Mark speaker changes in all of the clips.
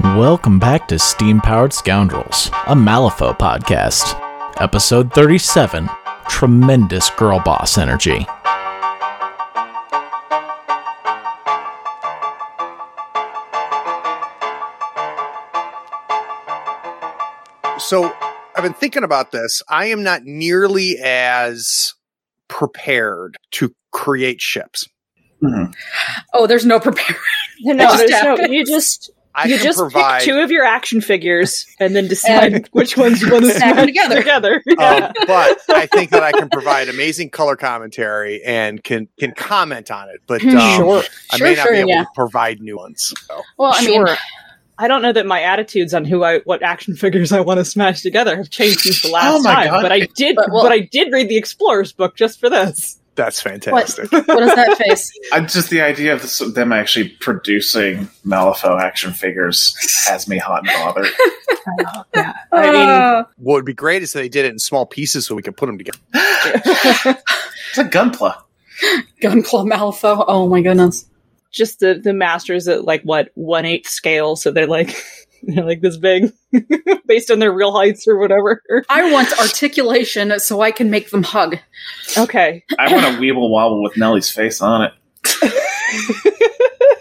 Speaker 1: Welcome back to Steam Powered Scoundrels, a Malifaux podcast. Episode 37 Tremendous Girl Boss Energy.
Speaker 2: So I've been thinking about this. I am not nearly as prepared to create ships.
Speaker 3: Oh, there's no prepare.
Speaker 4: No,
Speaker 3: It just
Speaker 4: there's no.
Speaker 3: happens.
Speaker 4: You just
Speaker 2: I
Speaker 4: you
Speaker 2: can
Speaker 4: just
Speaker 2: provide.
Speaker 4: pick two of your action figures and then decide which ones you want to
Speaker 3: Stack
Speaker 4: smash
Speaker 3: 'em together.
Speaker 4: together.
Speaker 2: um, but I think that I can provide amazing color commentary and can can comment on it. But
Speaker 3: Hmm.
Speaker 2: um,
Speaker 3: Sure.
Speaker 2: I
Speaker 3: Sure,
Speaker 2: may not
Speaker 3: sure,
Speaker 2: be able
Speaker 3: yeah.
Speaker 2: to provide new ones. So.
Speaker 3: Well, I mean,
Speaker 4: Sure. I don't know that my attitudes on who I what action figures I want to smash together have changed since the last
Speaker 2: Oh
Speaker 5: my
Speaker 4: time,
Speaker 5: God.
Speaker 4: but I did
Speaker 3: But,
Speaker 4: but,
Speaker 3: well-
Speaker 4: I did read the Explorer's book just for this.
Speaker 2: That's fantastic.
Speaker 3: what is that face?
Speaker 5: I just the idea of this, them actually producing Malifaux action figures has me hot and bothered.
Speaker 4: I mean-
Speaker 3: Uh,
Speaker 2: What would be great is if they did it in small pieces so we could put them together.
Speaker 5: It's a gunpla.
Speaker 3: Gunpla Malifaux. Oh my goodness.
Speaker 4: Just the the masters at like what one eighth scale, so they're like they're like this big based on their real heights or whatever.
Speaker 3: I want articulation so I can make them hug.
Speaker 4: Okay.
Speaker 5: I want a Weeble Wobble with Nellie's face on it.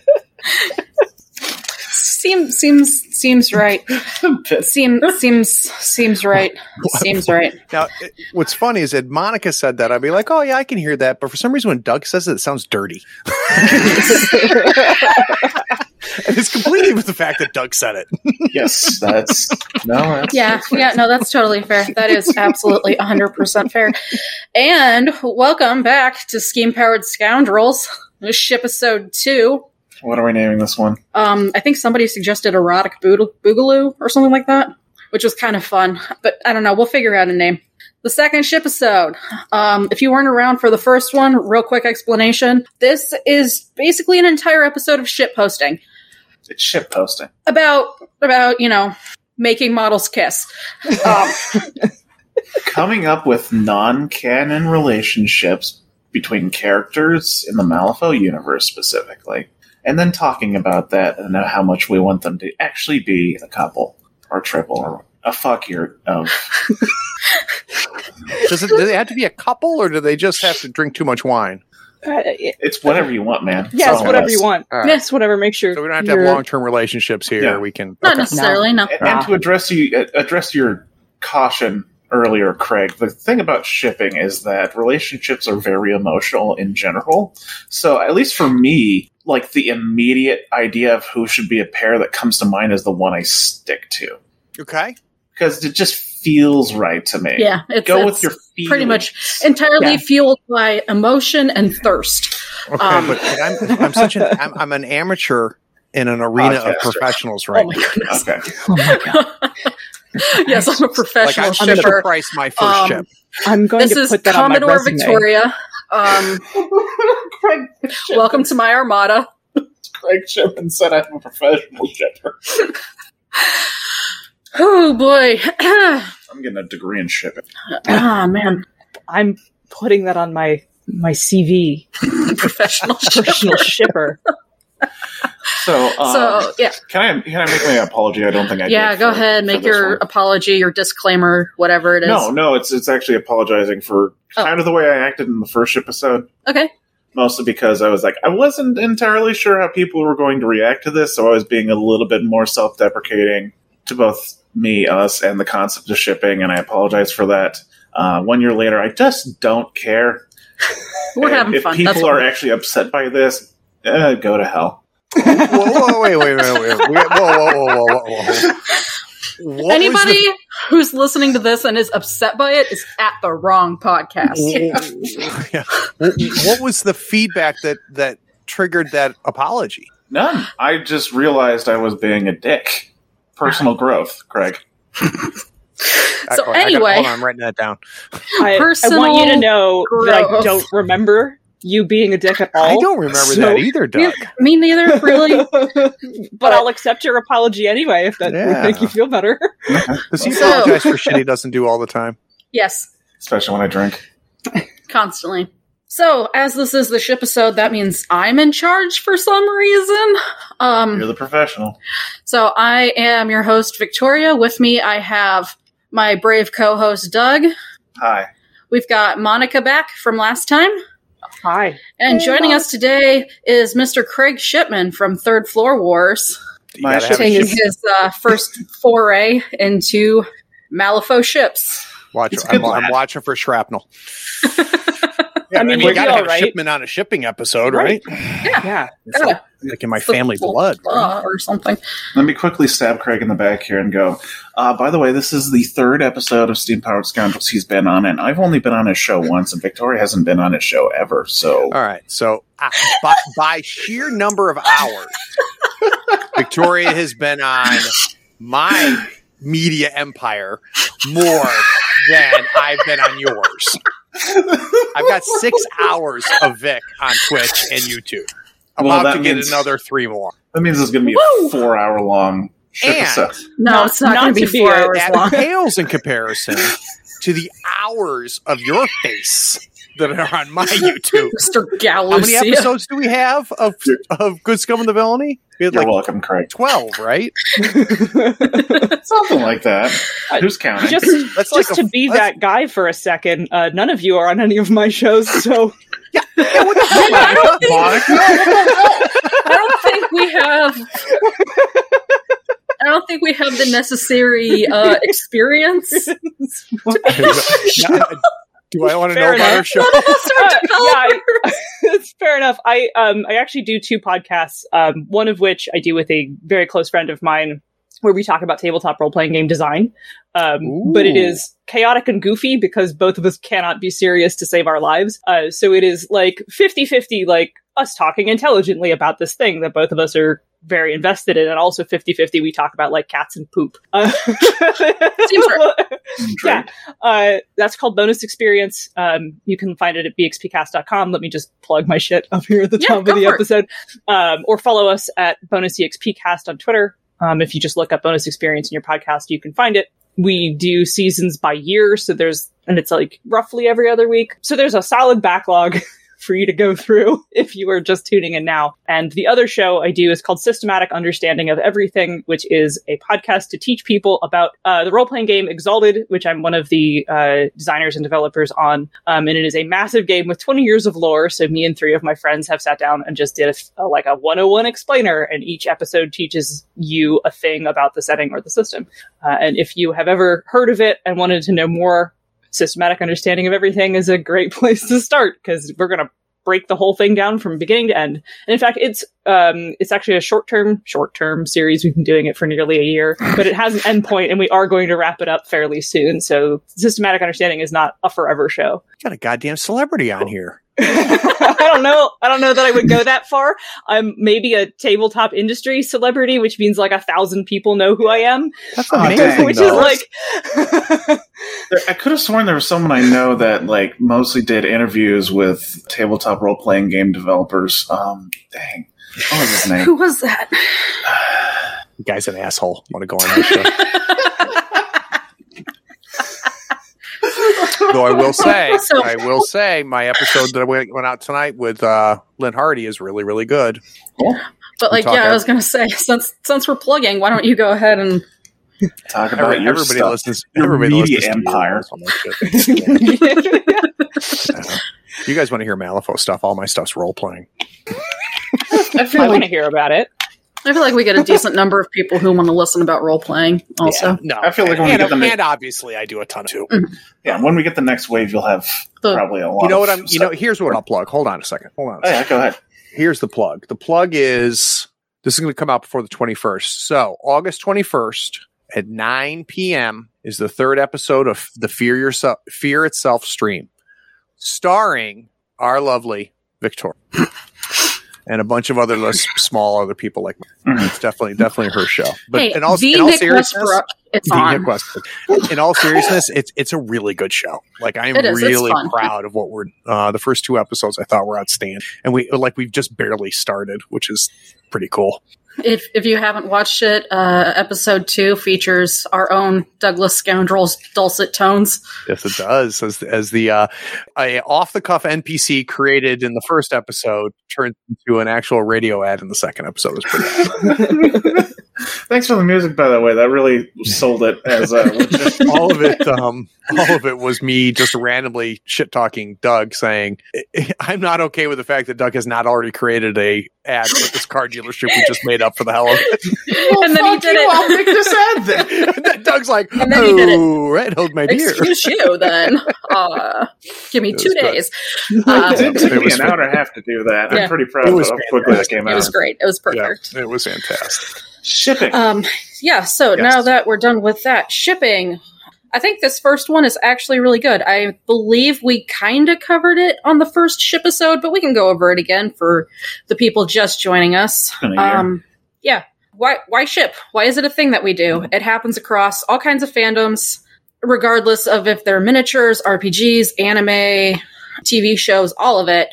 Speaker 3: Seems seems seems right.
Speaker 5: I'm pissed.
Speaker 3: Seem seems seems right. Seems right.
Speaker 2: Now, it- what's funny is that Monica said that. I'd be like, oh, yeah, I can hear that. But for some reason, when Doug says it, it sounds dirty. and it's completely with the fact that Doug said it.
Speaker 5: Yes, that's no. That's,
Speaker 3: Yeah, yeah, no, that's totally fair. That is absolutely 100% fair. And welcome back to Scheme Powered Scoundrels, Shipisode 2.
Speaker 5: What are we naming this one?
Speaker 3: Um, I think somebody suggested erotic boodle- boogaloo or something like that, which was kind of fun. But I don't know. We'll figure out a name. The second ship episode. Um, if you weren't around for the first one, real quick explanation. This is basically an entire episode of ship posting
Speaker 5: It's ship posting.
Speaker 3: about about you know making models kiss. Um,
Speaker 5: Coming up with non-canon relationships between characters in the Malifaux universe specifically, and then talking about that and how much we want them to actually be a couple or triple or a fuck year of
Speaker 2: Does it, do they have to be a couple or do they just have to drink too much wine?
Speaker 4: Uh,
Speaker 5: It's whatever you want, man.
Speaker 4: yeah, it's
Speaker 5: all
Speaker 4: whatever
Speaker 5: us.
Speaker 4: you want.
Speaker 2: All right.
Speaker 4: Yes, whatever makes your
Speaker 2: So we don't have to have
Speaker 4: your-
Speaker 2: long term relationships here.
Speaker 5: Yeah.
Speaker 2: We can.
Speaker 3: not
Speaker 2: okay.
Speaker 3: necessarily, no.
Speaker 5: And, and to address you, uh, address your caution earlier, Craig. The thing about shipping is that relationships are very emotional in general. So at least for me, like the immediate idea of who should be a pair that comes to mind is the one I stick to
Speaker 2: Okay.
Speaker 5: because it just feels right to me.
Speaker 3: Yeah, it's,
Speaker 5: Go
Speaker 3: it's
Speaker 5: with your feelings.
Speaker 3: pretty much entirely
Speaker 4: Yeah.
Speaker 3: fueled by emotion and thirst.
Speaker 2: Okay.
Speaker 3: Um,
Speaker 2: but, but I'm, I'm such an I'm, I'm an amateur in an arena of
Speaker 5: Podcaster.
Speaker 2: professionals right
Speaker 3: Oh my
Speaker 2: now.
Speaker 3: goodness.
Speaker 5: Okay.
Speaker 4: Oh my god.
Speaker 3: yes, I'm a
Speaker 2: Like
Speaker 3: professional
Speaker 2: I've
Speaker 3: shipper.
Speaker 2: shipper priced my first
Speaker 3: Um,
Speaker 2: ship.
Speaker 4: I'm going
Speaker 3: this
Speaker 4: to
Speaker 3: is
Speaker 4: put that on my
Speaker 3: Commodore
Speaker 4: resume.
Speaker 3: Victoria. Um, welcome to my armada.
Speaker 5: Craig Shippen said I'm a professional shipper.
Speaker 3: Oh boy. ah
Speaker 5: I'm getting a degree in shipping.
Speaker 3: man,
Speaker 4: I'm putting that on my my CV,
Speaker 3: professional.
Speaker 4: personal shipper.
Speaker 5: So, um,
Speaker 3: so yeah,
Speaker 5: Can I can I make my apology? I don't think I
Speaker 3: yeah.
Speaker 5: did
Speaker 3: Go
Speaker 5: for-
Speaker 3: ahead,
Speaker 5: for
Speaker 3: make
Speaker 5: this
Speaker 3: your
Speaker 5: one.
Speaker 3: apology, your disclaimer, whatever it is.
Speaker 5: no no. It's it's actually apologizing for
Speaker 3: Oh.
Speaker 5: kind of the way I acted in the first episode,
Speaker 3: Okay.
Speaker 5: mostly because I was like I wasn't entirely sure how people were going to react to this, so I was being a little bit more self deprecating to both me, us, and the concept of shipping, and I apologize for that. Uh, one year later, I just don't care.
Speaker 3: We're
Speaker 5: And
Speaker 3: having
Speaker 5: if
Speaker 3: fun.
Speaker 5: people
Speaker 3: That's what-
Speaker 5: are actually upset by this, uh, go to hell.
Speaker 2: whoa, whoa, wait, wait, wait, wait, wait. Whoa, whoa, whoa, whoa, whoa, whoa. What was
Speaker 3: Anybody who's listening to this and is upset by it is at the wrong podcast.
Speaker 2: the- Yeah. What- What was the feedback that that triggered that apology?
Speaker 5: None. I just realized I was being a dick. Personal growth, Craig.
Speaker 3: So
Speaker 2: hold on, oh, gotta-
Speaker 3: anyway-
Speaker 2: hold on, I'm writing that down.
Speaker 4: I, I
Speaker 3: Personal
Speaker 4: want you to know that I
Speaker 3: growth.
Speaker 4: don't remember you being a dick at all.
Speaker 2: I don't remember
Speaker 4: Oh, so-
Speaker 2: that either, Doug.
Speaker 3: Me neither, really.
Speaker 4: but, I'll accept your apology anyway if that
Speaker 2: Yeah.
Speaker 4: would make you feel better.
Speaker 2: Does he
Speaker 3: So-
Speaker 2: apologize for shit he doesn't do all the time?
Speaker 3: yes,
Speaker 5: especially when I drink.
Speaker 3: constantly. So, as this is the ship episode, that means I'm in charge for some reason. Um,
Speaker 5: You're the professional.
Speaker 3: so I am your host, Victoria. With me, I have my brave co-host, Doug.
Speaker 5: Hi.
Speaker 3: We've got Monica back from last time,
Speaker 4: Hi.
Speaker 3: and
Speaker 4: Hey,
Speaker 3: joining
Speaker 4: Mon-
Speaker 3: us today is Mr. Craig Shipman from Third Floor Wars,
Speaker 2: You
Speaker 5: My
Speaker 2: gotta have a
Speaker 3: taking
Speaker 2: ship.
Speaker 3: his uh, first foray into Malifaux ships.
Speaker 2: Watch,
Speaker 5: It's
Speaker 2: I'm,
Speaker 5: good
Speaker 2: I'm
Speaker 5: laugh.
Speaker 2: watching for shrapnel.
Speaker 4: I mean,
Speaker 2: you
Speaker 4: we're
Speaker 2: gotta
Speaker 4: all
Speaker 2: have
Speaker 4: right.
Speaker 2: a shipment on a shipping episode, right?
Speaker 4: Yeah.
Speaker 2: It's
Speaker 3: Yeah.
Speaker 2: like, like in my
Speaker 3: It's the
Speaker 2: family
Speaker 3: full-
Speaker 2: blood. right?
Speaker 3: uh, or something.
Speaker 5: Let me quickly stab Craig in the back here and go. Uh, by the way, this is the third episode of Steam Powered Scoundrels he's been on, and I've only been on his show once, and Victoria hasn't been on his show ever. So
Speaker 2: All right. So uh, by, by sheer number of hours, Victoria has been on my media empire more than I've been on yours. I've got six hours of Vic on Twitch and YouTube. I'm
Speaker 5: Well,
Speaker 2: about
Speaker 5: that
Speaker 2: to get
Speaker 5: means-
Speaker 2: another three more.
Speaker 5: that means it's going to be
Speaker 3: Woo!
Speaker 5: a four-hour-long ship
Speaker 2: And-
Speaker 5: episode.
Speaker 3: No,
Speaker 4: Not-
Speaker 3: it's not,
Speaker 4: not
Speaker 3: going to be
Speaker 4: to be
Speaker 3: four
Speaker 4: a-
Speaker 3: hours long.
Speaker 2: That pales in comparison to the hours of your face that are on my YouTube.
Speaker 3: Mr.
Speaker 2: How many
Speaker 3: Galusia.
Speaker 2: episodes do we have of of Good Scum and the Villainy? We had
Speaker 5: You're
Speaker 2: like
Speaker 5: welcome, Craig.
Speaker 2: twelve, right?
Speaker 5: Something like that.
Speaker 4: I-
Speaker 5: Who's counting?
Speaker 4: just
Speaker 2: That's
Speaker 4: just
Speaker 2: like
Speaker 4: to
Speaker 2: a-
Speaker 4: be
Speaker 2: that's-
Speaker 4: that guy for a second, uh, none of you are on any of my shows, so
Speaker 2: Yeah, what the hell?
Speaker 3: I don't think-
Speaker 5: Monica?
Speaker 3: I don't think we have. I don't think we have the necessary uh, experience. None
Speaker 2: Yeah, Do I want to know
Speaker 4: Fair
Speaker 2: about
Speaker 4: enough.
Speaker 2: her show?
Speaker 3: of us
Speaker 4: Uh,
Speaker 3: are
Speaker 4: yeah,
Speaker 3: developers.
Speaker 4: it's fair enough. I um I actually do two podcasts. Um, one of which I do with a very close friend of mine, where we talk about tabletop role playing game design. Um, but it
Speaker 2: Ooh.
Speaker 4: is chaotic and goofy because both of us cannot be serious to save our lives. Uh, so it is like 50-50, like us talking intelligently about this thing that both of us are very invested in and also 50-50 we talk about like cats and poop uh,
Speaker 3: Seems right.
Speaker 4: Yeah. uh, that's called bonus experience um, you can find it at bxpcast.com let me just plug my shit up here at the
Speaker 3: Yeah,
Speaker 4: top
Speaker 3: go
Speaker 4: of the
Speaker 3: for it.
Speaker 4: episode um, or follow us at bonus expcast on twitter um, if you just look up bonus experience in your podcast you can find it we do seasons by year so there's and it's like roughly every other week so there's a solid backlog for you to go through if you are just tuning in now. And the other show I do is called Systematic Understanding of Everything, which is a podcast to teach people about uh, the role playing game Exalted, which I'm one of the uh, designers and developers on. Um, and it is a massive game with 20 years of lore. So me and three of my friends have sat down and just did a, a, like a 101 explainer, and each episode teaches you a thing about the setting or the system. Uh, and if you have ever heard of it and wanted to know more, systematic understanding of everything is a great place to start because we're going to break the whole thing down from beginning to end. And in fact, it's um, it's actually a short term short term series. We've been doing it for nearly a year, but it has an end point, and we are going to wrap it up fairly soon. So systematic understanding is not a forever show.
Speaker 2: Got a goddamn celebrity on here.
Speaker 4: I don't know. I don't know that I would go that far. I'm maybe a tabletop industry celebrity, which means like a thousand people know who I am,
Speaker 2: That's
Speaker 5: Aw,
Speaker 2: amazing.
Speaker 5: Oh, dang,
Speaker 4: which
Speaker 5: though.
Speaker 4: is like.
Speaker 5: There- I could have sworn there was someone I know that like mostly did interviews with tabletop role playing game developers. Um, dang, what was his name?
Speaker 3: Who was that?
Speaker 2: The guy's an asshole. Want to go on his show? Though I will say,
Speaker 3: So-
Speaker 2: I will say, my episode that went, went out tonight with uh, Lynn Hardy is really, really good.
Speaker 3: But like,
Speaker 2: talk
Speaker 3: yeah, I
Speaker 2: out.
Speaker 3: was gonna say since since we're plugging, why don't you go ahead and
Speaker 5: Talk about
Speaker 2: Every,
Speaker 5: your
Speaker 2: everybody
Speaker 5: stuff.
Speaker 2: listens.
Speaker 5: Your
Speaker 2: everybody
Speaker 5: media
Speaker 2: listens to you
Speaker 5: empire.
Speaker 2: on that shit. Yeah. Uh-huh. You guys want to hear Malifaux stuff? All my stuff's role playing.
Speaker 5: I feel
Speaker 4: I want
Speaker 5: like
Speaker 4: to hear about it.
Speaker 3: I feel like we get a decent number of people who want to listen about role playing. Also,
Speaker 2: no,
Speaker 5: I feel like when we
Speaker 2: and,
Speaker 5: get them-
Speaker 2: and obviously I do a ton too.
Speaker 5: yeah, when we get the next wave, you'll have
Speaker 3: The-
Speaker 5: probably a lot.
Speaker 2: You know what
Speaker 5: of
Speaker 2: I'm? You
Speaker 5: stuff.
Speaker 2: know, here's what I'll plug. Hold on a second. Hold on. A
Speaker 5: Oh,
Speaker 2: second.
Speaker 5: yeah, go ahead.
Speaker 2: here's the plug. The plug is this is going to come out before the 21st. So, August 21st at 9 p.m. is the third episode of the Fear Yourself Fear Itself stream, starring our lovely Victoria and a bunch of other less, small other people like me. It's definitely definitely her show. But
Speaker 3: hey,
Speaker 2: in all,
Speaker 3: the
Speaker 2: in all
Speaker 3: Nick
Speaker 2: seriousness,
Speaker 3: Westbrook, it's
Speaker 2: the
Speaker 3: on.
Speaker 2: Nick Westbrook. In all seriousness, it's it's a really good show. Like I am
Speaker 3: It is. It's
Speaker 2: really
Speaker 3: fun.
Speaker 2: proud of what we're uh, the first two episodes I thought were outstanding, and we like we've just barely started, which is pretty cool.
Speaker 3: If if you haven't watched it, uh, episode two features our own Douglas Scoundrel's dulcet tones.
Speaker 2: Yes, it does. As as the uh, a off the cuff NPC created in the first episode turned into an actual radio ad in the second episode. It was pretty.
Speaker 5: Thanks for the music, by the way. That really sold it as uh, a. legit-
Speaker 2: all of it, um, all of it was me just randomly shit talking Doug, saying I'm not okay with the fact that Doug has not already created a ad for this car dealership we just made up for the hell of it.
Speaker 3: and then he
Speaker 5: Fuck
Speaker 3: did
Speaker 5: you, I'll
Speaker 3: it.
Speaker 5: make this ad then.
Speaker 2: And then Doug's like,
Speaker 3: And then he did it.
Speaker 2: "Oh, right, hold my beer."
Speaker 3: Excuse you, then. Uh, give me
Speaker 2: It
Speaker 3: two
Speaker 2: was good.
Speaker 3: days.
Speaker 5: It
Speaker 3: Um,
Speaker 5: did take
Speaker 2: It
Speaker 5: me
Speaker 2: was
Speaker 5: an hour and a half to do that.
Speaker 3: Yeah.
Speaker 5: I'm pretty
Speaker 2: It
Speaker 5: proud of
Speaker 2: was
Speaker 5: how quickly that came
Speaker 3: it
Speaker 5: out.
Speaker 3: was great. It was
Speaker 2: Yeah,
Speaker 3: perfect.
Speaker 2: it was fantastic.
Speaker 5: Shipping.
Speaker 3: Um, yeah. So
Speaker 2: Yes.
Speaker 3: now that we're done with that shipping, I think this first one is actually really good. I believe we kind of covered it on the first ship episode, but we can go over it again for the people just joining us.
Speaker 5: Been a year.
Speaker 3: Um, yeah. Why? Why ship? Why is it a thing that we do?
Speaker 4: Mm-hmm.
Speaker 3: It happens across all kinds of fandoms, regardless of if they're miniatures, RPGs, anime, TV shows, all of it.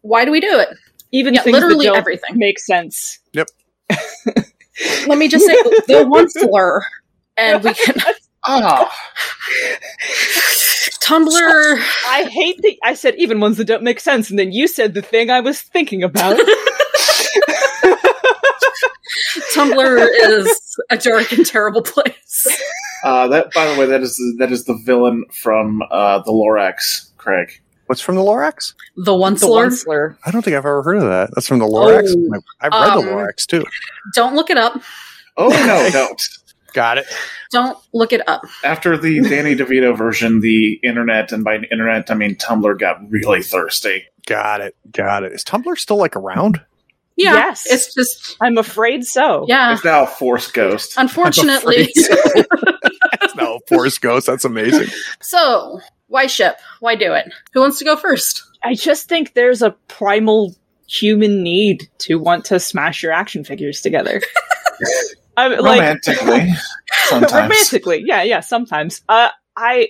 Speaker 3: Why do we do it?
Speaker 4: Even
Speaker 3: Yeah,
Speaker 4: things that
Speaker 3: literally
Speaker 4: don't
Speaker 3: everything.
Speaker 4: make sense.
Speaker 3: Let me just say, the one slur, and we can
Speaker 5: Ah,
Speaker 3: Tumblr.
Speaker 4: I hate that I said even ones that don't make sense, and then you said the thing I was thinking about.
Speaker 3: Tumblr is a dark and terrible place.
Speaker 5: uh, that. By the way, that is that is the villain from uh, the Lorax, Craig.
Speaker 2: What's from the Lorax?
Speaker 3: The one
Speaker 4: the
Speaker 3: slur.
Speaker 4: one slur.
Speaker 2: I don't think I've ever heard of that. That's from the Lorax.
Speaker 3: Oh,
Speaker 2: I've read
Speaker 3: um,
Speaker 2: the Lorax too.
Speaker 3: Don't look it up.
Speaker 5: Oh no, don't.
Speaker 2: Got it.
Speaker 3: Don't look it up.
Speaker 5: After the Danny DeVito version, the internet, and by internet I mean Tumblr, got really thirsty.
Speaker 2: Got it. Got it. Is Tumblr still like around?
Speaker 3: Yeah.
Speaker 4: Yes.
Speaker 3: It's just
Speaker 4: I'm afraid so.
Speaker 3: yeah.
Speaker 5: It's now a Force Ghost.
Speaker 3: Unfortunately.
Speaker 2: That's no Forest Ghost. That's amazing.
Speaker 3: so why ship? Why do it? Who wants to go first?
Speaker 4: I just think there's a primal human need to want to smash your action figures together. I'm like
Speaker 5: Romantically, sometimes.
Speaker 4: romantically, yeah, yeah. Sometimes, uh, I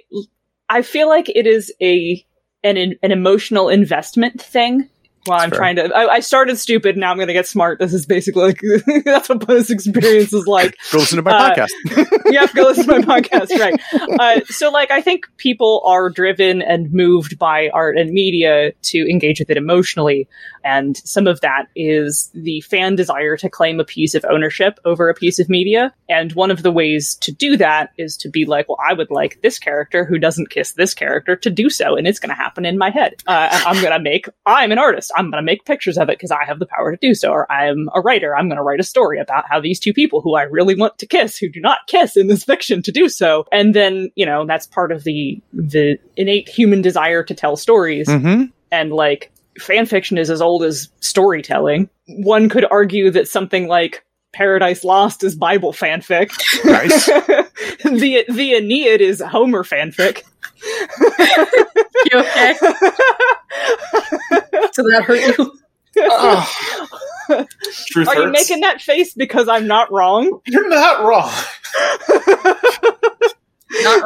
Speaker 4: I feel like it is a an an emotional investment thing. While
Speaker 2: That's
Speaker 4: I'm
Speaker 2: fair.
Speaker 4: trying to, I, I started stupid. Now I'm going to get smart. This is basically like that's what bonus experience is like.
Speaker 2: Go listen to my
Speaker 4: Uh,
Speaker 2: podcast.
Speaker 4: you have to go listen to my podcast, right? Uh, so, like, I think people are driven and moved by art and media to engage with it emotionally, and some of that is the fan desire to claim a piece of ownership over a piece of media. And one of the ways to do that is to be like, well, I would like this character who doesn't kiss this character to do so, and it's going to happen in my head. Uh, and I'm going to make. I'm an artist. I'm going to make pictures of it because I have the power to do so. Or I'm a writer. I'm going to write a story about how these two people who I really want to kiss, who do not kiss in this fiction, to do so. And then you know that's part of the the innate human desire to tell stories
Speaker 2: Mm-hmm.
Speaker 4: and like fan fiction is as old as storytelling. One could argue that something like Paradise Lost is Bible fanfic.
Speaker 2: Nice.
Speaker 4: the the Aeneid is Homer fanfic.
Speaker 3: You okay? Did that hurt you? Uh-huh.
Speaker 5: Truth
Speaker 4: Are you
Speaker 5: hurts.
Speaker 4: making that face because I'm not wrong?
Speaker 5: You're not wrong.
Speaker 3: Not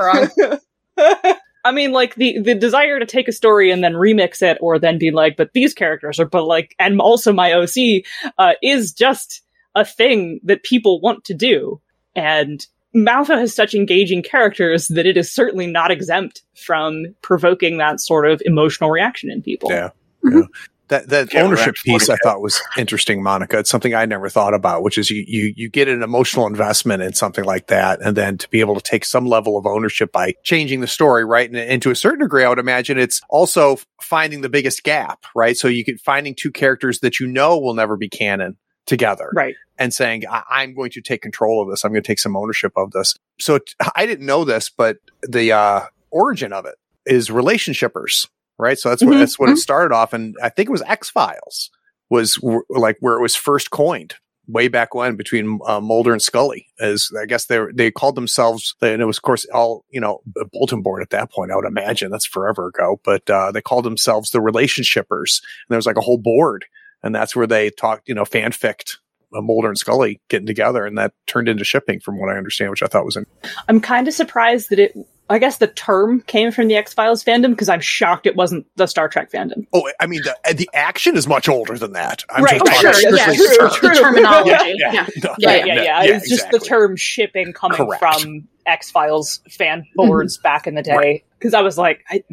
Speaker 3: wrong.
Speaker 4: I mean, like the the desire to take a story and then remix it, or then be like, but these characters are, but like, and also my OC uh, is just a thing that people want to do. And Malfa has such engaging characters that it is certainly not exempt from provoking that sort of emotional reaction in people.
Speaker 2: Yeah. yeah. That that
Speaker 5: Yeah,
Speaker 2: ownership
Speaker 5: we're
Speaker 2: piece I
Speaker 5: actually-
Speaker 2: thought was interesting, Monica. It's something I never thought about, which is you you you get an emotional investment in something like that, and then to be able to take some level of ownership by changing the story, right? And, and to a certain degree, I would imagine it's also finding the biggest gap, right? So you could finding two characters that you know will never be canon together,
Speaker 4: Right.
Speaker 2: and saying, I- I'm going to take control of this. I'm going to take some ownership of this. So t- I didn't know this, but the uh, origin of it is relationshipers, right? So that's what,
Speaker 4: Mhm.
Speaker 2: that's what it started off. And I think it was X Files was w- like where it was first coined way back when between uh, Mulder and Scully as I guess they were- they called themselves and it was of course all you know a bulletin board at that point I would imagine that's forever ago but uh, they called themselves the relationshipers and there was like a whole board and that's where they talked you know fanficked uh, Mulder and Scully getting together and that turned into shipping from what I understand which I thought was in
Speaker 4: I'm kind of surprised that it I guess the term came from the X Files fandom because I'm shocked it wasn't the Star Trek fandom.
Speaker 2: Oh, I mean, the, the action is much older than that. I'm
Speaker 4: Right.
Speaker 2: just
Speaker 4: Oh,
Speaker 2: talking
Speaker 4: sure.
Speaker 2: strictly
Speaker 4: Yeah,
Speaker 2: the
Speaker 4: true,
Speaker 2: term.
Speaker 4: true.
Speaker 3: The terminology.
Speaker 5: Yeah,
Speaker 3: yeah.
Speaker 2: No,
Speaker 3: Yeah,
Speaker 4: yeah,
Speaker 2: yeah,
Speaker 4: yeah. it's just the
Speaker 2: exactly.
Speaker 4: term shipping coming
Speaker 2: Correct.
Speaker 4: from X Files fan boards
Speaker 3: Mm-hmm.
Speaker 4: back in the day. Because I was like, I,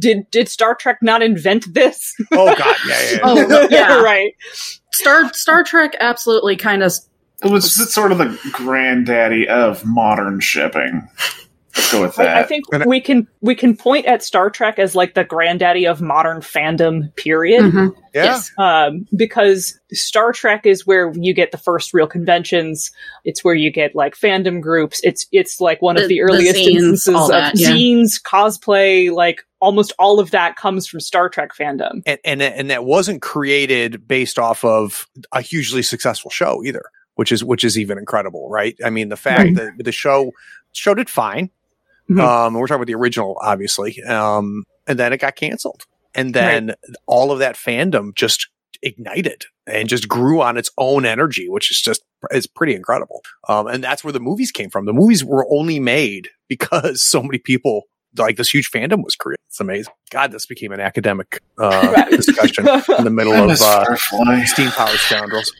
Speaker 4: did did Star Trek not invent this?
Speaker 2: Oh God, yeah, yeah. yeah.
Speaker 3: Oh, yeah.
Speaker 4: right.
Speaker 3: Star Star Trek absolutely kind of
Speaker 5: It was it's sort of the granddaddy of modern shipping. Let's go with that.
Speaker 4: I, I think
Speaker 2: And I-
Speaker 4: we can we can point at Star Trek as like the granddaddy of modern fandom. Period.
Speaker 3: mhm.
Speaker 2: Yeah.
Speaker 3: yes.
Speaker 4: um, because Star Trek is where you get the first real conventions. It's where you get like fandom groups. It's it's like one
Speaker 3: The-
Speaker 4: of the
Speaker 3: the
Speaker 4: earliest
Speaker 3: zines,
Speaker 4: instances
Speaker 3: all
Speaker 4: of
Speaker 3: that, yeah.
Speaker 4: zines, cosplay. Like almost all of that comes from Star Trek fandom.
Speaker 2: and and and that wasn't created based off of a hugely successful show either, which is which is even incredible, right? I mean, the fact
Speaker 4: Right.
Speaker 2: that the show show did fine.
Speaker 4: Mhm.
Speaker 2: Um, we're talking about the original, obviously, um, and then it got canceled, and then all of that fandom just ignited and just grew on its own energy, which is just it's pretty incredible. Um, and that's where the movies came from. The movies were only made because so many people like this huge fandom was created. It's amazing. God, this became an academic uh,
Speaker 4: Right.
Speaker 2: discussion in the middle
Speaker 5: I
Speaker 2: of
Speaker 5: miss
Speaker 2: uh,
Speaker 5: Firefly,
Speaker 2: steam powered scoundrels.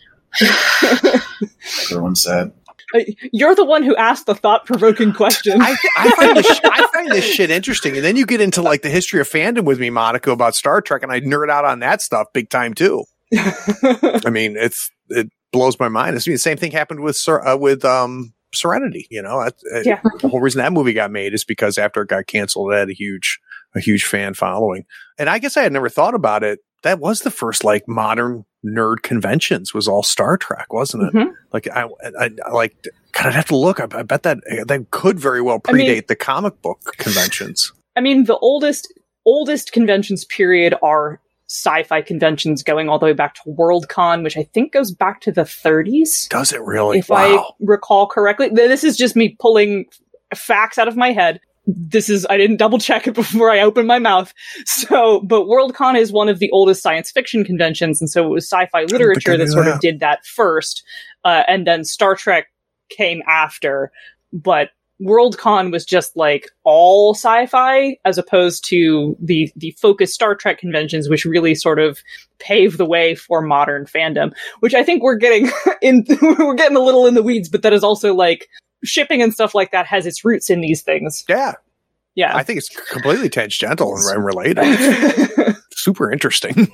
Speaker 5: everyone said.
Speaker 4: You're the one who asked the thought provoking question.
Speaker 2: I, I find this sh- I find this shit interesting, and then you get into like the history of fandom with me, Monica, about Star Trek, and I nerd out on that stuff big time too. I mean, it's it blows my mind. It's I mean, the same thing happened with Ser- uh, with um Serenity. You know, That's- uh,
Speaker 4: Yeah.
Speaker 2: the whole reason that movie got made is because after it got canceled, it had a huge a huge fan following. And I guess I had never thought about it. That was the first like modern nerd conventions was all Star Trek, wasn't it?
Speaker 4: Mhm.
Speaker 2: Like I, I, I like God, I'd have to look. I, I bet that eh, that could very well predate
Speaker 4: I mean-
Speaker 2: the comic book conventions.
Speaker 4: I mean, the oldest oldest conventions period are sci-fi conventions going all the way back to Worldcon, which I think goes back to the 30s.
Speaker 2: Does it really?
Speaker 4: if
Speaker 2: wow.
Speaker 4: I recall correctly. Th- This is just me pulling facts out of my head. This is, I didn't double check it before I opened my mouth. So, but Worldcon is one of the oldest science fiction conventions. And so it was sci fi
Speaker 2: I
Speaker 4: literature that
Speaker 2: knew
Speaker 4: sort
Speaker 2: that.
Speaker 4: of did that first. Uh, and then Star Trek came after. But Worldcon was just like all sci fi as opposed to the, the focused Star Trek conventions, which really sort of pave the way for modern fandom, which I think we're getting in we're getting a little in the weeds, but that is also like shipping and stuff like that has its roots in these things.
Speaker 2: yeah,
Speaker 4: Yeah.
Speaker 2: I think it's completely tangential and and related.
Speaker 4: I,
Speaker 2: Super interesting.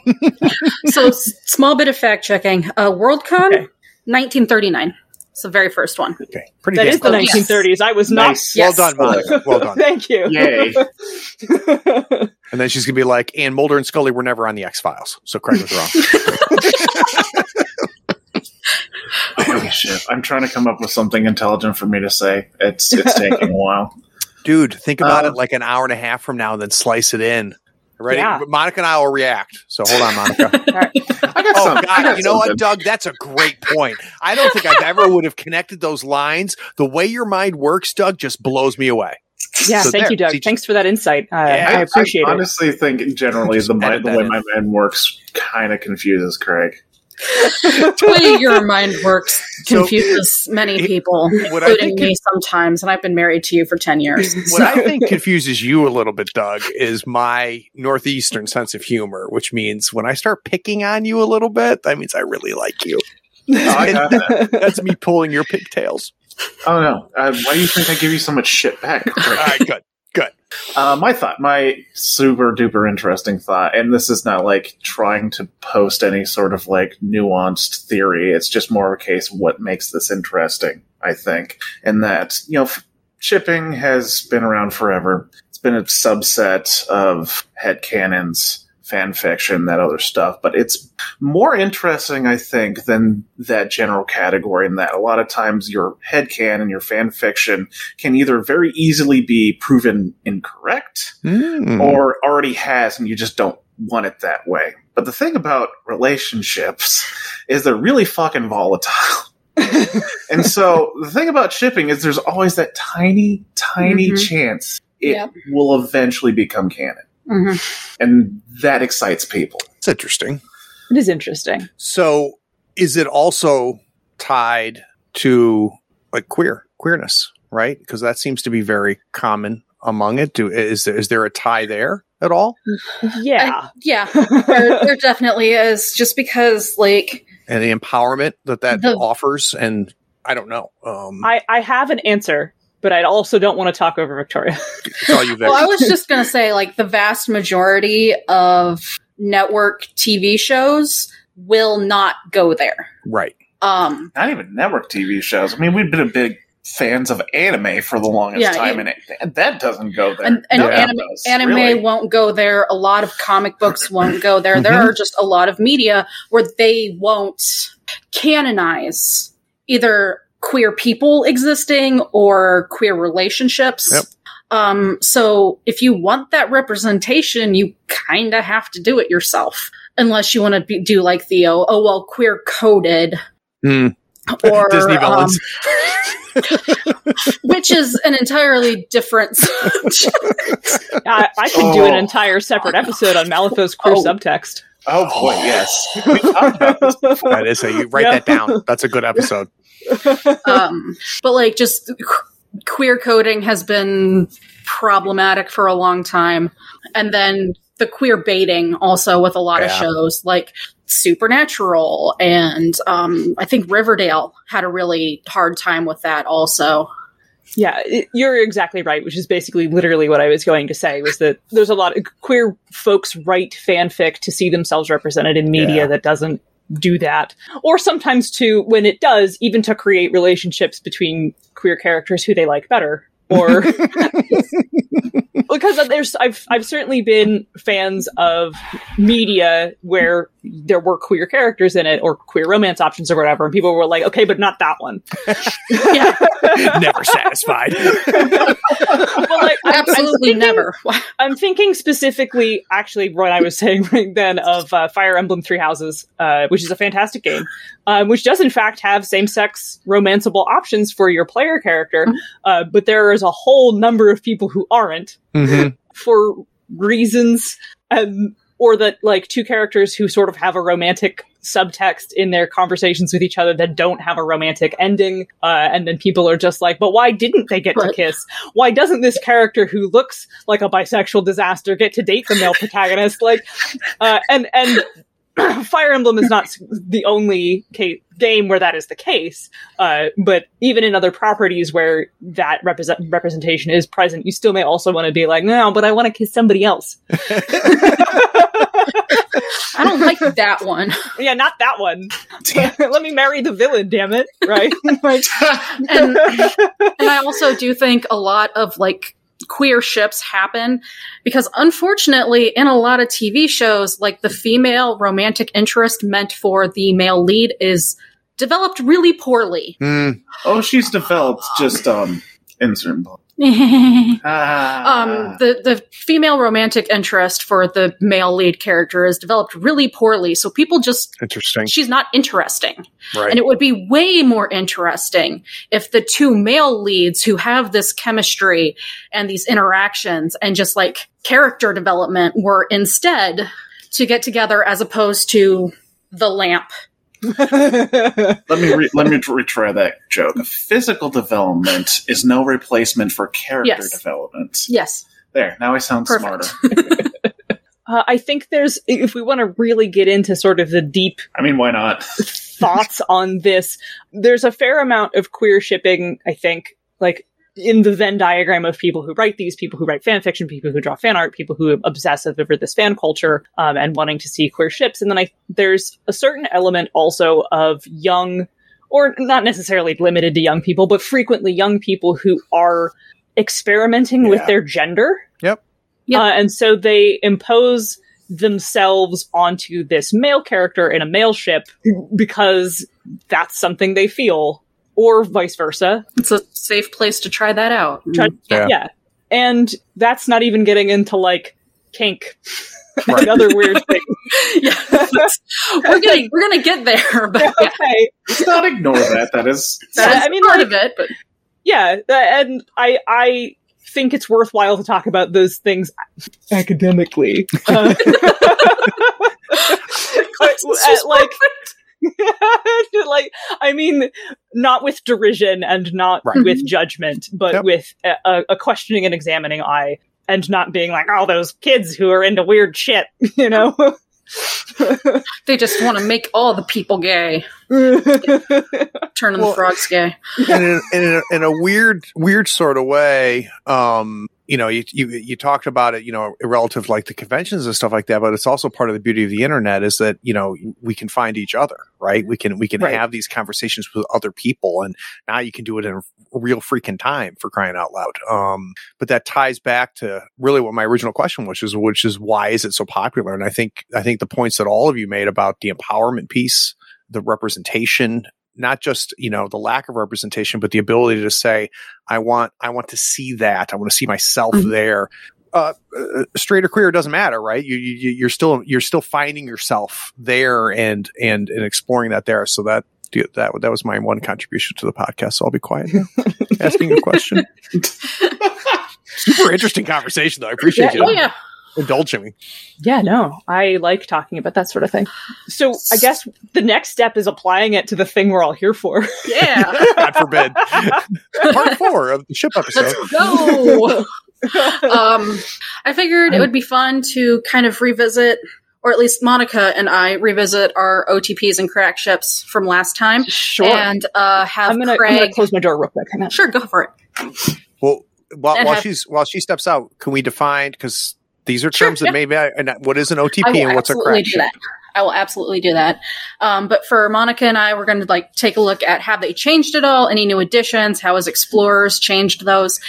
Speaker 3: So s- small bit of fact checking. Uh, Worldcon,
Speaker 4: Okay.
Speaker 3: 1939. It's the very first one.
Speaker 2: Okay, pretty
Speaker 4: that
Speaker 2: damn
Speaker 4: is the
Speaker 2: close.
Speaker 3: Yes.
Speaker 4: 1930s. I was not
Speaker 5: Nice.
Speaker 2: Well
Speaker 3: Yes.
Speaker 2: done, Monica. Well done.
Speaker 4: Thank you.
Speaker 5: Yay.
Speaker 2: And then she's gonna be like, "And Mulder and Scully were never on the X Files, so Craig was wrong."
Speaker 5: Holy shit. I'm trying to come up with something intelligent for me to say. It's it's taking a while.
Speaker 2: Dude, think about
Speaker 5: Uh,
Speaker 2: it like an hour and a half from now, and then slice it in. Ready?
Speaker 4: Yeah.
Speaker 2: But Monica and I will react. So hold on, Monica.
Speaker 5: I got
Speaker 2: oh
Speaker 5: some- I
Speaker 2: God,
Speaker 5: got
Speaker 2: you know what,
Speaker 5: something.
Speaker 2: Doug? That's a great point. I don't think I've ever would have connected those lines. The way your mind works, Doug, just blows me away.
Speaker 4: yeah,
Speaker 2: So
Speaker 4: thank
Speaker 2: there.
Speaker 4: you, Doug.
Speaker 2: See,
Speaker 4: Thanks for that insight. Uh,
Speaker 2: Yeah.
Speaker 4: I appreciate
Speaker 5: I
Speaker 4: it.
Speaker 5: honestly think generally
Speaker 2: Just
Speaker 5: the, mi-
Speaker 2: edit
Speaker 5: the
Speaker 2: that
Speaker 5: way
Speaker 2: in.
Speaker 5: my mind works kind of confuses Craig.
Speaker 3: The way your mind works
Speaker 2: So-
Speaker 3: confuses many
Speaker 2: it-
Speaker 3: people,
Speaker 2: what I
Speaker 3: including
Speaker 2: think
Speaker 3: me sometimes. And I've been married to you for 10 years.
Speaker 2: What I think confuses you a little bit, Doug, is my northeastern sense of humor, which means when I start picking on you a little bit, that means I really like you.
Speaker 5: Oh, I got that.
Speaker 2: That's me pulling your pigtails.
Speaker 5: oh no. Uh, why do you think I give you so much shit back,
Speaker 2: All
Speaker 5: Craig?
Speaker 2: right, good.
Speaker 5: Uh, my thought, my super duper interesting thought, and this is not like trying to post any sort of like nuanced theory. It's just more of a case of what makes this interesting, I think. And that, you know, f- shipping has been around forever. It's been a subset of headcanons, fan fiction, that other stuff, but it's more interesting, I think, than that general category. In that a lot of times your headcan and your fan fiction can either very easily be proven incorrect
Speaker 2: Hmm.
Speaker 3: Hmm.
Speaker 5: or already has and you just don't want it that way. But the thing about relationships is they're really fucking volatile. and so the thing about shipping is there's always that tiny, tiny
Speaker 3: Mhm.
Speaker 5: chance it
Speaker 3: Yep.
Speaker 5: will eventually become canon.
Speaker 3: Mhm.
Speaker 5: And that excites people.
Speaker 2: It's interesting.
Speaker 4: it is interesting.
Speaker 2: So, is it also tied to like queer queerness, right? Because that seems to be very common among it? Do is there, is there a tie there at all?
Speaker 4: Yeah.
Speaker 3: Yeah, there, there definitely is. Just because, like,
Speaker 2: And the empowerment that that
Speaker 3: The-
Speaker 2: offers, and I don't know. Um,
Speaker 4: I, I have an answer, but I also don't want to talk over Victoria.
Speaker 2: it's all you, Vic.
Speaker 3: well, I was just gonna say, like, the vast majority of network TV shows will not go there.
Speaker 2: right?
Speaker 3: Um,
Speaker 5: Not even network TV shows. I mean, we've been a big fans of anime for the longest
Speaker 3: Yeah,
Speaker 5: time,
Speaker 3: you-
Speaker 5: and, it, and that doesn't go there.
Speaker 3: And- and
Speaker 5: None of
Speaker 3: anime-
Speaker 5: those,
Speaker 3: anime
Speaker 5: really.
Speaker 3: won't go there. A lot of comic books won't go there. There
Speaker 2: Mhm.
Speaker 3: are just a lot of media where they won't canonize either queer people existing or queer relationships.
Speaker 2: Yep.
Speaker 3: Um, so if you want that representation, you kind of have to do it yourself. Unless you want to be, do like Theo, oh well, queer coded
Speaker 2: Hmm.
Speaker 3: or
Speaker 2: Disney
Speaker 3: um,
Speaker 2: villains.
Speaker 3: which is an entirely different
Speaker 4: I, I could do an
Speaker 5: Oh.
Speaker 4: entire separate episode on Malifaux's queer
Speaker 3: Oh.
Speaker 4: subtext.
Speaker 5: Oh boy, yes. We've talked about this before.
Speaker 2: that is a, you write
Speaker 4: Yeah.
Speaker 2: that down. That's a good episode.
Speaker 3: um, but like just qu- queer coding has been problematic for a long time and then the queer baiting also with a lot of
Speaker 2: Yeah.
Speaker 3: shows like supernatural and um, i think riverdale had a really hard time with that also
Speaker 4: Yeah, it- you're exactly right, which is basically literally what I was going to say was that there's a lot of queer folks write fanfic to see themselves represented in media
Speaker 2: Yeah.
Speaker 4: that doesn't do that. Or sometimes to when it does, even to create relationships between queer characters who they like better. Or because there's I've I've certainly been fans of media where there were queer characters in it or queer romance options or whatever, and people were like, okay, but not that one.
Speaker 2: Never satisfied.
Speaker 4: Well, like, I'm- I'm
Speaker 3: absolutely
Speaker 4: thinking-
Speaker 3: never
Speaker 4: I'm thinking specifically, actually, what I was saying right then of uh, Fire Emblem Three Houses, uh, which is a fantastic game, um, which does in fact have same-sex romanceable options for your player character, uh, but there is a whole number of people who aren't
Speaker 2: Mhm.
Speaker 4: for reasons, um, or that like two characters who sort of have a romantic subtext in their conversations with each other that don't have a romantic ending, uh, and then people are just like, but why didn't they get to
Speaker 3: Right.
Speaker 4: kiss? why doesn't this character who looks like a bisexual disaster get to date the male protagonist? Like, uh, and and Fire Emblem is not s- the only ca- game where that is the case, uh, but even in other properties where that represent- representation is present, you still may also want to be like, no, but I want to kiss somebody else.
Speaker 3: i don't like that one
Speaker 4: yeah, not that one. Let me marry the villain, damn it! Right? like,
Speaker 3: and, and I also do think a lot of like queer ships happen because unfortunately in a lot of TV shows like the female romantic interest meant for the male lead is developed really poorly.
Speaker 2: Mm.
Speaker 5: Oh, she's developed just um insert ball.
Speaker 3: um
Speaker 5: Ah.
Speaker 3: the the female romantic interest for the male lead character is developed really poorly so people just
Speaker 2: Interesting.
Speaker 3: she's not interesting.
Speaker 2: Right.
Speaker 3: And it would be way more interesting if the two male leads who have this chemistry and these interactions and just like character development were instead to get together as opposed to the lamp.
Speaker 4: uh,
Speaker 5: let me re- let me retry that joke. Physical development is no replacement for character
Speaker 3: Yes.
Speaker 5: development.
Speaker 3: Yes.
Speaker 5: There, now I sound
Speaker 3: Perfect.
Speaker 5: smarter.
Speaker 4: uh, I think there's if we want to really get into sort of the deep
Speaker 5: I mean, why not?
Speaker 4: thoughts on this. There's a fair amount of queer shipping, I think, like in the Venn diagram of people who write these, people who write fan fiction, people who draw fan art, people who obsess over this fan culture um, and wanting to see queer ships. And then I there's a certain element also of young, or not necessarily limited to young people, but frequently young people who are experimenting with
Speaker 2: Yeah.
Speaker 4: their gender.
Speaker 2: Yep.
Speaker 3: Yep.
Speaker 4: Uh, and so they impose themselves onto this male character in a male ship because that's something they feel, or vice versa.
Speaker 3: It's a safe place to try that out.
Speaker 4: Try-
Speaker 2: Yeah.
Speaker 4: yeah. And that's not even getting into like kink
Speaker 2: Right.
Speaker 4: and other weird things.
Speaker 3: yeah. we're gonna we're gonna get there, but yeah.
Speaker 4: okay.
Speaker 5: Let's not ignore that. That is
Speaker 3: That's
Speaker 4: I mean,
Speaker 3: part
Speaker 4: like-
Speaker 3: of it, but
Speaker 4: Yeah. tha- And I, I think it's worthwhile to talk about those things academically. Uh, but, uh, like, like, I mean, not with derision and not
Speaker 2: Right.
Speaker 4: with judgment, but
Speaker 2: Yep.
Speaker 4: with a, a, a questioning and examining eye, and not being like, "Oh, those kids who are into weird shit," you know.
Speaker 3: They just want to make all the people gay, turning
Speaker 2: Well-
Speaker 3: the frogs gay.
Speaker 2: and in, in, a, in a weird, weird sort of way, um, you know, you, you you talked about it, you know, relative to, like the conventions and stuff like that. But it's also part of the beauty of the internet is that you know we can find each other, right? We can we can
Speaker 4: Right.
Speaker 2: have these conversations with other people, and now you can do it in real freaking time for crying out loud. Um, but that ties back to really what my original question was, is which is why is it so popular? And I think I think the points that all of you made about the empowerment piece, the representation, not just you know the lack of representation but the ability to say i want i want to see that i want to see myself
Speaker 4: Mm-hmm.
Speaker 3: Mhm.
Speaker 2: there uh, uh, straight or queer it doesn't matter right you, you you- you're still you're still finding yourself there and and and exploring that there so that that that was my one contribution to the podcast so i'll be quiet now asking a question super interesting conversation though i appreciate
Speaker 4: Yeah.
Speaker 2: you
Speaker 3: Oh yeah,
Speaker 2: indulging me
Speaker 4: Yeah, no, I like talking about that sort of thing. So I guess the next step is applying it to the thing we're all here for.
Speaker 3: yeah.
Speaker 2: god forbid part four of the ship episode
Speaker 3: Let's go. um, I figured it would be fun to kind of revisit, or at least Monica and I revisit our OTPs and crack ships from last time,
Speaker 4: sure.
Speaker 3: and uh, have
Speaker 4: I'm gonna,
Speaker 3: Craig.
Speaker 4: I'm gonna close my door real quick. Hang on.
Speaker 3: Sure, go for it.
Speaker 2: Well, while,
Speaker 3: And
Speaker 2: while
Speaker 3: have-
Speaker 2: she's while she steps out, can we define because these are
Speaker 3: Sure,
Speaker 2: terms
Speaker 3: yeah.
Speaker 2: that maybe I, and what is an
Speaker 3: I
Speaker 2: OTP
Speaker 3: will
Speaker 2: and what's a
Speaker 3: absolutely
Speaker 2: crack
Speaker 3: do
Speaker 2: ship?
Speaker 3: that. I will absolutely do that. Um, but for Monica and I, we're going to like take a look at have they changed it all? Any new additions? How has Explorers changed those?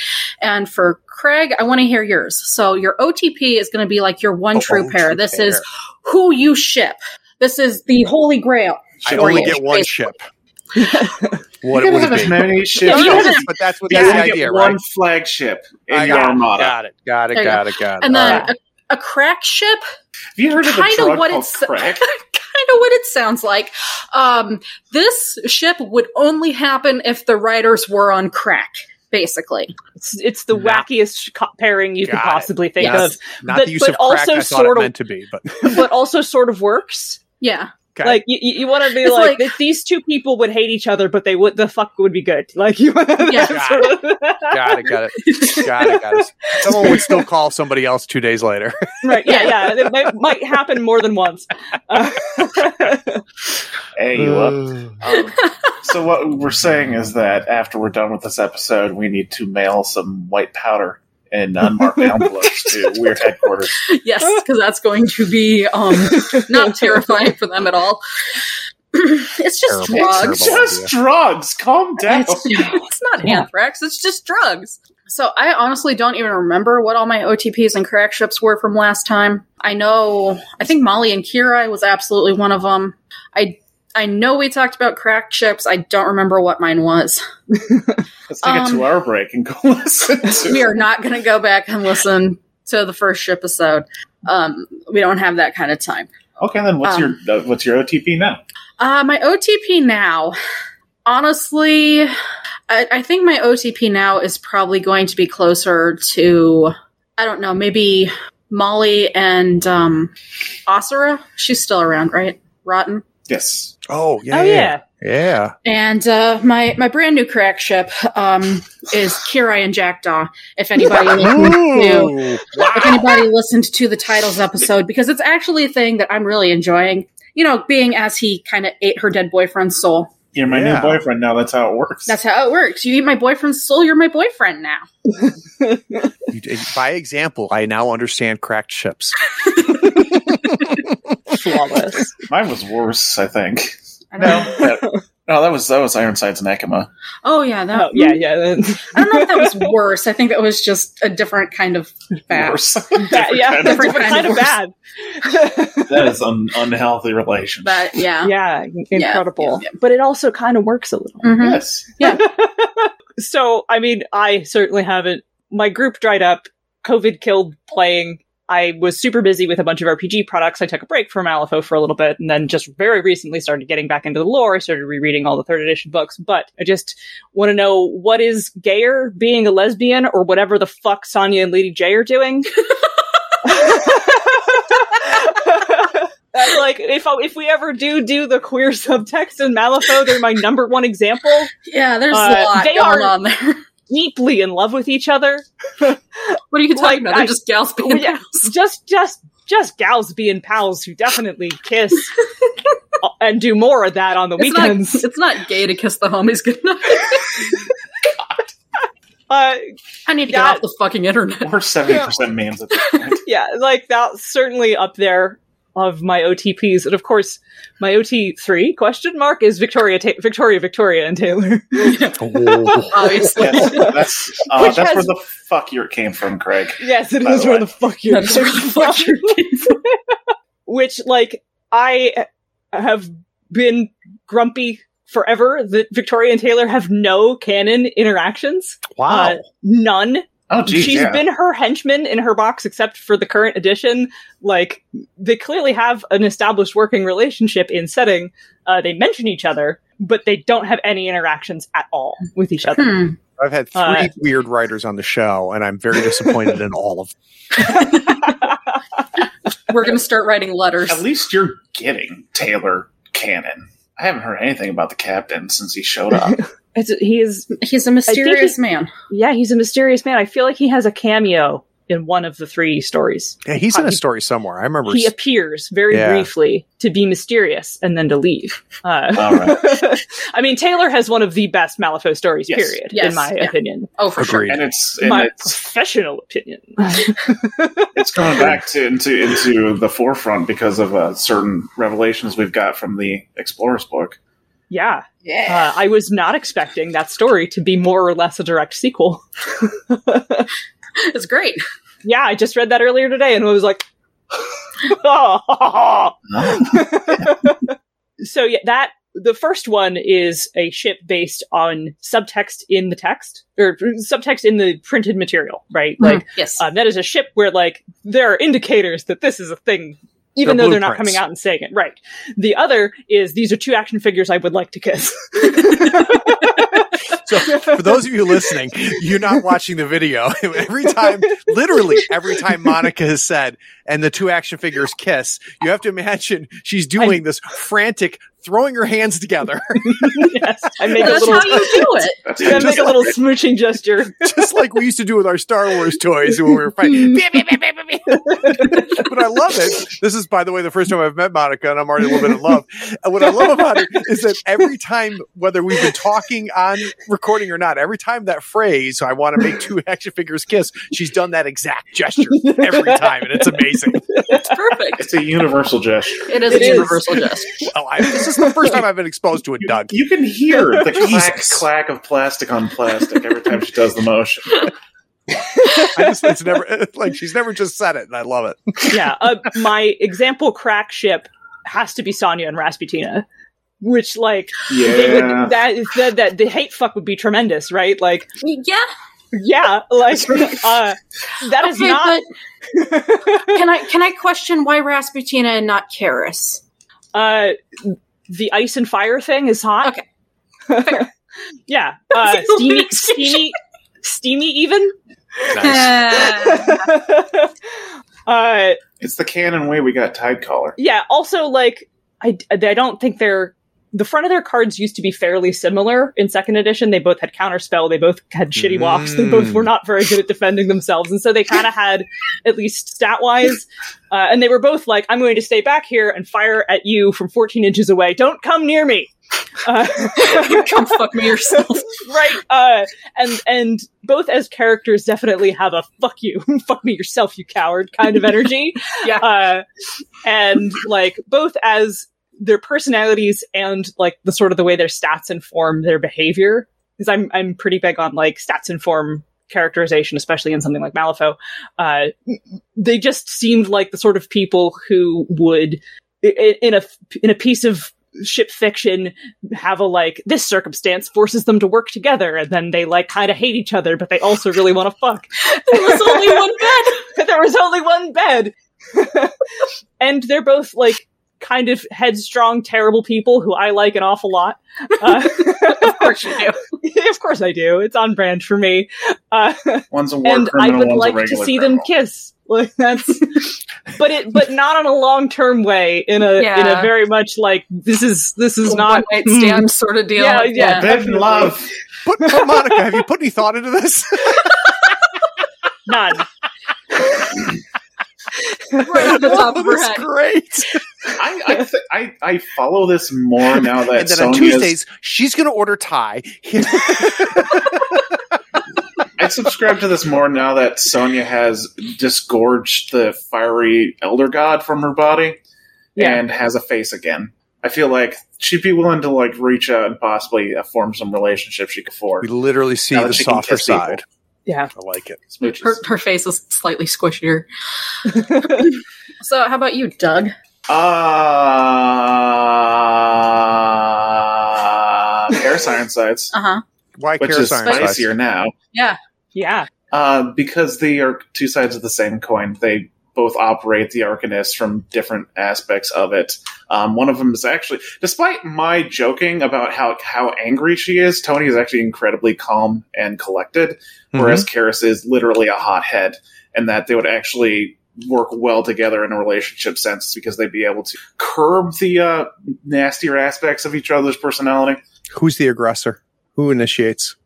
Speaker 3: And for Craig, I want to hear yours. So your OTP is going to be like your one
Speaker 2: Oh,
Speaker 3: true
Speaker 2: oh,
Speaker 3: pair.
Speaker 2: true
Speaker 3: This
Speaker 2: pair.
Speaker 3: is who you ship. This is the holy grail.
Speaker 2: I
Speaker 3: Sure.
Speaker 2: only get one
Speaker 3: Basically.
Speaker 2: ship. What
Speaker 5: you
Speaker 2: it
Speaker 5: can
Speaker 2: would
Speaker 5: have as
Speaker 2: be.
Speaker 5: many
Speaker 4: Yeah,
Speaker 5: ships.
Speaker 4: you
Speaker 5: as-
Speaker 4: can have-
Speaker 2: But that's what
Speaker 5: you
Speaker 2: that's the
Speaker 5: can get
Speaker 2: idea,
Speaker 5: one
Speaker 2: right?
Speaker 5: flagship in
Speaker 2: I
Speaker 5: your
Speaker 2: got,
Speaker 5: armada.
Speaker 2: got it, got it,
Speaker 3: There you
Speaker 2: got it, got it.
Speaker 3: And then
Speaker 2: Alright.
Speaker 3: a, a crack ship,
Speaker 5: Have you heard of the
Speaker 3: Kinda
Speaker 5: Ah. drug
Speaker 3: what
Speaker 5: called
Speaker 3: it's-
Speaker 5: crack?
Speaker 3: kind of what it sounds like. Um, this ship would only happen if the writers were on crack, basically.
Speaker 4: It's, it's the
Speaker 2: Nah.
Speaker 4: wackiest co- pairing you could
Speaker 2: Got it.
Speaker 4: possibly think
Speaker 3: Yes.
Speaker 4: of,
Speaker 2: not
Speaker 4: but-
Speaker 2: the use
Speaker 4: but
Speaker 2: of crack
Speaker 4: also
Speaker 2: I thought
Speaker 4: sort
Speaker 2: it
Speaker 4: of-
Speaker 2: meant to be, but
Speaker 4: but also sort of works.
Speaker 3: Yeah.
Speaker 2: Okay.
Speaker 4: Like you, you want to be
Speaker 3: It's
Speaker 4: like,
Speaker 3: like-
Speaker 4: th- these two people would hate each other, but they would the fuck would be good. Like you.
Speaker 3: Yeah.
Speaker 4: sort of-
Speaker 2: got it, got it, got it, got it. Someone would still call somebody else two days later.
Speaker 4: right? Yeah, yeah. It might, might happen more than once. Uh,
Speaker 5: Hey, you up? Um, so what we're saying is that after we're done with this episode, we need to mail some white powder in unmarked envelopes to Weird Headquarters.
Speaker 3: Yes, because that's going to be um, not terrifying for them at all. it's just
Speaker 2: Terrible,
Speaker 3: drugs.
Speaker 5: It's
Speaker 2: terrible.
Speaker 5: just drugs. Calm down.
Speaker 3: It's, it's not anthrax. It's just drugs. So I honestly don't even remember what all my OTPs and crack ships were from last time. I know. I think Molly and Kirai was absolutely one of them. I I know we talked about crack ships. I don't remember what mine was.
Speaker 5: Let's take
Speaker 3: Um,
Speaker 5: a two-hour break and go listen to.
Speaker 3: we are not going to go back and listen to the first ship episode. Um, we don't have that kind of time.
Speaker 5: Okay, then what's
Speaker 3: Um,
Speaker 5: your uh, what's your OTP now?
Speaker 3: Uh, my OTP now, honestly, I, I think my OTP now is probably going to be closer to, I don't know, maybe Molly and um, Asura. She's still around, right? Rotten.
Speaker 5: Yes.
Speaker 2: Oh yeah,
Speaker 4: oh yeah.
Speaker 2: yeah.
Speaker 3: And uh, my my brand new crack ship um, is Kirai and Jackdaw. If anybody listened to
Speaker 2: Ooh.
Speaker 3: if anybody listened to the titles episode because it's actually a thing that I'm really enjoying. You know, being as he kind of ate her dead boyfriend's soul.
Speaker 5: You're my
Speaker 2: Yeah.
Speaker 5: new boyfriend now. That's how it works.
Speaker 3: That's how it works. You eat my boyfriend's soul, you're my boyfriend now.
Speaker 2: You did- By example, I now understand cracked ships.
Speaker 4: flawless.
Speaker 5: Mine was worse, I think.
Speaker 3: I
Speaker 5: No,
Speaker 3: don't know.
Speaker 5: that, no, that was that was Ironside's Nakama.
Speaker 3: Oh yeah, that
Speaker 4: Oh yeah, yeah.
Speaker 3: I don't know if that was worse. I think that was just a different kind of bad.
Speaker 5: Worse.
Speaker 4: That, yeah,
Speaker 5: Different
Speaker 4: different
Speaker 3: kind
Speaker 4: kind
Speaker 3: of
Speaker 4: of bad.
Speaker 5: that is an unhealthy relationship.
Speaker 3: But yeah.
Speaker 4: yeah, incredible.
Speaker 3: yeah,
Speaker 4: But it also kind of works a little.
Speaker 3: Mhm.
Speaker 5: Yes.
Speaker 4: So, I mean, I certainly haven't. My group dried up. COVID killed playing. I was super busy with a bunch of RPG products. I took a break from Malifaux for a little bit, and then just very recently started getting back into the lore. I started rereading all the third edition books, but I just want to know what is gayer, being a lesbian, or whatever the fuck Sonya and Lady J are doing. Uh, like if I, if we ever do do the queer subtext in Malifaux, they're my number one example.
Speaker 3: Yeah, there's
Speaker 4: Uh,
Speaker 3: a lot
Speaker 4: they
Speaker 3: going
Speaker 4: are-
Speaker 3: on there.
Speaker 4: Deeply in love with each other.
Speaker 3: What are you
Speaker 4: Like,
Speaker 3: talking about? They're
Speaker 4: I-
Speaker 3: just gals being
Speaker 4: Well, yeah, just just just gals being pals who definitely kiss Uh, and do more of that on the
Speaker 3: It's not,
Speaker 4: weekends.
Speaker 3: it's not gay to kiss the homies goodnight.
Speaker 4: uh,
Speaker 3: I need to get
Speaker 4: Yeah.
Speaker 3: off the fucking internet.
Speaker 5: We're seventy percent memes at this point.
Speaker 4: yeah, like that's certainly up there of my OTPs, and of course, my OT three question mark is Victoria, Ta- Victoria, Victoria, and Taylor.
Speaker 3: Obviously.
Speaker 5: Yes, that's uh,
Speaker 4: Which
Speaker 5: that's
Speaker 4: has-
Speaker 5: where the fuck year came from, Craig.
Speaker 4: yes, it
Speaker 5: By
Speaker 4: is
Speaker 5: the
Speaker 4: where
Speaker 5: way.
Speaker 4: the fuck you're.
Speaker 3: That is where the fuck you're
Speaker 4: Which, like, I have been grumpy forever that Victoria and Taylor have no canon interactions,
Speaker 2: wow.
Speaker 4: Uh, none.
Speaker 5: Oh,
Speaker 4: She's
Speaker 5: geez, yeah.
Speaker 4: been her henchman in her box except for the current edition like they clearly have an established working relationship in setting uh, they mention each other but they don't have any interactions at all with each other
Speaker 3: Hmm.
Speaker 2: I've had three
Speaker 4: uh,
Speaker 2: weird writers on the show, and I'm very disappointed in all of them.
Speaker 3: We're going to start writing letters.
Speaker 5: At least you're getting Taylor Cannon. I haven't heard anything about the captain since he showed up.
Speaker 4: it's, he is
Speaker 3: He's a mysterious man.
Speaker 4: yeah he's a mysterious man i feel like he has a cameo in one of the three stories
Speaker 2: Yeah, he's in
Speaker 4: Uh,
Speaker 2: a
Speaker 4: he-
Speaker 2: story somewhere. I remember.
Speaker 4: he appears very
Speaker 2: Yeah.
Speaker 4: briefly to be mysterious and then to leave uh,
Speaker 5: All right.
Speaker 4: i mean taylor has one of the best malifaux stories
Speaker 5: Yes.
Speaker 4: period in
Speaker 3: Yes,
Speaker 4: my
Speaker 3: yeah.
Speaker 4: opinion
Speaker 3: Oh, for sure.
Speaker 2: Agreed.
Speaker 5: and it's and
Speaker 4: my
Speaker 5: it's,
Speaker 4: professional opinion.
Speaker 5: it's coming back to into into the forefront because of uh, certain revelations we've got from the Explorers book.
Speaker 4: yeah,
Speaker 3: Yeah.
Speaker 4: uh, I was not expecting that story to be more or less a direct sequel.
Speaker 3: It's great.
Speaker 4: Yeah, I just read that earlier today and was like, so yeah, that the first one is a ship based on subtext in the text or subtext in the printed material,
Speaker 2: Hmm.
Speaker 4: right? Like
Speaker 3: yes.
Speaker 4: um, that is a ship where like there are indicators that this is a thing even
Speaker 2: They're
Speaker 4: though they're not
Speaker 2: blueprints.
Speaker 4: coming out and saying it right the other is these are two action figures i would like to kiss
Speaker 2: So, for those of you listening, you're not watching the video. Every time, literally every time Monica has said, and the two action figures kiss, you have to imagine she's doing this frantic, throwing her hands together,
Speaker 4: yes i make a
Speaker 3: That's
Speaker 4: little
Speaker 3: how you do it.
Speaker 5: That's
Speaker 4: I make a little smooching gesture
Speaker 2: just like we used to do with our Star Wars toys when we were fighting. Beep, beep, beep, beep, beep, beep. but I love it. This is, by the way, the first time I've met Monica, and I'm already a little bit in love. And what I love about her is that every time, whether we've been talking on recording or not, every time that phrase, I want to make two action figures kiss, she's done that exact gesture every time. And it's amazing.
Speaker 3: It's perfect.
Speaker 5: It's a universal gesture.
Speaker 3: It is
Speaker 4: It
Speaker 3: a
Speaker 4: is.
Speaker 3: universal gesture.
Speaker 2: Well, I, this is the first time I've been exposed to it, Doug.
Speaker 5: You can hear the clack
Speaker 2: Jesus.
Speaker 5: clack of plastic on plastic every time she does the motion.
Speaker 2: I just, it's never like she's never just said it, and I love it.
Speaker 4: yeah uh, my example crack ship has to be sonya and rasputina which like they would, that is that that the hate fuck would be tremendous right like
Speaker 3: Yeah.
Speaker 4: yeah like uh that is
Speaker 3: okay,
Speaker 4: not
Speaker 3: but can I can I question why Rasputina and not Karis?
Speaker 4: Uh, the ice and fire thing is hot.
Speaker 3: Okay.
Speaker 4: yeah. Uh,
Speaker 3: the only
Speaker 4: steamy,
Speaker 3: excuse.
Speaker 4: steamy, steamy, even.
Speaker 3: Uh,
Speaker 4: uh,
Speaker 5: It's the canon way we got Tide Collar.
Speaker 4: yeah. Also, like, I, I don't think they're. The front of their cards used to be fairly similar in second edition. They both had counterspell. They both had shitty walks. They both were
Speaker 2: Mm.
Speaker 4: not very good at defending themselves. And so they kind of had, at least stat wise, uh, and they were both like, I'm going to stay back here and fire at you from 14 inches away. Don't come near me. Uh,
Speaker 3: come fuck me yourself.
Speaker 4: right uh and and both as characters definitely have a fuck you fuck me yourself you coward kind of energy
Speaker 3: Yeah.
Speaker 4: uh and like both as their personalities and like the sort of the way their stats inform their behavior because i'm i'm pretty big on like stats inform characterization especially in something like malifaux uh they just seemed like the sort of people who would i- in a in a piece of ship fiction have a like this circumstance forces them to work together and then they like kind of hate each other but they also really want to fuck
Speaker 3: There was only one bed.
Speaker 4: there was only one bed and they're both like kind of headstrong terrible people who i like an awful lot uh,
Speaker 3: Of course you do.
Speaker 4: of course i do it's on brand for me uh,
Speaker 5: One's a war
Speaker 4: and i
Speaker 5: criminal,
Speaker 4: would
Speaker 5: one's a
Speaker 4: like to
Speaker 5: regular
Speaker 4: see them
Speaker 5: criminal.
Speaker 4: kiss Like that's but it but not in a long term way, in a in
Speaker 6: Yeah.
Speaker 4: a very much like this is this is not
Speaker 6: one night stand sort of deal.
Speaker 4: Yeah, yeah.
Speaker 5: Bed and love.
Speaker 2: But, but Monica, have you put any thought into this?
Speaker 4: none.
Speaker 6: right off the top of her
Speaker 2: this is
Speaker 6: head.
Speaker 2: great.
Speaker 5: I I, th- I I follow this more now that
Speaker 2: And then on
Speaker 5: Sonya's-
Speaker 2: Tuesdays, she's going to order Thai.
Speaker 5: I subscribe to this more now that Sonya has disgorged the fiery elder god from her body
Speaker 4: Yeah.
Speaker 5: and has a face again. I feel like she'd be willing to like reach out and possibly uh, form some relationship she could
Speaker 2: we
Speaker 5: afford.
Speaker 2: literally see
Speaker 5: Now that
Speaker 2: the
Speaker 5: she can
Speaker 2: softer
Speaker 5: kiss people.
Speaker 2: side.
Speaker 4: Yeah.
Speaker 2: I like it.
Speaker 5: Smooches.
Speaker 6: Her, her face is slightly squishier. so, how about you, Doug?
Speaker 5: Uh, Paris Ironsides,
Speaker 6: Uh huh.
Speaker 2: Why
Speaker 5: which
Speaker 2: Kara
Speaker 5: is
Speaker 2: Ironside?
Speaker 5: spicier now
Speaker 4: Yeah.
Speaker 5: uh, because they are two sides of the same coin. They both operate the Arcanist from different aspects of it. Um, one of them is actually, despite my joking about how how angry she is, Tony is actually incredibly calm and collected
Speaker 2: Mm-hmm.
Speaker 5: whereas Karis is literally a hothead, and that they would actually work well together in a relationship sense because they'd be able to curb the uh, nastier aspects of each other's personality.
Speaker 2: Who's the aggressor? Who initiates?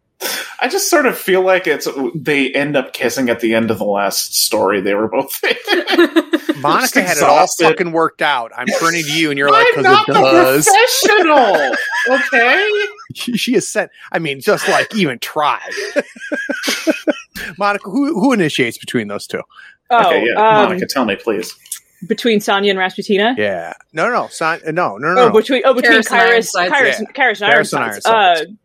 Speaker 5: I just sort of feel like it's they end up kissing at the end of the last story they were both. Just
Speaker 2: Monica had it all
Speaker 5: exhausted.
Speaker 2: fucking worked out. I'm turning to you, and you're like, because
Speaker 5: I'm not
Speaker 2: it
Speaker 5: the
Speaker 2: does.
Speaker 5: professional, okay?
Speaker 2: She, she has said, I mean, just like even try. Monica, who who initiates between those two?
Speaker 4: Oh,
Speaker 5: okay, yeah.
Speaker 4: um,
Speaker 5: Monica, tell me, please.
Speaker 4: between Sonya and Rasputina.
Speaker 2: Yeah, no, no, no, Son- uh, no, no, no.
Speaker 4: Oh,
Speaker 2: no.
Speaker 4: between oh between
Speaker 6: Kyrus and Ironsides.
Speaker 4: Kyrus, Kyrus, Kyrus and
Speaker 2: Kyrus and
Speaker 4: Ironsides. Uh,
Speaker 2: Ironsides.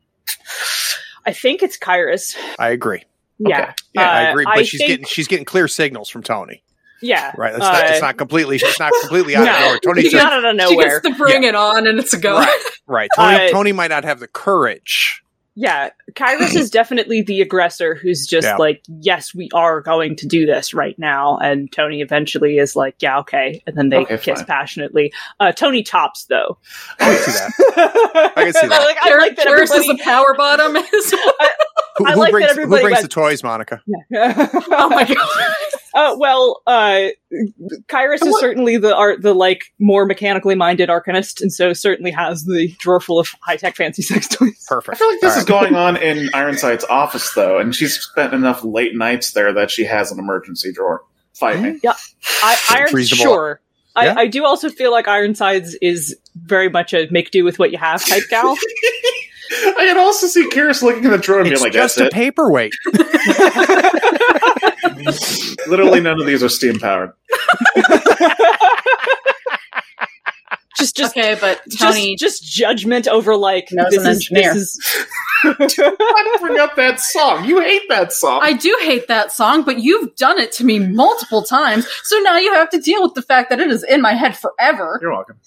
Speaker 4: I think it's Kyrus.
Speaker 2: I agree.
Speaker 4: Yeah,
Speaker 5: Okay. Yeah,
Speaker 2: I
Speaker 4: Uh,
Speaker 2: agree. But
Speaker 4: I
Speaker 2: she's
Speaker 4: think-
Speaker 2: getting she's getting clear signals from Tony.
Speaker 4: yeah.
Speaker 2: Right? That's not,
Speaker 4: Uh,
Speaker 2: it's not completely. It's not completely out of
Speaker 4: no.
Speaker 2: nowhere. Tony
Speaker 4: She's
Speaker 2: said,
Speaker 4: not out of
Speaker 6: she gets
Speaker 4: nowhere.
Speaker 6: to bring it on, and it's a go.
Speaker 2: Right. right. Tony,
Speaker 4: Uh,
Speaker 2: Tony might not have the courage.
Speaker 4: yeah, Kyrus is definitely the aggressor who's just
Speaker 2: Yeah.
Speaker 4: like, yes, we are going to do this right now. And Tony eventually is like, yeah, okay. And then they
Speaker 5: Okay,
Speaker 4: kiss
Speaker 5: fine.
Speaker 4: passionately. Uh, Tony tops though.
Speaker 2: I can see that.
Speaker 4: I
Speaker 2: can see that.
Speaker 4: like, I like that
Speaker 6: Karis is
Speaker 4: everybody.
Speaker 6: the power bottom.
Speaker 2: Who,
Speaker 4: I
Speaker 2: who
Speaker 4: like that
Speaker 2: brings, who
Speaker 4: everybody
Speaker 2: brings
Speaker 4: went-
Speaker 2: the toys, Monica?
Speaker 6: oh my god.
Speaker 4: Uh, well, uh, Kyrus is
Speaker 6: What-
Speaker 4: certainly the art, the like more mechanically minded arcanist, and so certainly has the drawer full of high tech fancy sex toys.
Speaker 5: I
Speaker 2: Perfect.
Speaker 5: feel like this
Speaker 2: All
Speaker 5: is going on in Ironside's office, though, and she's spent enough late nights there that she has an emergency drawer. Fight me.
Speaker 4: I, Iron,
Speaker 2: reasonable.
Speaker 4: sure.
Speaker 2: Yeah.
Speaker 4: I, I do also feel like Ironsides is very much a make do with what you have type gal.
Speaker 5: I can also see Karis looking in the drawer and being
Speaker 2: It's
Speaker 5: like,
Speaker 2: just
Speaker 5: "That's
Speaker 2: a
Speaker 5: it."
Speaker 2: paperweight.
Speaker 5: Literally, none of these are steam powered.
Speaker 4: just, just,
Speaker 6: okay, but Tony.
Speaker 4: just, just judgment over like
Speaker 3: No, as
Speaker 4: this
Speaker 3: an
Speaker 4: is,
Speaker 3: engineer.
Speaker 4: this is.
Speaker 5: I bring up that song. You hate that song.
Speaker 6: I do hate that song, but you've done it to me multiple times. So now you have to deal with the fact that it is in my head forever.
Speaker 5: You're welcome.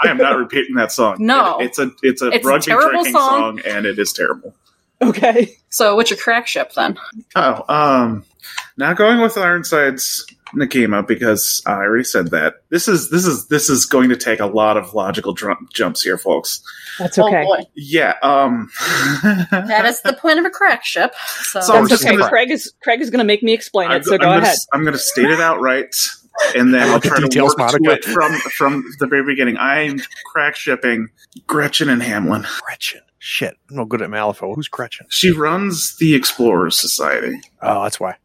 Speaker 5: I am not repeating that song.
Speaker 6: No.
Speaker 5: It- it's a it's a
Speaker 6: It's a
Speaker 5: rugby
Speaker 6: terrible
Speaker 5: drinking
Speaker 6: song.
Speaker 5: song. and it is terrible.
Speaker 4: okay.
Speaker 6: So what's your crack ship then?
Speaker 5: Oh, um, now going with Ironside's Nakima because I already said that. This is this is this is going to take a lot of logical drum- jumps here, folks.
Speaker 4: That's
Speaker 6: Oh boy.
Speaker 5: Yeah. Um.
Speaker 6: That is the point of a crack ship. So,
Speaker 5: So-
Speaker 4: That's
Speaker 5: just
Speaker 4: okay.
Speaker 2: gonna-
Speaker 4: Craig is Craig is going to make me explain
Speaker 5: I'm
Speaker 4: it, so
Speaker 5: go-
Speaker 4: go
Speaker 5: I'm
Speaker 4: ahead.
Speaker 5: Gonna, s- I'm going to state it outright, and then
Speaker 2: I
Speaker 5: I'll
Speaker 2: love the
Speaker 5: try to
Speaker 2: details,
Speaker 5: work
Speaker 2: Monica.
Speaker 5: to it from from the very beginning. I'm crack shipping Gretchen and Hamlin.
Speaker 2: Gretchen. Shit. I'm no good at Malifaux. Who's Gretchen?
Speaker 5: She runs the Explorers Society.
Speaker 2: Oh, that's why.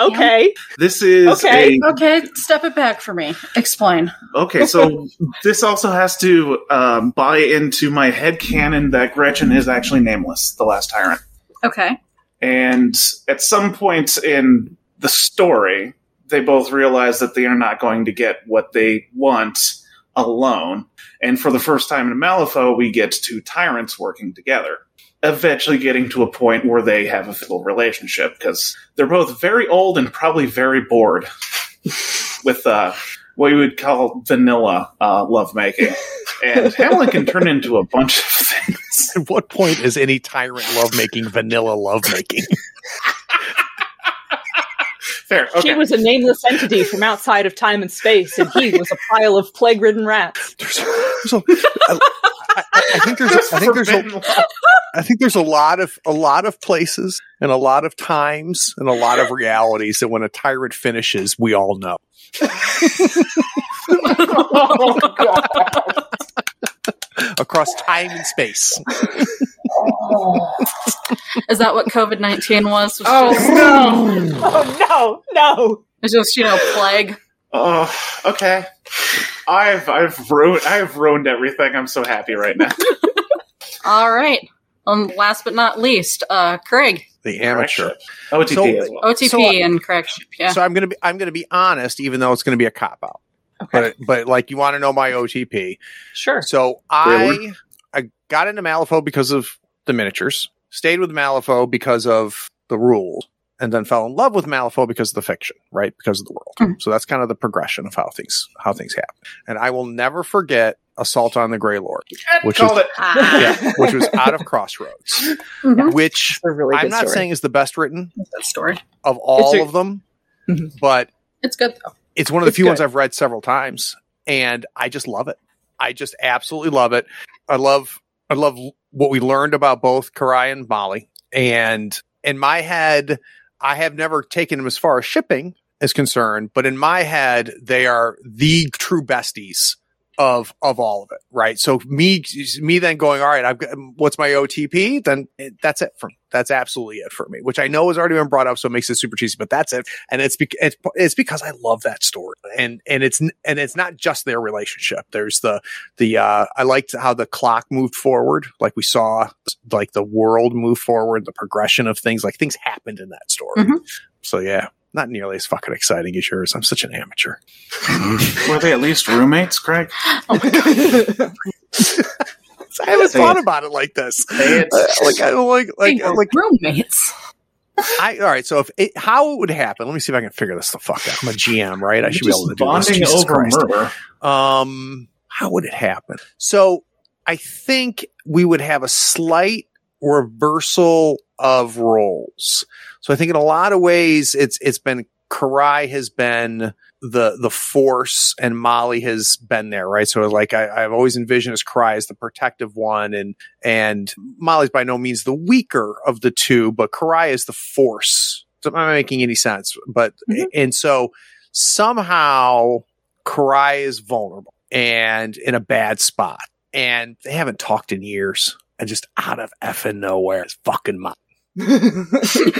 Speaker 4: Okay.
Speaker 5: This is
Speaker 4: Okay.
Speaker 5: a
Speaker 6: okay, step it back for me. Explain.
Speaker 5: okay. So this also has to um, buy into my head canon that Gretchen is actually nameless, the last tyrant.
Speaker 6: Okay.
Speaker 5: And at some point in the story, they both realize that they are not going to get what they want alone. And for the first time in Malifaux, we get two tyrants working together, eventually getting to a point where they have a full relationship because they're both very old and probably very bored with uh, what you would call vanilla uh, lovemaking. And Hamlin can turn into a bunch of things.
Speaker 2: At what point is any tyrant lovemaking vanilla lovemaking?
Speaker 5: Fair. Okay.
Speaker 4: She was a nameless entity from outside of time and space, and he was a pile of plague ridden rats.
Speaker 2: There's, there's a, I, I- I think there's, a, I think there's, a,
Speaker 5: Forbidden love.
Speaker 2: I think there's a lot of a lot of places and a lot of times and a lot of realities that when a tyrant finishes, we all know.
Speaker 5: oh, God.
Speaker 2: Across time and space.
Speaker 6: Is that what COVID nineteen was? Was
Speaker 4: Oh,
Speaker 6: just,
Speaker 4: no. Oh, no, no.
Speaker 6: was just you know plague.
Speaker 5: Oh, okay. I've I've ruined I've ruined everything. I'm so happy right now.
Speaker 6: All right. Um, last but not least, uh, Craig,
Speaker 2: The amateur.
Speaker 5: OTP
Speaker 2: So-
Speaker 5: as well.
Speaker 6: OTP,
Speaker 2: So, uh,
Speaker 6: and correction. Yeah.
Speaker 2: So I'm gonna be I'm gonna be honest, even though it's gonna be a cop out.
Speaker 4: Okay.
Speaker 2: But but like you want to know my OTP.
Speaker 4: Sure.
Speaker 2: So
Speaker 5: Really?
Speaker 2: I I got into Malifaux because of the miniatures, stayed with Malifaux because of the rules, and then fell in love with Malifaux because of the fiction, right? Because of the world.
Speaker 4: Mm-hmm.
Speaker 2: So that's kind of the progression of how things how things happen. And I will never forget Assault on the Grey Lord, which was
Speaker 5: Called it.
Speaker 6: Ah.
Speaker 2: yeah, which was out of Crossroads,
Speaker 6: Mhm.
Speaker 2: which
Speaker 4: It's a really
Speaker 2: I'm
Speaker 4: good
Speaker 2: not
Speaker 4: story.
Speaker 2: saying is the best written
Speaker 6: That story.
Speaker 2: of all
Speaker 4: a-
Speaker 2: of them,
Speaker 4: Mhm.
Speaker 2: but
Speaker 6: It's good though.
Speaker 2: it's one of the
Speaker 4: It's
Speaker 2: few
Speaker 4: good.
Speaker 2: ones I've read several times, and I just love it. I just absolutely love it. I love I love what we learned about both Karai and Molly. And in my head, I have never taken them as far as shipping is concerned, but in my head, they are the true besties of of all of it, right? So me me then going, all right, I've got what's my OTP? Then eh, that's it for me. That's absolutely it for me, which I know has already been brought up, so it makes it super cheesy, but that's it and it's bec- it's it's because I love that story, and and it's n- and it's not just their relationship. There's the the uh, I liked how the clock moved forward, like we saw, like the world move forward, the progression of things, like things happened in that story.
Speaker 6: Mhm.
Speaker 2: So yeah, not nearly as fucking exciting as yours. I'm such an amateur.
Speaker 5: Were they at least roommates, Craig?
Speaker 2: I haven't
Speaker 5: Say
Speaker 2: thought
Speaker 5: it.
Speaker 2: about it like this.
Speaker 5: Say it.
Speaker 2: Uh, like I like like
Speaker 6: They were
Speaker 2: like
Speaker 6: roommates.
Speaker 2: I all right. So if it, how it would happen? Let me see if I can figure this the fuck out. I'm a GM, right? I should be
Speaker 5: Just
Speaker 2: able to do this.
Speaker 5: bonding
Speaker 2: Jesus
Speaker 5: over
Speaker 2: Christ.
Speaker 5: murder.
Speaker 2: Um, how would it happen? So I think we would have a slight reversal of roles. So I think in a lot of ways, it's it's been Karai has been the the force, and Molly has been there, right? So like I, I've always envisioned as Karai as the protective one, and and Molly's by no means the weaker of the two, but Karai is the force. So I'm not making any sense, but
Speaker 4: Mhm.
Speaker 2: and so somehow Karai is vulnerable and in a bad spot, and they haven't talked in years, and just out of effing nowhere, it's fucking my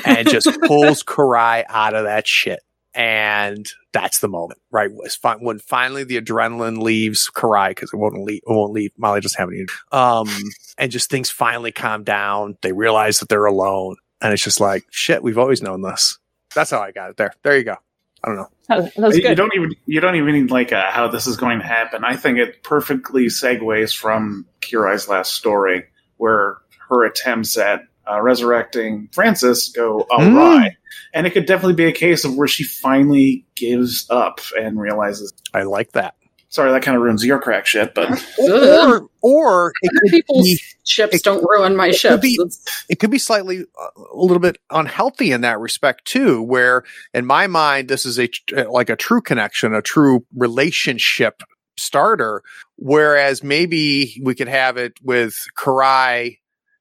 Speaker 2: and just pulls Karai out of that shit. And that's the moment, right? It's fin- when finally the adrenaline leaves Karai because it won't leave. It won't leave. Molly doesn't have any. Um, and just things finally calm down. They realize that they're alone, and it's just like shit. We've always known this. That's how I got it there. There you go. I don't know.
Speaker 4: Oh, that was
Speaker 5: You
Speaker 4: good.
Speaker 5: don't even you don't even need like uh how this is going to happen. I think it perfectly segues from Kirai's last story, where her attempts at uh, resurrecting Francis go
Speaker 2: Hmm.
Speaker 5: awry, and it could definitely be a case of where she finally gives up and realizes.
Speaker 2: I like that.
Speaker 5: Sorry, that kind of ruins your crack shit, but
Speaker 2: Or
Speaker 3: Ugh.
Speaker 2: or, or it could
Speaker 3: People's
Speaker 2: be-
Speaker 3: ships
Speaker 2: it-
Speaker 3: don't ruin my
Speaker 2: it could
Speaker 3: ships.
Speaker 2: be-
Speaker 3: That's-
Speaker 2: it could be slightly uh, a little bit unhealthy in that respect too where in my mind this is a tr- uh, like a true connection a true relationship starter whereas maybe we could have it with karai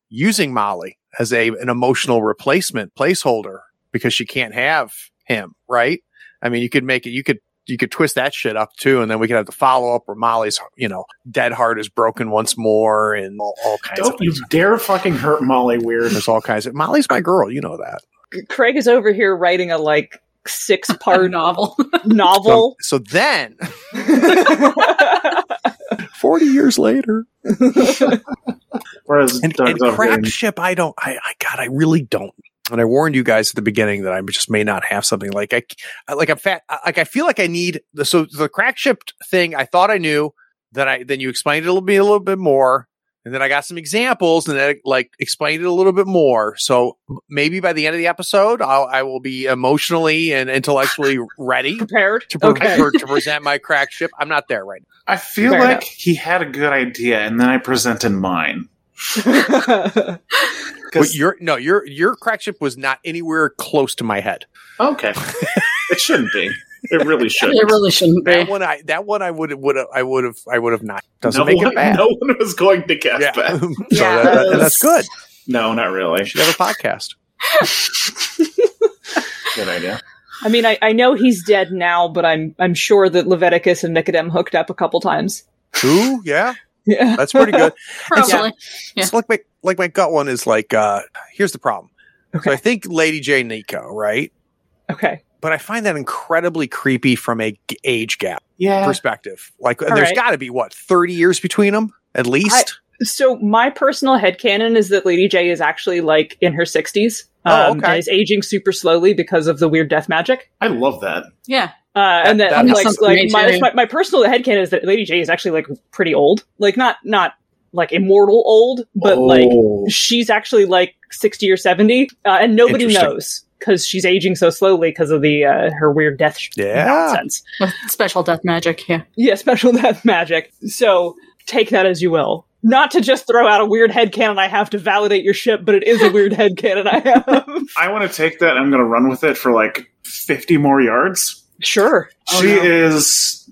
Speaker 2: using molly as a an emotional replacement placeholder because she can't have him right i mean you could make it you could you could twist that shit up too, and then we could have the follow up where Molly's, you know, dead heart is broken once more, and all, all kinds of
Speaker 5: don't you dare fucking hurt Molly Weird.
Speaker 2: there's all kinds of Molly's my girl, you know that.
Speaker 4: Craig is over here writing a like six
Speaker 6: Our
Speaker 4: part
Speaker 6: novel.
Speaker 4: novel.
Speaker 2: So, so then,
Speaker 4: That's
Speaker 2: forty years later,
Speaker 5: Whereas
Speaker 2: and,
Speaker 5: Doug's
Speaker 2: and
Speaker 5: over
Speaker 2: crap
Speaker 5: in-
Speaker 2: ship, I don't. I, I God, I really don't. And I warned you guys at the beginning that I just may not have something like I, I- like I'm fat. I- Like I feel like I need the so the crack ship thing. I thought I knew. Then I then you explained it a little bit a little bit more, and then I got some examples, and then like explained it a little bit more. So maybe by the end of the episode, I'll, I will be emotionally and intellectually ready
Speaker 4: prepared.
Speaker 2: to, pre-
Speaker 4: Okay.
Speaker 2: for- to present my crack ship. I'm not there right now.
Speaker 5: I feel
Speaker 4: Fair
Speaker 5: like
Speaker 4: enough.
Speaker 5: he had a good idea, and then I presented mine.
Speaker 2: But
Speaker 5: 'Cause-
Speaker 2: your no, your your crack ship was not anywhere close to my head.
Speaker 5: okay, it shouldn't be. It really should.
Speaker 6: it really shouldn't be.
Speaker 2: That one, I that one, I would would I would have I would have not. Doesn't
Speaker 5: no
Speaker 2: make
Speaker 5: one,
Speaker 2: it bad.
Speaker 5: No one was going to guess
Speaker 2: yeah,
Speaker 5: that.
Speaker 2: so that- that- that's good.
Speaker 5: No, not really.
Speaker 2: should have a podcast.
Speaker 5: Good idea.
Speaker 4: I mean, I, I know he's dead now, but I'm I'm sure that Leviticus and Nicodem hooked up a couple times.
Speaker 2: Ooh, yeah,
Speaker 4: Yeah,
Speaker 2: that's pretty good.
Speaker 6: Probably. Yeah.
Speaker 2: It's like my like my gut one is like uh here's the problem. So I think Lady J Nico, right?
Speaker 4: okay.
Speaker 2: But I find that incredibly creepy from a g- age gap
Speaker 5: Yeah.
Speaker 2: perspective. Like
Speaker 4: All
Speaker 2: and there's
Speaker 4: right.
Speaker 2: got to be what 30 years between them at least.
Speaker 4: So my personal headcanon is that Lady J is actually like in her 60s
Speaker 2: Oh,
Speaker 4: um,
Speaker 2: okay.
Speaker 4: and is aging super slowly because of the weird death magic.
Speaker 5: I love that.
Speaker 6: Yeah.
Speaker 4: Uh, and that,
Speaker 2: that
Speaker 4: like,
Speaker 6: sounds
Speaker 4: like my,
Speaker 6: amazing.
Speaker 4: my, my personal headcanon is that Lady J is actually like pretty old, like not not like immortal old, but like
Speaker 5: Oh.
Speaker 4: she's actually like 60 or 70 uh, and nobody
Speaker 2: Interesting.
Speaker 4: knows because she's aging so slowly because of the uh, her weird death sh-
Speaker 2: Yeah.
Speaker 4: nonsense
Speaker 6: With special death magic. Yeah.
Speaker 4: yeah special death magic so take that as you will not to just throw out a weird headcanon i have to validate your ship but it is a weird headcanon i have
Speaker 5: I want to take that. and I'm going to run with it for like 50 more yards.
Speaker 4: sure
Speaker 5: she is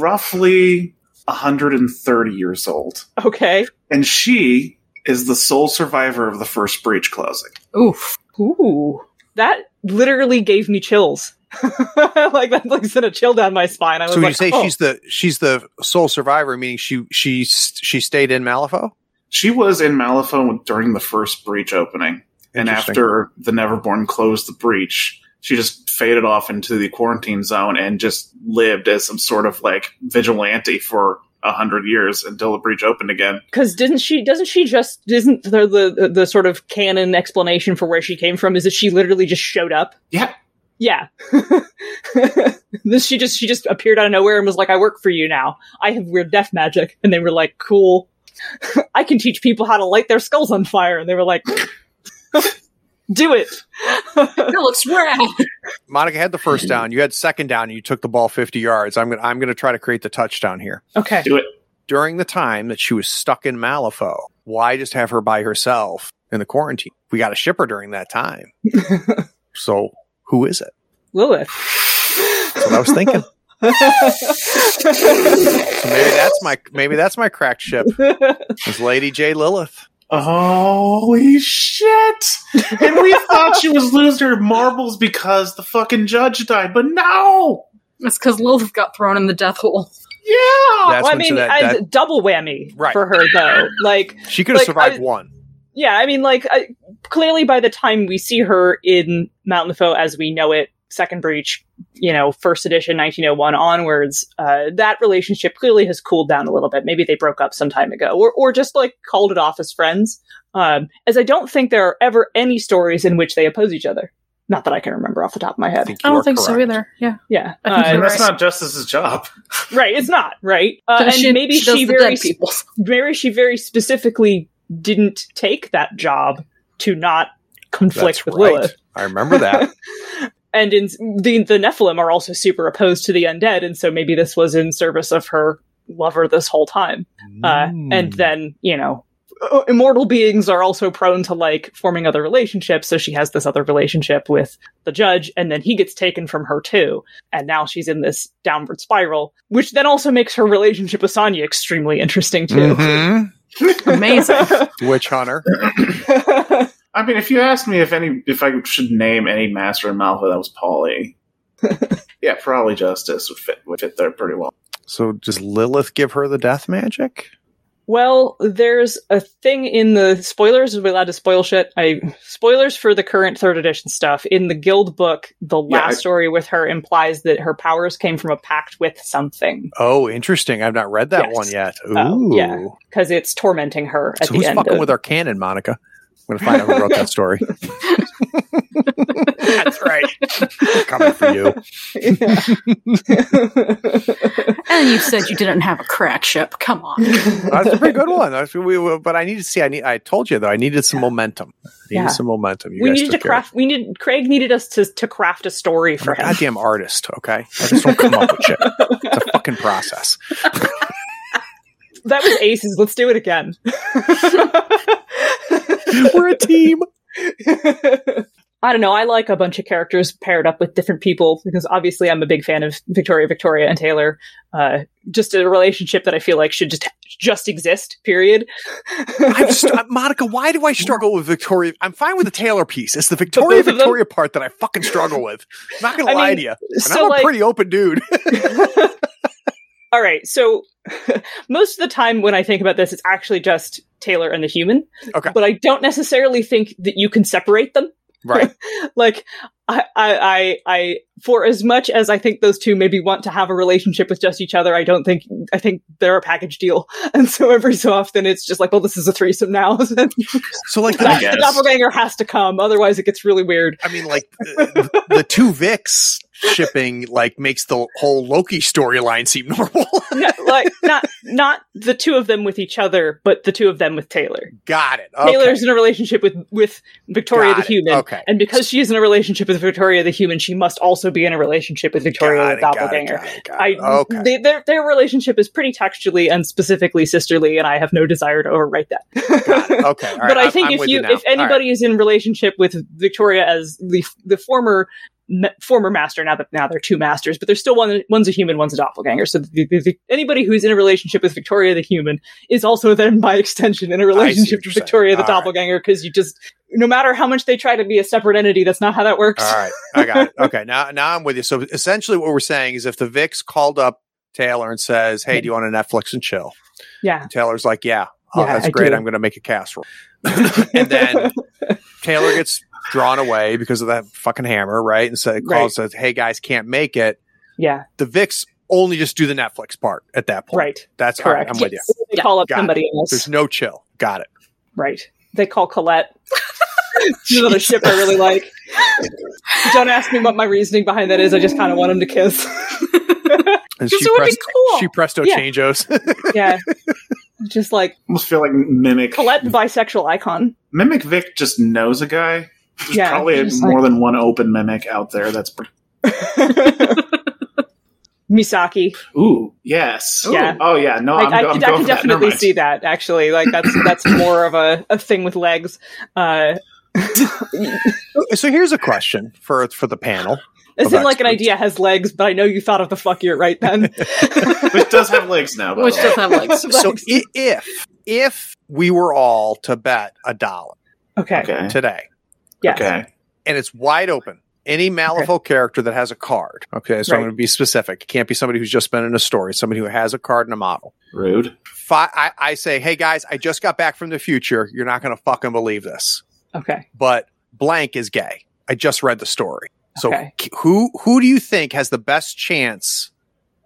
Speaker 5: roughly 130 years old,
Speaker 4: okay
Speaker 5: and she is the sole survivor of the first breach closing.
Speaker 6: Oof.
Speaker 4: ooh that literally gave me chills like that like sent a chill down my spine i was
Speaker 2: So when
Speaker 4: like
Speaker 2: you say
Speaker 4: oh.
Speaker 2: she's the she's the sole survivor, meaning she she she stayed in Malifaux.
Speaker 5: She was in Malifaux during the first breach opening, and
Speaker 2: Interesting.
Speaker 5: after the Neverborn closed the breach, she just faded off into the quarantine zone and just lived as some sort of like vigilante for a hundred years until the breach opened again.
Speaker 4: Because didn't she? Doesn't she just? Isn't the, the the sort of canon explanation for where she came from is that she literally just showed up?
Speaker 5: Yeah.
Speaker 4: Yeah. this she just she just appeared out of nowhere and was like, "I work for you now. I have weird death magic," and they were like, "Cool. I can teach people how to light their skulls on fire," and they were like. Do it.
Speaker 6: That looks rad.
Speaker 2: Monica had the first down. You had second down. And you took the ball 50 yards. I'm gonna I'm gonna try to create the touchdown here.
Speaker 4: Okay.
Speaker 5: Do it.
Speaker 2: during the time that she was stuck in Malifaux. Why just have her by herself in the quarantine? We got to ship her during that time. so who is it?
Speaker 4: Lilith.
Speaker 2: That's what I was thinking. So maybe that's my maybe that's my cracked ship is Lady J Lilith.
Speaker 5: Holy shit! And we thought she was losing her marbles because the fucking judge died, but no!
Speaker 6: It's because Lilith got thrown in the death hole.
Speaker 5: Yeah!
Speaker 2: That's
Speaker 4: Well, Oh, I
Speaker 2: when- so
Speaker 4: mean,
Speaker 2: that-
Speaker 4: I-
Speaker 2: that-
Speaker 4: double whammy
Speaker 2: Right.
Speaker 4: for her, though. Like,
Speaker 2: She could have
Speaker 4: Like,
Speaker 2: survived
Speaker 4: I-
Speaker 2: one.
Speaker 4: yeah, I mean, like I, clearly by the time we see her in Mountain Foe as we know it, Second Breach, you know, First Edition, 1901 onwards, uh, that relationship clearly has cooled down a little bit. Maybe they broke up some time ago, or or just like called it off as friends. Um, as I don't think there are ever any stories in which they oppose each other. Not that I can remember off the top of my head.
Speaker 2: you
Speaker 6: I don't
Speaker 2: are
Speaker 6: think so
Speaker 2: correct.
Speaker 6: either. Yeah.
Speaker 4: Yeah,
Speaker 6: I think
Speaker 4: Uh,
Speaker 5: and that's
Speaker 6: Right.
Speaker 5: not Justice's job.
Speaker 4: right. It's not right, uh, and maybe
Speaker 6: does
Speaker 4: she
Speaker 6: the
Speaker 4: very
Speaker 6: dead people.
Speaker 4: Mary, she very specifically didn't take that job to not conflict
Speaker 2: That's
Speaker 4: with
Speaker 2: right.
Speaker 4: Lilith.
Speaker 2: I remember that.
Speaker 4: And in the the Nephilim are also super opposed to the undead, and so maybe this was in service of her lover this whole time.
Speaker 2: Mm.
Speaker 4: Uh,
Speaker 2: Hmm.
Speaker 4: And then you know, uh, immortal beings are also prone to like forming other relationships. So she has this other relationship with the judge, and then he gets taken from her too, and now she's in this downward spiral, which then also makes her relationship with Sonya extremely interesting too.
Speaker 2: Mhm.
Speaker 3: Mm-hmm.
Speaker 6: Amazing.
Speaker 2: Witch Hunter.
Speaker 5: I mean, if you asked me if any, if I should name any master in Malva, that was Polly. yeah, probably Justice would fit would fit there pretty well.
Speaker 2: So does Lilith give her the death magic?
Speaker 4: Well, there's a thing in the spoilers. Are we allowed to spoil shit? I spoilers for the current third edition stuff in the guild book. The
Speaker 5: Yeah, I-
Speaker 4: last story with her implies that her powers came from a pact with something
Speaker 2: Oh, interesting. I've not read that
Speaker 4: Yes.
Speaker 2: one yet. Ooh.
Speaker 4: Oh, yeah. because it's tormenting her at
Speaker 2: So
Speaker 4: the
Speaker 2: who's
Speaker 4: end.
Speaker 2: fucking
Speaker 4: of-
Speaker 2: with our canon, Monica? I'm gonna find out who wrote that story. That's right. Coming for you.
Speaker 6: and you said you didn't have a crack ship. Come on.
Speaker 2: That's a pretty good one. That's- we- we- but I need to see. I need. I told you though. I needed some momentum. I needed
Speaker 4: Yeah.
Speaker 2: some momentum. You
Speaker 4: we
Speaker 2: guys
Speaker 4: needed to
Speaker 2: took care of it.
Speaker 4: craft. We need Craig needed us to to craft a story
Speaker 2: I'm
Speaker 4: for
Speaker 2: a
Speaker 4: him.
Speaker 2: goddamn artist. Okay, I just don't come up with shit. It's a fucking process.
Speaker 4: That was aces. Let's do it again.
Speaker 2: We're a team.
Speaker 4: I don't know. I like a bunch of characters paired up with different people because obviously I'm a big fan of Victoria, Victoria, and Taylor. Uh, just a relationship that I feel like should just just exist. Period.
Speaker 2: I'm st- uh, Monica, why do I struggle with Victoria? I'm fine with the Taylor piece. It's the Victoria
Speaker 4: both of them-
Speaker 2: Victoria part that I fucking struggle with. I'm not gonna
Speaker 4: I
Speaker 2: lie
Speaker 4: mean,
Speaker 2: to you. And
Speaker 4: so,
Speaker 2: I'm a
Speaker 4: like-
Speaker 2: pretty open dude.
Speaker 4: All right. So most of the time when I think about this, it's actually just Taylor and the human.
Speaker 2: Okay.
Speaker 4: But I don't necessarily think that you can separate them.
Speaker 2: right.
Speaker 4: Like I, I, I, I, for as much as I think those two maybe want to have a relationship with just each other, I don't think, I think they're a package deal. And so every so often it's just like, well, this is a threesome now. the
Speaker 2: So like the,
Speaker 5: I guess.
Speaker 4: doppelganger has to come. Otherwise it gets really weird.
Speaker 2: I mean like the, the two Vicks shipping like makes the whole Loki storyline seem normal.
Speaker 4: No, like not, not the two of them with each other, but the two of them with Taylor.
Speaker 2: Got it. Okay.
Speaker 4: Taylor's in a relationship with, with Victoria
Speaker 2: Got
Speaker 4: the
Speaker 2: it.
Speaker 4: human.
Speaker 2: Okay.
Speaker 4: And because she is in a relationship with Victoria the human, she must also be in a relationship with Victoria
Speaker 2: Got
Speaker 4: the
Speaker 2: it, got it,
Speaker 4: doppelganger.
Speaker 2: got it, got
Speaker 4: I
Speaker 2: it. okay.
Speaker 4: they, their their relationship is pretty textually and specifically sisterly, and I have no desire to overwrite that.
Speaker 2: okay. all right,
Speaker 4: but I
Speaker 2: I'm-
Speaker 4: think
Speaker 2: I'm
Speaker 4: if
Speaker 2: with
Speaker 4: you
Speaker 2: now. All
Speaker 4: if
Speaker 2: right.
Speaker 4: anybody is in relationship with Victoria as the the former ma- former master now that now they're two masters but there's still one one's a human one's a doppelganger so the, the, the- anybody who's in a relationship with victoria the human is also then by extension in a
Speaker 2: what
Speaker 4: relationship
Speaker 2: you're
Speaker 4: with
Speaker 2: saying.
Speaker 4: victoria the
Speaker 2: All right.
Speaker 4: doppelganger because you just no matter how much they try to be a separate entity that's not how that works
Speaker 2: All right, I got it. Okay, now now I'm with you. So essentially, what we're saying is, if the Vix called up Taylor and says, "Hey, do you want to Netflix and chill?"
Speaker 4: yeah
Speaker 2: Taylor's like, "Yeah, oh,
Speaker 4: Yeah,
Speaker 2: that's
Speaker 4: I
Speaker 2: great.
Speaker 4: do.
Speaker 2: I'm going to make a casserole." and then Taylor gets drawn away because of that fucking hammer, right? And so
Speaker 4: Right.
Speaker 2: calls says, "Hey guys, can't make it."
Speaker 4: yeah
Speaker 2: The Vix only just do the Netflix part at that point.
Speaker 4: right
Speaker 2: That's all right.
Speaker 4: correct
Speaker 2: I'm with you.
Speaker 4: Yes. they
Speaker 6: Yeah.
Speaker 4: call up
Speaker 2: Got it.
Speaker 4: somebody else
Speaker 2: There's no chill. Got it.
Speaker 4: Right. They call Colette. She's another ship I really like. Don't ask me what my reasoning behind that is. I just kind of want him to kiss.
Speaker 2: And
Speaker 6: Because it would be cool.
Speaker 2: she presto
Speaker 4: Yeah.
Speaker 2: changos.
Speaker 4: yeah. Just like
Speaker 5: almost feel like mimic
Speaker 4: Colette, the bisexual icon.
Speaker 5: mimic Vic just knows a guy. There's
Speaker 4: Yeah,
Speaker 5: probably
Speaker 4: just
Speaker 5: more than one open mimic out there. That's pr-
Speaker 4: Misaki.
Speaker 5: ooh yes
Speaker 4: Yeah.
Speaker 5: oh yeah no
Speaker 4: I,
Speaker 5: I'm,
Speaker 4: I,
Speaker 5: am
Speaker 4: could, I
Speaker 5: going for that. Never
Speaker 4: could definitely
Speaker 5: mind.
Speaker 4: see that, actually. Like, that's that's more of a, a thing with legs. Uh,
Speaker 2: so here's a question for for the panel.
Speaker 4: it's
Speaker 5: Oh,
Speaker 2: Of
Speaker 4: like an
Speaker 2: experts.
Speaker 4: idea has legs, but I know you thought of the fuck you're right then.
Speaker 5: Which does have legs now. By
Speaker 6: Which
Speaker 5: the way.
Speaker 6: does have legs.
Speaker 2: so
Speaker 4: Thanks.
Speaker 5: e-
Speaker 2: i- if if we were all to bet a dollar
Speaker 4: okay.
Speaker 5: okay.
Speaker 2: today
Speaker 4: Yes.
Speaker 5: Okay.
Speaker 2: and it's wide open any malifaux character that has a card okay so i'm
Speaker 4: Right.
Speaker 2: going to be specific it can't be somebody who's just been in a story it's somebody who has a card and a model
Speaker 5: Rude.
Speaker 2: Fi- I, I say hey guys i just got back from the future you're not going to fucking believe this
Speaker 4: Okay.
Speaker 2: but blank is gay i just read the story so
Speaker 4: Okay.
Speaker 2: k- who who do you think has the best chance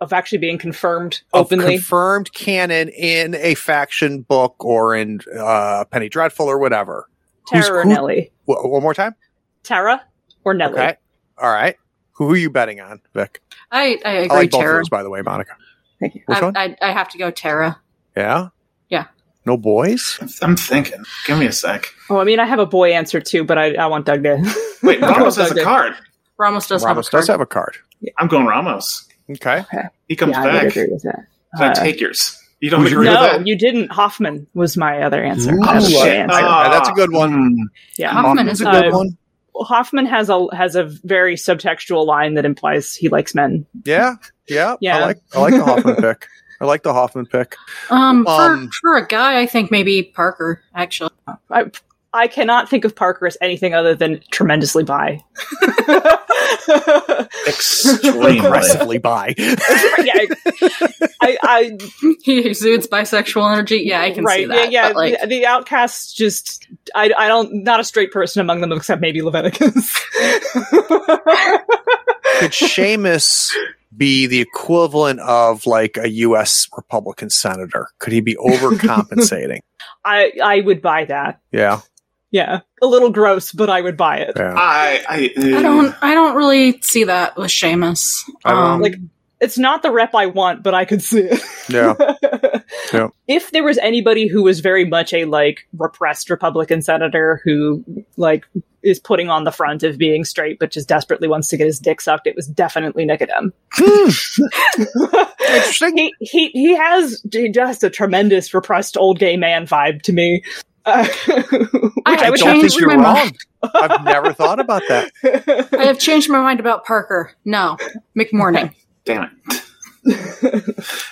Speaker 4: Of actually being confirmed
Speaker 2: of
Speaker 4: openly.
Speaker 2: confirmed canon in a faction book or in uh, penny dreadful or whatever Who's-
Speaker 4: Tara or
Speaker 2: who-
Speaker 4: Nelly?
Speaker 2: Wha- one more time
Speaker 4: Tara or Nelly?
Speaker 2: Okay. All right. Who are you betting on, Vic?
Speaker 6: I, I
Speaker 2: I
Speaker 6: agree,
Speaker 2: like both of
Speaker 6: Tara.
Speaker 2: those, by the way, Monica.
Speaker 4: Thank you.
Speaker 2: Which
Speaker 6: I,
Speaker 2: one?
Speaker 6: I, I have to go Tara.
Speaker 2: yeah.
Speaker 6: Yeah.
Speaker 2: No boys.
Speaker 5: I'm thinking. Give me a sec.
Speaker 4: Oh, I mean, I have a boy answer too, but I, I want Doug Day.
Speaker 5: Wait,
Speaker 4: I
Speaker 5: Ramos has
Speaker 4: want Doug
Speaker 5: a
Speaker 4: Day.
Speaker 5: card.
Speaker 6: Ramos does have
Speaker 2: Ramos
Speaker 6: a card.
Speaker 2: does have a card.
Speaker 5: I'm going Ramos.
Speaker 2: Okay.
Speaker 5: He comes
Speaker 4: yeah, I would
Speaker 5: back.
Speaker 4: agree with that.
Speaker 5: So I
Speaker 4: Uh,
Speaker 5: take yours. You don't
Speaker 2: Would you
Speaker 5: agree
Speaker 2: agree
Speaker 4: no,
Speaker 5: with that?
Speaker 4: you didn't. Hoffman was my other answer.
Speaker 2: Ooh,
Speaker 4: I have a Hmm. boy
Speaker 2: shit.
Speaker 4: answer.
Speaker 5: Uh,
Speaker 2: Ah. That's a good one.
Speaker 5: Mm.
Speaker 4: Yeah,
Speaker 6: Hoffman is a
Speaker 4: Uh,
Speaker 6: good one.
Speaker 2: one.
Speaker 4: Hoffman has a has a very subtextual line that implies he likes men.
Speaker 2: Yeah. Yeah.
Speaker 4: Yeah.
Speaker 2: I like I like the Hoffman pick. I like the Hoffman pick.
Speaker 6: Um, for,
Speaker 2: Um,
Speaker 6: for a guy, I think maybe Parker, actually.
Speaker 4: I I cannot think of Parker as anything other than tremendously bi.
Speaker 5: Extremely.
Speaker 2: Aggressively by.
Speaker 4: yeah, I, I
Speaker 6: he exudes bisexual energy. Yeah, I can
Speaker 4: right.
Speaker 6: see that.
Speaker 4: yeah, yeah.
Speaker 6: but, like,
Speaker 4: the, the outcasts just I, I don't not a straight person among them except maybe Leviticus.
Speaker 2: Could Seamus be the equivalent of like a U.S. Republican senator? Could he be overcompensating?
Speaker 4: I I would buy that.
Speaker 2: yeah.
Speaker 4: Yeah, a little gross, but I would buy it.
Speaker 2: Yeah.
Speaker 5: I, uh, I,
Speaker 6: I don't. I don't really see that with Seamus.
Speaker 2: I don't
Speaker 6: Um,
Speaker 4: like- It's not the rep I want, but I could see it.
Speaker 2: Yeah. Yeah.
Speaker 4: If there was anybody who was very much a like repressed Republican senator who like is putting on the front of being straight but just desperately wants to get his dick sucked, it was definitely Nicodem.
Speaker 2: Interesting.
Speaker 4: he he he has j- just a tremendous repressed old gay man vibe to me. Uh,
Speaker 2: I,
Speaker 6: I would
Speaker 2: don't
Speaker 6: change
Speaker 2: think you're
Speaker 6: my
Speaker 2: wrong. I've never thought about that.
Speaker 6: I have changed my mind about Parker. No, McMorning.
Speaker 5: Damn it.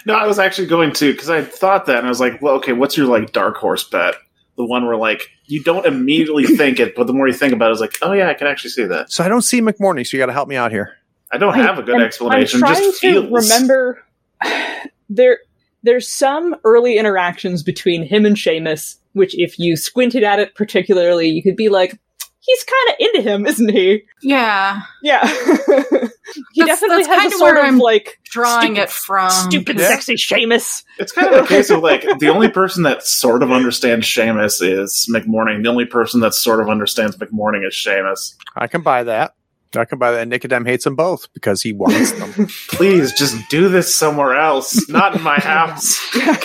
Speaker 5: no, I was actually going to because I thought that, and I was like, well, okay, what's your like dark horse bet? The one where like you don't immediately think it, but the more you think about it, it's like, oh yeah, I can actually see that.
Speaker 2: So I don't see McMorning, so you got to help me out here.
Speaker 5: I don't have a good
Speaker 4: I'm-
Speaker 5: explanation.
Speaker 4: I'm trying
Speaker 5: just
Speaker 4: to
Speaker 5: feels.
Speaker 4: remember there. There's some early interactions between him and Seamus, which, if you squinted at it particularly, you could be like, "He's kind of into him, isn't he?"
Speaker 6: Yeah,
Speaker 4: Yeah, he
Speaker 6: That's-
Speaker 4: definitely
Speaker 6: that's
Speaker 4: has
Speaker 6: kinda
Speaker 4: a sort
Speaker 6: where
Speaker 4: of
Speaker 6: I'm
Speaker 4: like
Speaker 6: drawing
Speaker 4: Stupid-
Speaker 6: it from
Speaker 4: stupid,
Speaker 2: Yeah.
Speaker 4: sexy Seamus.
Speaker 5: It's kind of a case of like the only person that sort of understands Seamus is McMorning. The only person that sort of understands McMorning is Seamus.
Speaker 2: I can buy that. I can buy that. And Nicodem hates them both because he wants them.
Speaker 5: Please just do this somewhere else, not in my house.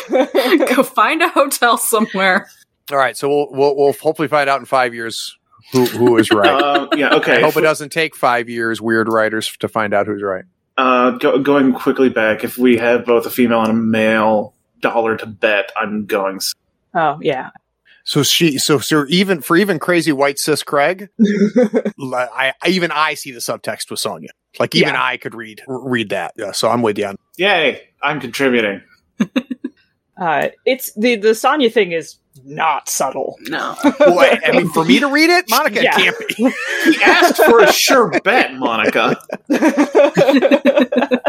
Speaker 6: Go find a hotel somewhere.
Speaker 2: All right, so we'll, we'll we'll hopefully find out in five years who who is right.
Speaker 5: Um, yeah, okay.
Speaker 2: I hope it doesn't take five years, weird writers, to find out who's right.
Speaker 5: Uh, go, going quickly back, if we have both a female and a male dollar to bet, I'm going. s-
Speaker 4: oh yeah,
Speaker 2: So she, so so even for even crazy white cis Craig, li- I I- even I see the subtext with Sonia. Like even I could read read that. Yeah, so I'm with you on.
Speaker 5: Yay! I'm contributing.
Speaker 4: uh, it's the the Sonya thing is not subtle.
Speaker 6: No.
Speaker 2: Well, I, I mean, for me to read it, Monica it
Speaker 4: Yeah.
Speaker 2: can't be.
Speaker 5: He asked for a sure bet, Monica.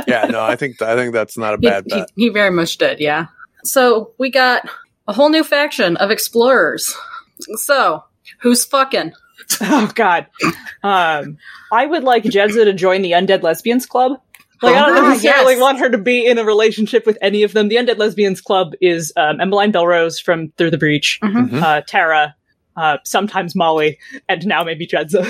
Speaker 2: Yeah, no, I think I think that's not a
Speaker 6: He,
Speaker 2: bad
Speaker 6: he-
Speaker 2: bet.
Speaker 6: he very much did, yeah. So we got a whole new faction of explorers. So, who's fucking?
Speaker 4: Oh God, um, I would like Jedza to join the Undead Lesbians Club. Like I don't
Speaker 6: Ah,
Speaker 4: necessarily
Speaker 6: yes.
Speaker 4: want her to be in a relationship with any of them. The Undead Lesbians Club is um, Emmeline Belrose from Through the Breach,
Speaker 6: Mm-hmm.
Speaker 2: Mhm.
Speaker 5: Hmm?
Speaker 4: uh, Tara, uh, sometimes Molly, and now maybe Jedza.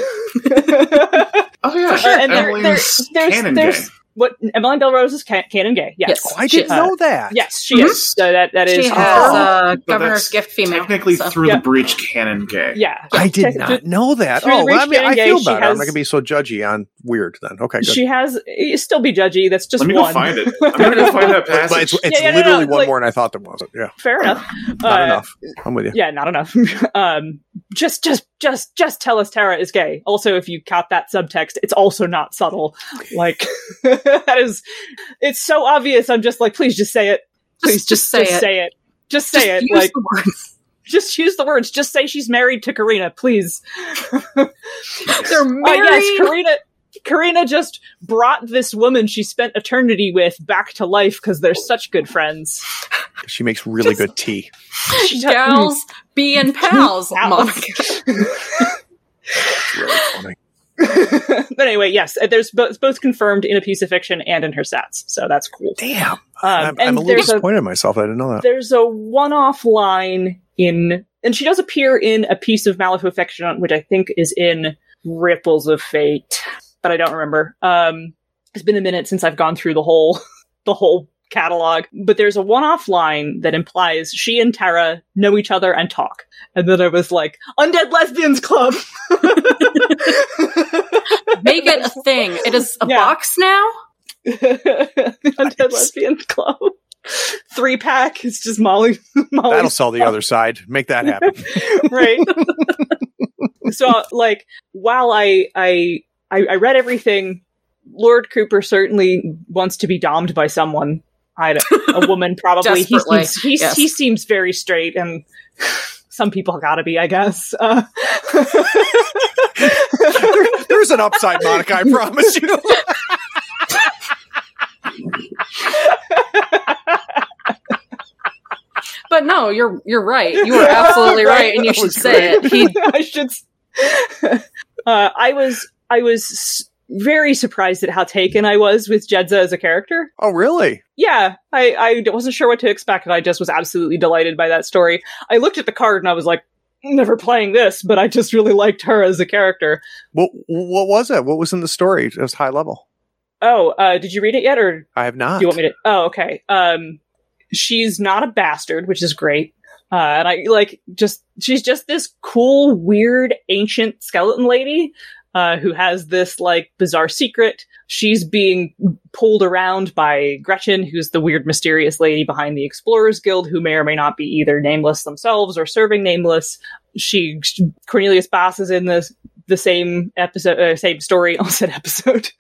Speaker 5: Oh yeah,
Speaker 6: For sure.
Speaker 4: and there-
Speaker 5: Emmeline's
Speaker 4: there- there's-
Speaker 5: canon
Speaker 4: there's-
Speaker 5: gang.
Speaker 4: what Emmeline Belrose is can- canon gay? Yes,
Speaker 6: Yes.
Speaker 2: Oh, I didn't
Speaker 4: She- uh,
Speaker 2: know that.
Speaker 4: yes, she
Speaker 5: Mhm.
Speaker 4: is. So that that is
Speaker 6: she has
Speaker 5: Oh,
Speaker 6: uh,
Speaker 5: but
Speaker 6: governor's
Speaker 5: that's
Speaker 6: gift female.
Speaker 5: Technically,
Speaker 6: so.
Speaker 5: through
Speaker 4: Yeah.
Speaker 5: the breach, canon gang.
Speaker 4: yeah.
Speaker 2: I did
Speaker 4: Tech-
Speaker 2: not know that.
Speaker 4: through the
Speaker 2: Oh, well, I
Speaker 4: breach
Speaker 2: mean, I
Speaker 4: gang,
Speaker 2: feel
Speaker 4: she
Speaker 2: better. I'm
Speaker 4: has-
Speaker 2: not going to be so judgy on weird then. Okay, good.
Speaker 4: She has eh, still be judgy. That's just
Speaker 5: Let me
Speaker 4: one.
Speaker 5: go find it. I'm gonna go find that
Speaker 2: but it's,
Speaker 5: passage.
Speaker 2: it's
Speaker 4: yeah, no, no,
Speaker 2: literally
Speaker 4: it's
Speaker 2: one
Speaker 4: like-
Speaker 2: more than I thought there was. Yeah,
Speaker 4: Fair enough.
Speaker 2: not
Speaker 4: Uh,
Speaker 2: enough. I'm with you.
Speaker 4: yeah not enough um just just just just tell us tara is gay also if you caught that subtext it's also not subtle like that is it's so obvious i'm just like please just say it please
Speaker 6: Just, just say it.
Speaker 4: say it just say
Speaker 6: Just
Speaker 4: it
Speaker 6: use
Speaker 4: like
Speaker 6: the word.
Speaker 4: just use the words just say she's married to karina please
Speaker 6: They're
Speaker 4: Uh,
Speaker 6: married.
Speaker 4: yes karina karina just brought this woman she spent eternity with back to life because they're such good friends
Speaker 2: She makes really good tea.
Speaker 4: She-
Speaker 6: Gals Oh being pals.
Speaker 4: Pals.
Speaker 6: Monica.
Speaker 2: It's really funny.
Speaker 4: but anyway yes uh, there's bo- it's both confirmed in a piece of fiction and in her stats so that's cool
Speaker 2: Damn,
Speaker 4: Um,
Speaker 2: I'm, I'm
Speaker 4: and
Speaker 2: a little
Speaker 4: there's a
Speaker 2: disappointed in myself. I didn't know that.
Speaker 4: there's a one-off line in, and she does appear in a piece of Malifaux fiction, which I think is in Ripples of Fate, but I don't remember. Um, it's been a minute since I've gone through the whole the whole catalog, but there's a one-off line that implies she and Tara know each other and talk, and then I was like, "Undead Lesbians Club."
Speaker 6: Make it a thing. It is a
Speaker 4: Yeah.
Speaker 6: box now?
Speaker 2: Nice.
Speaker 4: Undead Lesbians Club. Three pack. It's just Molly. Molly
Speaker 2: That'll sell the other side. Make that happen.
Speaker 4: right so like while I, I i i read everything lord cooper certainly wants to be domed by someone i don't a woman probably he
Speaker 6: Desperately,
Speaker 4: seems he's,
Speaker 6: yes.
Speaker 4: he seems very straight and some people gotta be i guess uh,
Speaker 2: There- there's an upside, Monica. I promise you.
Speaker 6: But no, you're you're right. You are absolutely
Speaker 4: Right.
Speaker 6: right, and you
Speaker 2: That
Speaker 6: should
Speaker 2: was
Speaker 6: say it. He
Speaker 4: i should s- uh, i was i was s- very surprised at how taken i was with jedza as a character
Speaker 2: Oh, really?
Speaker 4: yeah, I, I d- wasn't sure what to expect, and I just was absolutely delighted by that story. I looked at the card and I was like, never playing this, but I just really liked her as a character.
Speaker 2: What What was it? What was in the story? It was high level.
Speaker 4: Oh, uh, did you read it yet, or do
Speaker 2: I have not.
Speaker 4: you want me to? Oh, okay. Um, she's not a bastard, which is great. Uh, and I like just she's just this cool, weird, ancient skeleton lady uh, who has this like bizarre secret. she's being pulled around by Gretchen, who's the weird, mysterious lady behind the Explorers Guild, who may or may not be either nameless themselves or serving nameless. She Cornelius Bass is in this the same episode, uh, same story. I said episode,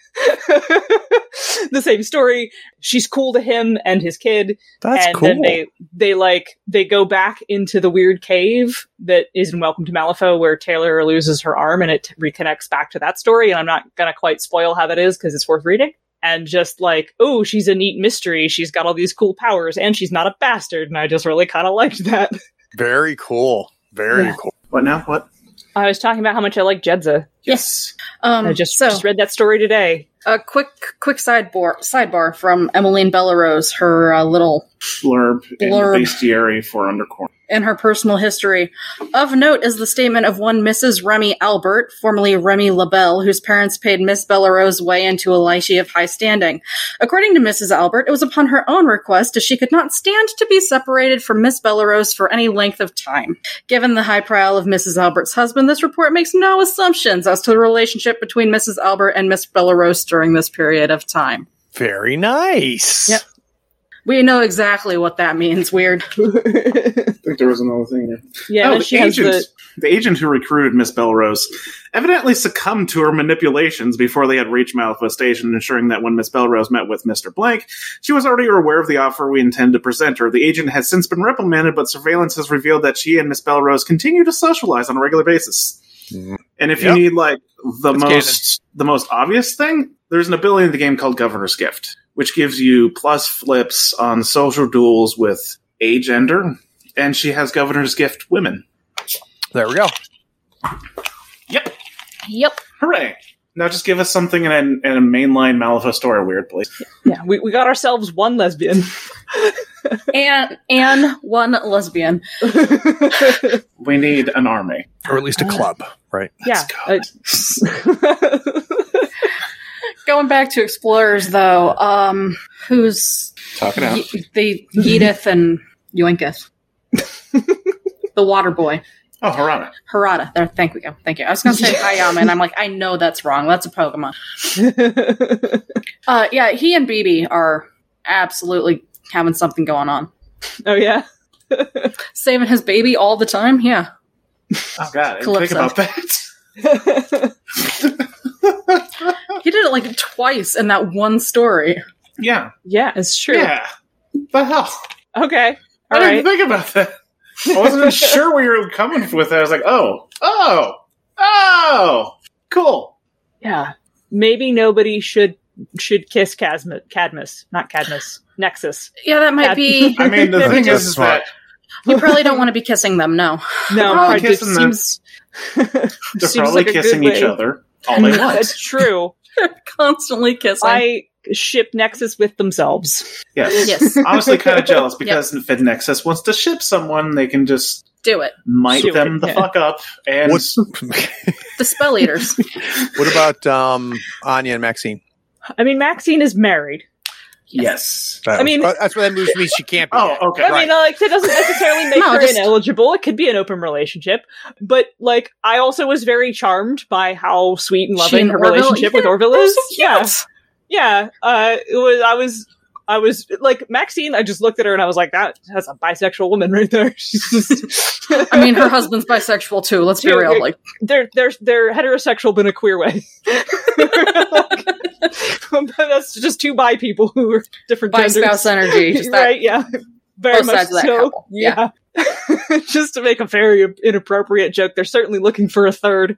Speaker 4: the same story. She's cool to him and his kid,
Speaker 2: That's
Speaker 4: and
Speaker 2: cool.
Speaker 4: then they they like they go back into the weird cave that is in Welcome to Malifaux, where Taylor loses her arm, and it reconnects back to that story. And I'm not gonna quite spoil how that is because it's worth reading. And just like, oh, she's a neat mystery. She's got all these cool powers, and she's not a bastard. And I just really kind of liked that.
Speaker 2: Very cool. Very
Speaker 4: Yeah.
Speaker 2: cool.
Speaker 5: What now? What?
Speaker 4: I was talking about how much I like Jedza.
Speaker 5: Yes.
Speaker 3: Um,
Speaker 4: I just,
Speaker 3: so,
Speaker 4: just read that story today.
Speaker 3: a quick quick sidebar sidebar from Emmeline Bellarose, her uh, little
Speaker 5: Blurb, in the
Speaker 3: Blurb.
Speaker 5: bestiary for Undercorn.
Speaker 3: and her personal history. Of note is the statement of one Mrs. Remy Albert, formerly Remy LaBelle, whose parents paid Miss Bellarose way into a lychee of high standing. According to Mrs. Albert, it was upon her own request as she could not stand to be separated from Miss Bellarose for any length of time. Given the high prowl of Mrs. Albert's husband, this report makes no assumptions as to the relationship between Mrs. Albert and Miss Bellarose during this period of time.
Speaker 2: Very nice.
Speaker 4: Yep.
Speaker 3: We know exactly what that means, weird.
Speaker 5: I think there was another thing here.
Speaker 4: Yeah,
Speaker 5: oh,
Speaker 4: and
Speaker 5: the
Speaker 4: she
Speaker 5: agent,
Speaker 4: has
Speaker 5: the... agent who recruited Miss Belrose evidently succumbed to her manipulations before they had reached Malifaux Station, ensuring that when Miss Belrose met with Mr. Blank, she was already aware of the offer we intend to present her. The agent has since been reprimanded, but surveillance has revealed that she and Miss Belrose continue to socialize on a regular basis.
Speaker 2: Mhm.
Speaker 5: And if
Speaker 2: Yep.
Speaker 5: you need like the
Speaker 2: It's
Speaker 5: most the most obvious thing, there's an ability in the game called Governor's Gift, which gives you plus flips on social duels with a gender, and she has Governor's Gift women.
Speaker 2: There we go.
Speaker 3: Yep.
Speaker 5: Hooray! Now just give us something in a, in a mainline Malifaux story, weird please.
Speaker 4: the yeah. We, we got ourselves one lesbian.
Speaker 3: And and one lesbian.
Speaker 5: We need an army.
Speaker 2: Or at least a club, right?
Speaker 4: yeah. uh,
Speaker 3: Going back to explorers, though, um, who's
Speaker 5: Talk it out.
Speaker 3: Ye- the Yedith and Yoinketh, the water boy,
Speaker 5: Oh, Harana.
Speaker 3: Harada. There, thank we go, thank you. I was gonna say Hayama, and I'm like, I know that's wrong. That's a Pokemon.
Speaker 4: Oh,
Speaker 3: Uh, yeah, he and BB are absolutely having something going on.
Speaker 4: oh yeah.
Speaker 3: Saving his baby all the time. Yeah,
Speaker 5: Oh god, I didn't think
Speaker 3: Calypso.
Speaker 5: about that.
Speaker 3: he did it like twice in that one story.
Speaker 5: yeah,
Speaker 4: yeah, it's true.
Speaker 5: yeah. The hell! I
Speaker 4: Okay. All
Speaker 5: didn't
Speaker 4: right.
Speaker 5: think about that. I wasn't even sure where you were coming with that. I was like, oh, oh, oh, cool.
Speaker 4: Yeah. Maybe nobody should should kiss Cadmus, Cadmus not Cadmus, Nexus.
Speaker 3: Yeah, that might
Speaker 4: That-
Speaker 3: be.
Speaker 5: I mean, the
Speaker 4: Maybe
Speaker 5: thing
Speaker 2: just
Speaker 5: is, is
Speaker 2: smart.
Speaker 5: that
Speaker 3: You probably don't want to be kissing them. No,
Speaker 4: No,
Speaker 5: They're
Speaker 3: Oh,
Speaker 5: probably
Speaker 4: it just
Speaker 5: kissing the-
Speaker 4: seems
Speaker 5: they're
Speaker 4: seems
Speaker 5: probably
Speaker 4: like a good
Speaker 5: kissing each
Speaker 4: way.
Speaker 5: other all they want.
Speaker 4: That's true.
Speaker 3: constantly kissing.
Speaker 4: I ship Nexus with themselves.
Speaker 5: Yes.
Speaker 3: yes,
Speaker 5: Honestly, kind of jealous because if Nexus wants to ship someone, they can just
Speaker 3: do it.
Speaker 5: might
Speaker 4: Sure,
Speaker 5: them the
Speaker 4: yeah.
Speaker 5: fuck up and
Speaker 2: What,
Speaker 3: The spell eaters.
Speaker 2: what about um, Anya and Maxine?
Speaker 4: I mean, Maxine is married.
Speaker 5: yes.
Speaker 2: That
Speaker 4: I
Speaker 2: was-
Speaker 4: mean-
Speaker 2: uh, that's what that moves me. She can't be.
Speaker 5: Oh, okay.
Speaker 4: I mean, like that doesn't necessarily make
Speaker 3: No,
Speaker 4: her
Speaker 3: just-
Speaker 4: ineligible. It could be an open relationship, but like I also was very charmed by how sweet and
Speaker 3: She
Speaker 4: loving
Speaker 3: and
Speaker 4: her
Speaker 3: Orville-
Speaker 4: relationship with
Speaker 3: yeah,
Speaker 4: Orville
Speaker 3: They're
Speaker 4: is.
Speaker 3: so
Speaker 4: Yeah,
Speaker 3: cute.
Speaker 4: yeah. Uh, it was. I was. I was like Maxine. I just looked at her and I was like, "That that's a bisexual woman right there." She's just.
Speaker 3: I mean, her husband's bisexual too. Let's be
Speaker 4: Dude,
Speaker 3: real. Like,
Speaker 4: they're they're they're heterosexual, but in a queer way. Like, that's just two bi people who are different
Speaker 3: bi
Speaker 4: genders.
Speaker 3: spouse energy. Just that
Speaker 4: right? Yeah, very
Speaker 3: both
Speaker 4: much
Speaker 3: sides of that
Speaker 4: so.
Speaker 3: couple,
Speaker 4: Yeah. Just to make a very inappropriate joke, they're certainly looking for a third.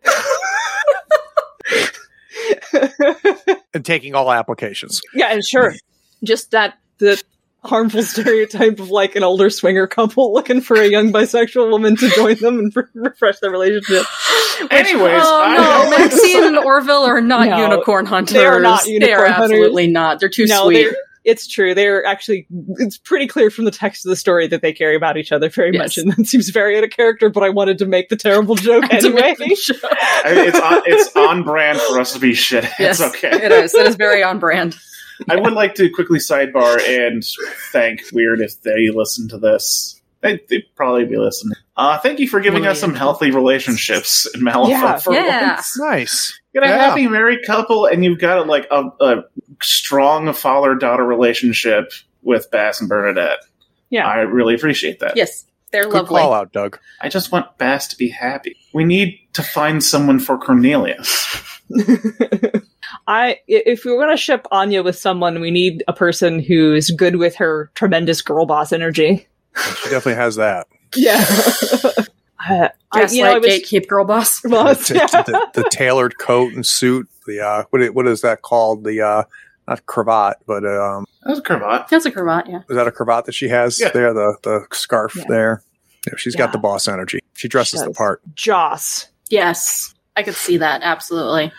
Speaker 2: And taking all applications.
Speaker 4: yeah, and sure, just that the harmful stereotype of like an older swinger couple looking for a young bisexual woman to join them and refresh their relationship.
Speaker 5: Anyways,
Speaker 3: oh
Speaker 5: I
Speaker 3: no, Maxine and Orville are not
Speaker 4: No,
Speaker 3: unicorn hunters.
Speaker 4: they are not
Speaker 3: They are
Speaker 4: unicorn hunters.
Speaker 3: absolutely not. They're too
Speaker 4: no,
Speaker 3: sweet.
Speaker 4: they're- it's true. They're actually, it's pretty clear from the text of the story that they care about each other very
Speaker 3: Yes.
Speaker 4: much, and that seems very out of character. But I wanted to make the terrible joke
Speaker 3: To
Speaker 4: anyway.
Speaker 3: make them show-
Speaker 5: I mean, it's on, it's on brand for us to be shit.
Speaker 3: Yes,
Speaker 5: It's okay.
Speaker 3: it is. It is very on brand.
Speaker 5: I would like to quickly sidebar and thank Weird if they listen to this. They they probably be listening. Uh, thank you for giving us some healthy relationships in Malifaux
Speaker 4: Yeah.
Speaker 5: for
Speaker 3: Yeah.
Speaker 5: once.
Speaker 2: Nice.
Speaker 5: Get a
Speaker 2: Yeah.
Speaker 5: happy married couple, and you've got like a, a strong father daughter relationship with Bass and Bernadette.
Speaker 4: Yeah.
Speaker 5: I really appreciate that.
Speaker 6: Yes, they're
Speaker 2: Good
Speaker 6: lovely.
Speaker 2: call out, Doug.
Speaker 5: I just want Bass to be happy. We need to find someone for Cornelius.
Speaker 4: I i- if we we're gonna ship Anya with someone, we need a person who's good with her tremendous girl boss energy.
Speaker 2: She definitely has that.
Speaker 4: Yeah. I, Uh, I, you know, I
Speaker 6: Gaslight,
Speaker 4: was-
Speaker 6: gatekeep, girl boss.
Speaker 4: boss,
Speaker 2: the,
Speaker 4: yeah.
Speaker 2: the- the tailored coat and suit. The uh, what i- what is that called? The uh, not cravat, but um,
Speaker 5: That's a cravat.
Speaker 6: That's a cravat, yeah.
Speaker 2: is that a cravat that she has
Speaker 5: Yeah.
Speaker 2: there? The the scarf
Speaker 4: Yeah.
Speaker 2: there. Yeah, she's
Speaker 4: Yeah.
Speaker 2: got the boss energy. She dresses
Speaker 4: She
Speaker 2: the
Speaker 4: does.
Speaker 2: part.
Speaker 4: Joss.
Speaker 6: Yes, I could see that absolutely.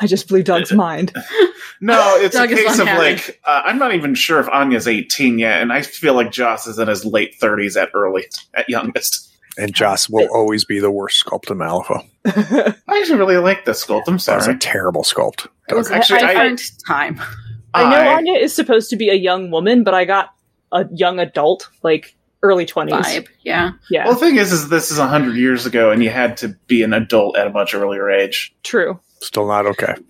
Speaker 4: I just blew Doug's mind.
Speaker 5: No, it's a
Speaker 6: Doug is
Speaker 5: case of
Speaker 6: unhappy.
Speaker 5: like uh, I'm not even sure if Anya's 18 yet, and I feel like Joss is in his late 30s at early at youngest.
Speaker 2: And Joss will always be the worst sculpt in Malifaux.
Speaker 5: I actually really like this sculpt. I'm
Speaker 2: That's
Speaker 5: sorry.
Speaker 2: a terrible sculpt.
Speaker 6: It was
Speaker 5: Actually,
Speaker 6: a
Speaker 5: I-
Speaker 6: different time.
Speaker 4: I know
Speaker 5: I-
Speaker 4: Anya is supposed to be a young woman, but I got a young adult, like early twenties.
Speaker 6: Vibe, yeah.
Speaker 4: Yeah,
Speaker 5: Well, the thing is, is this is hundred years ago, and you had to be an adult at a much earlier age.
Speaker 4: true.
Speaker 2: Still not okay.
Speaker 4: okay.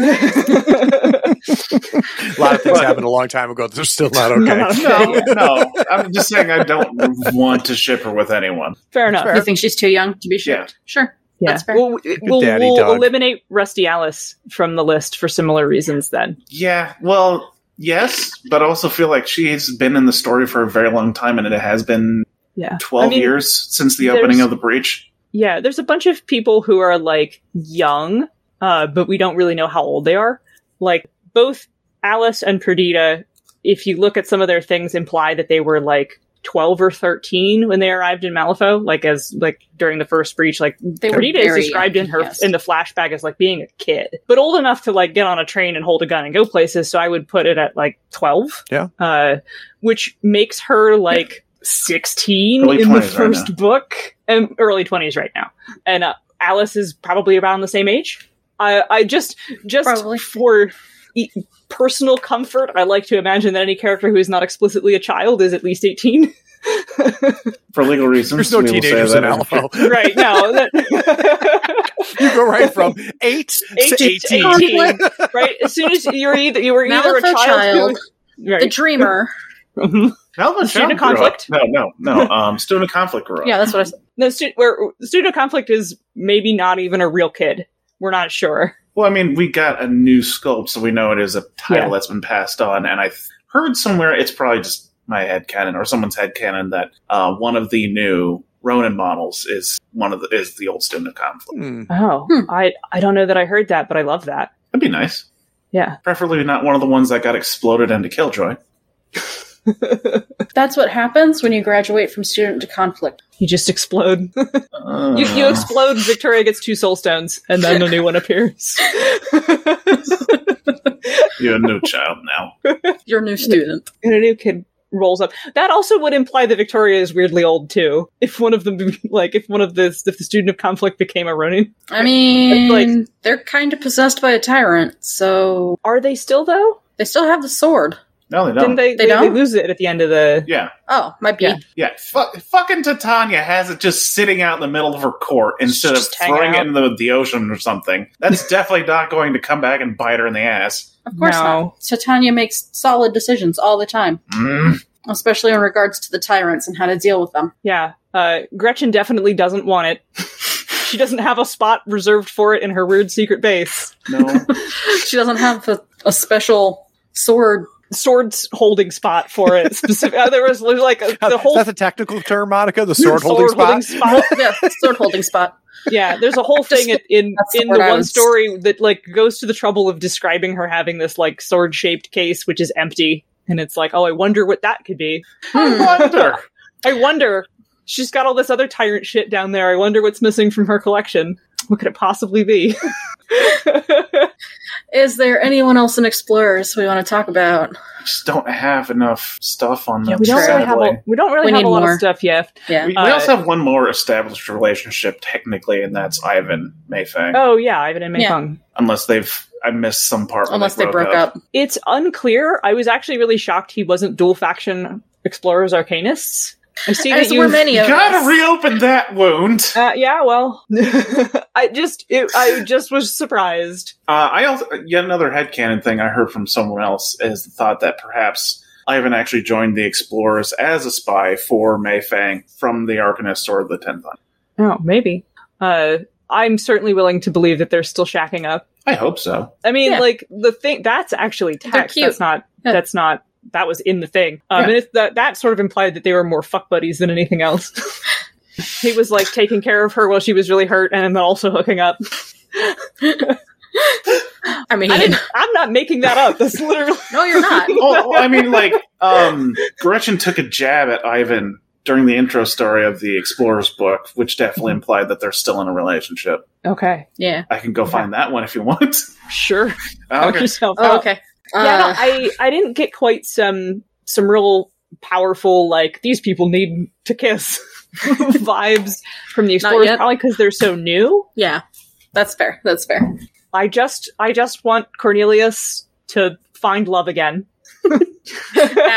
Speaker 2: A lot of things happened a long time ago. They're still not okay.
Speaker 5: No, no, I'm just saying I don't want to ship her with anyone.
Speaker 4: Fair enough.
Speaker 6: You think she's too young to be sure?
Speaker 5: Yeah.
Speaker 6: Sure.
Speaker 4: Yeah.
Speaker 6: That's fair.
Speaker 4: We'll, we'll,
Speaker 2: Daddy
Speaker 4: we'll
Speaker 2: Doug.
Speaker 4: eliminate Rusty Alice from the list for similar reasons then.
Speaker 5: Yeah, well, yes, but I also feel like she's been in the story for a very long time, and it has been
Speaker 4: Yeah.
Speaker 5: twelve
Speaker 4: I mean,
Speaker 5: years since the
Speaker 4: there's-
Speaker 5: opening of the breach.
Speaker 4: Yeah, there's a bunch of people who are like young, uh, but we don't really know how old they are. Like both Alice and Perdita, if you look at some of their things, imply that they were like 12 or 13 when they arrived in Malifaux, like as like during the first breach. Like
Speaker 6: They were
Speaker 4: Perdita is
Speaker 6: very
Speaker 4: described
Speaker 6: young,
Speaker 4: in her
Speaker 6: yes.
Speaker 4: in the flashback as like being a kid, but old enough to like get on a train and hold a gun and go places. So I would put it at like 12.
Speaker 2: Yeah.
Speaker 4: uh, which makes her like 16
Speaker 5: Early
Speaker 4: in the
Speaker 5: 20s right
Speaker 4: first book and early 20s right now and uh, alice is probably around the same age i, I just just
Speaker 6: Probably.
Speaker 4: for e- personal comfort i like to imagine that any character who is not explicitly a child is at least 18
Speaker 5: For legal reasons,
Speaker 2: There's no
Speaker 5: we will say
Speaker 2: teenagers
Speaker 5: that
Speaker 2: in Malifaux.
Speaker 4: right now that-
Speaker 2: You go right from eight,
Speaker 4: Eight
Speaker 2: to
Speaker 4: to
Speaker 2: 18.
Speaker 4: 18. right as soon as you're either you were either a
Speaker 6: Malifaux
Speaker 4: child,
Speaker 6: child,
Speaker 4: who-
Speaker 6: the
Speaker 4: right
Speaker 6: dreamer.
Speaker 4: Mhm.
Speaker 5: Malifaux
Speaker 4: Student
Speaker 5: Child grew up.
Speaker 4: conflict?
Speaker 5: No, no, no. Um, student conflict grew up.
Speaker 6: Yeah, that's what I said.
Speaker 4: no stu- where pseudo conflict is maybe not even a real kid we're not sure
Speaker 5: Well, I mean, we got a new sculpt, so we know it is a title
Speaker 4: Yeah.
Speaker 5: that's been passed on. And I th- heard somewhere, it's probably just my head canon or someone's head canon that uh, one of the new Ronin models is one of the is the old student of conflict.
Speaker 2: Hmm.
Speaker 4: oh
Speaker 6: Hmm.
Speaker 4: i i don't know that i heard that but i love that
Speaker 5: That'd be nice.
Speaker 4: Yeah.
Speaker 5: Preferably not one of the ones that got exploded into Killjoy.
Speaker 6: That's what happens when you graduate from student to conflict.
Speaker 4: You just explode.
Speaker 5: Uh,
Speaker 4: you, you explode. Victoria gets two soul stones, and then a new one appears.
Speaker 5: You're a new child now.
Speaker 6: You're a new student.
Speaker 4: and a new kid rolls up. That also would imply that Victoria is weirdly old too. If one of them, like, if one of the if the student of conflict became a Ronin,
Speaker 6: I mean,
Speaker 4: Like-
Speaker 6: they're kind of possessed by a tyrant, so
Speaker 4: are they still though?
Speaker 6: they still have the sword.
Speaker 5: No, they don't.
Speaker 4: Didn't they?
Speaker 6: They
Speaker 4: They,
Speaker 6: don't?
Speaker 4: lose it at the end of the.
Speaker 5: yeah,
Speaker 6: Oh, might be.
Speaker 4: Yeah.
Speaker 5: yeah. Fuck fucking Titania has it just sitting out in the middle of her court instead of
Speaker 4: Just hanging
Speaker 5: throwing
Speaker 4: out.
Speaker 5: it in the, the ocean or something. That's definitely not going to come back and bite her in the ass.
Speaker 6: Of course
Speaker 4: No.
Speaker 6: not. Titania makes solid decisions all the time,
Speaker 5: Mm.
Speaker 6: especially in regards to the tyrants and how to deal with them.
Speaker 4: Yeah, uh, Gretchen definitely doesn't want it. she doesn't have a spot reserved for it in her weird secret base.
Speaker 5: No.
Speaker 6: she doesn't have a, a special sword.
Speaker 4: Swords holding spot for it. Specific. uh, there was like a,
Speaker 2: How-
Speaker 4: the whole
Speaker 2: Is that the technical term, Monica? The sword, holding spot?
Speaker 4: holding spot.
Speaker 6: yeah, sword holding spot.
Speaker 4: yeah there's a whole
Speaker 6: Just-
Speaker 4: thing in in,
Speaker 6: that's the
Speaker 4: in the
Speaker 6: word I
Speaker 4: one
Speaker 6: was-
Speaker 4: story that like goes to the trouble of describing her having this like sword shaped case which is empty and it's like oh i wonder what that could be
Speaker 6: Hmm.
Speaker 5: I wonder.
Speaker 4: i wonder she's got all this other tyrant shit down there i wonder what's missing from her collection what could it possibly be
Speaker 6: Is there anyone else in Explorers we want to talk about?
Speaker 5: just don't have enough stuff on them.
Speaker 4: we don't really
Speaker 5: sadly.
Speaker 4: have a, we don't really
Speaker 6: We
Speaker 4: have
Speaker 6: need
Speaker 4: a lot
Speaker 6: more.
Speaker 4: of stuff yet
Speaker 6: Yeah.
Speaker 5: we, we
Speaker 4: Uh,
Speaker 5: also have one more established relationship technically, and that's Ivan Mayfang.
Speaker 4: oh yeah ivan and
Speaker 6: Yeah.
Speaker 4: meifeng
Speaker 5: Unless they've, I missed some part. where
Speaker 6: Unless they broke up.
Speaker 4: it's unclear. I was actually really shocked he wasn't dual faction explorers arcanists. I see that
Speaker 3: As were
Speaker 4: you.
Speaker 3: many of
Speaker 5: Gotta
Speaker 3: us.
Speaker 5: reopen that wound.
Speaker 4: Uh, yeah, well, I just it, I just was surprised.
Speaker 5: Uh, I also yet another headcanon thing I heard from someone else is the thought that perhaps Ivan actually joined the Explorers as a spy for Mayfang from the Arcanist or the Tenthon.
Speaker 4: Oh, maybe. Uh, I'm certainly willing to believe that they're still shacking up.
Speaker 5: I hope so.
Speaker 4: I mean,
Speaker 3: Yeah.
Speaker 4: like the thing that's actually text.
Speaker 3: cute.
Speaker 4: That's not.
Speaker 3: Yeah.
Speaker 4: That's not. That was in the thing. Um,
Speaker 5: Yeah.
Speaker 4: and it's, that that sort of implied that they were more fuck buddies than anything else. he was like taking care of her while she was really hurt, and then also hooking up.
Speaker 3: I mean,
Speaker 4: I didn't, I'm not making that up. That's literally.
Speaker 3: no, you're not.
Speaker 5: Oh, I mean, like um, Gretchen took a jab at Ivan during the intro story of the Explorers book, which definitely implied that they're still in a relationship.
Speaker 4: Okay,
Speaker 3: Yeah.
Speaker 5: I can go find that one if you want.
Speaker 4: sure. Knock
Speaker 5: Okay.
Speaker 4: yourself
Speaker 3: Oh,
Speaker 4: out.
Speaker 3: okay.
Speaker 4: yeah, no,
Speaker 3: Uh,
Speaker 4: I I didn't get quite some some real powerful like these people need to kiss vibes from the explorers
Speaker 3: yet.
Speaker 4: probably because they're so new.
Speaker 3: yeah. That's fair. That's fair.
Speaker 4: I just I just want Cornelius to find love again.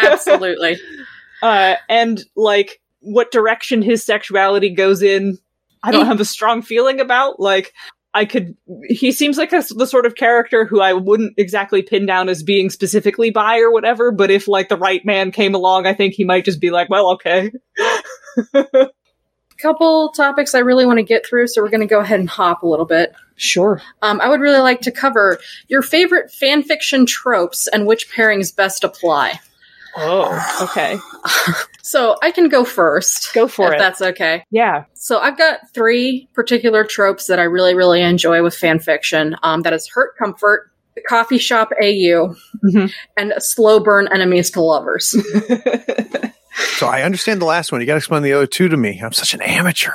Speaker 3: Absolutely.
Speaker 4: Uh, and like what direction his sexuality goes in, I don't
Speaker 3: Yeah.
Speaker 4: have a strong feeling about. Like I could, he seems like a, the sort of character who I wouldn't exactly pin down as being specifically bi or whatever. But if like the right man came along, I think he might just be like, well, okay.
Speaker 3: Couple topics I really want to get through, so we're going to go ahead and hop a little bit.
Speaker 4: Sure.
Speaker 3: Um, I would really like to cover your favorite fan fiction tropes and which pairings best apply.
Speaker 4: Oh, okay.
Speaker 3: So I can go first.
Speaker 4: Go for
Speaker 3: if
Speaker 4: it.
Speaker 3: That's okay.
Speaker 4: Yeah.
Speaker 3: So I've got three particular tropes that I really, really enjoy with fan fiction. Um, that is hurt comfort, coffee shop AU,
Speaker 4: Mhm.
Speaker 3: and slow burn enemies to lovers.
Speaker 2: So I understand the last one. You got to explain the other two to me. I'm such an amateur.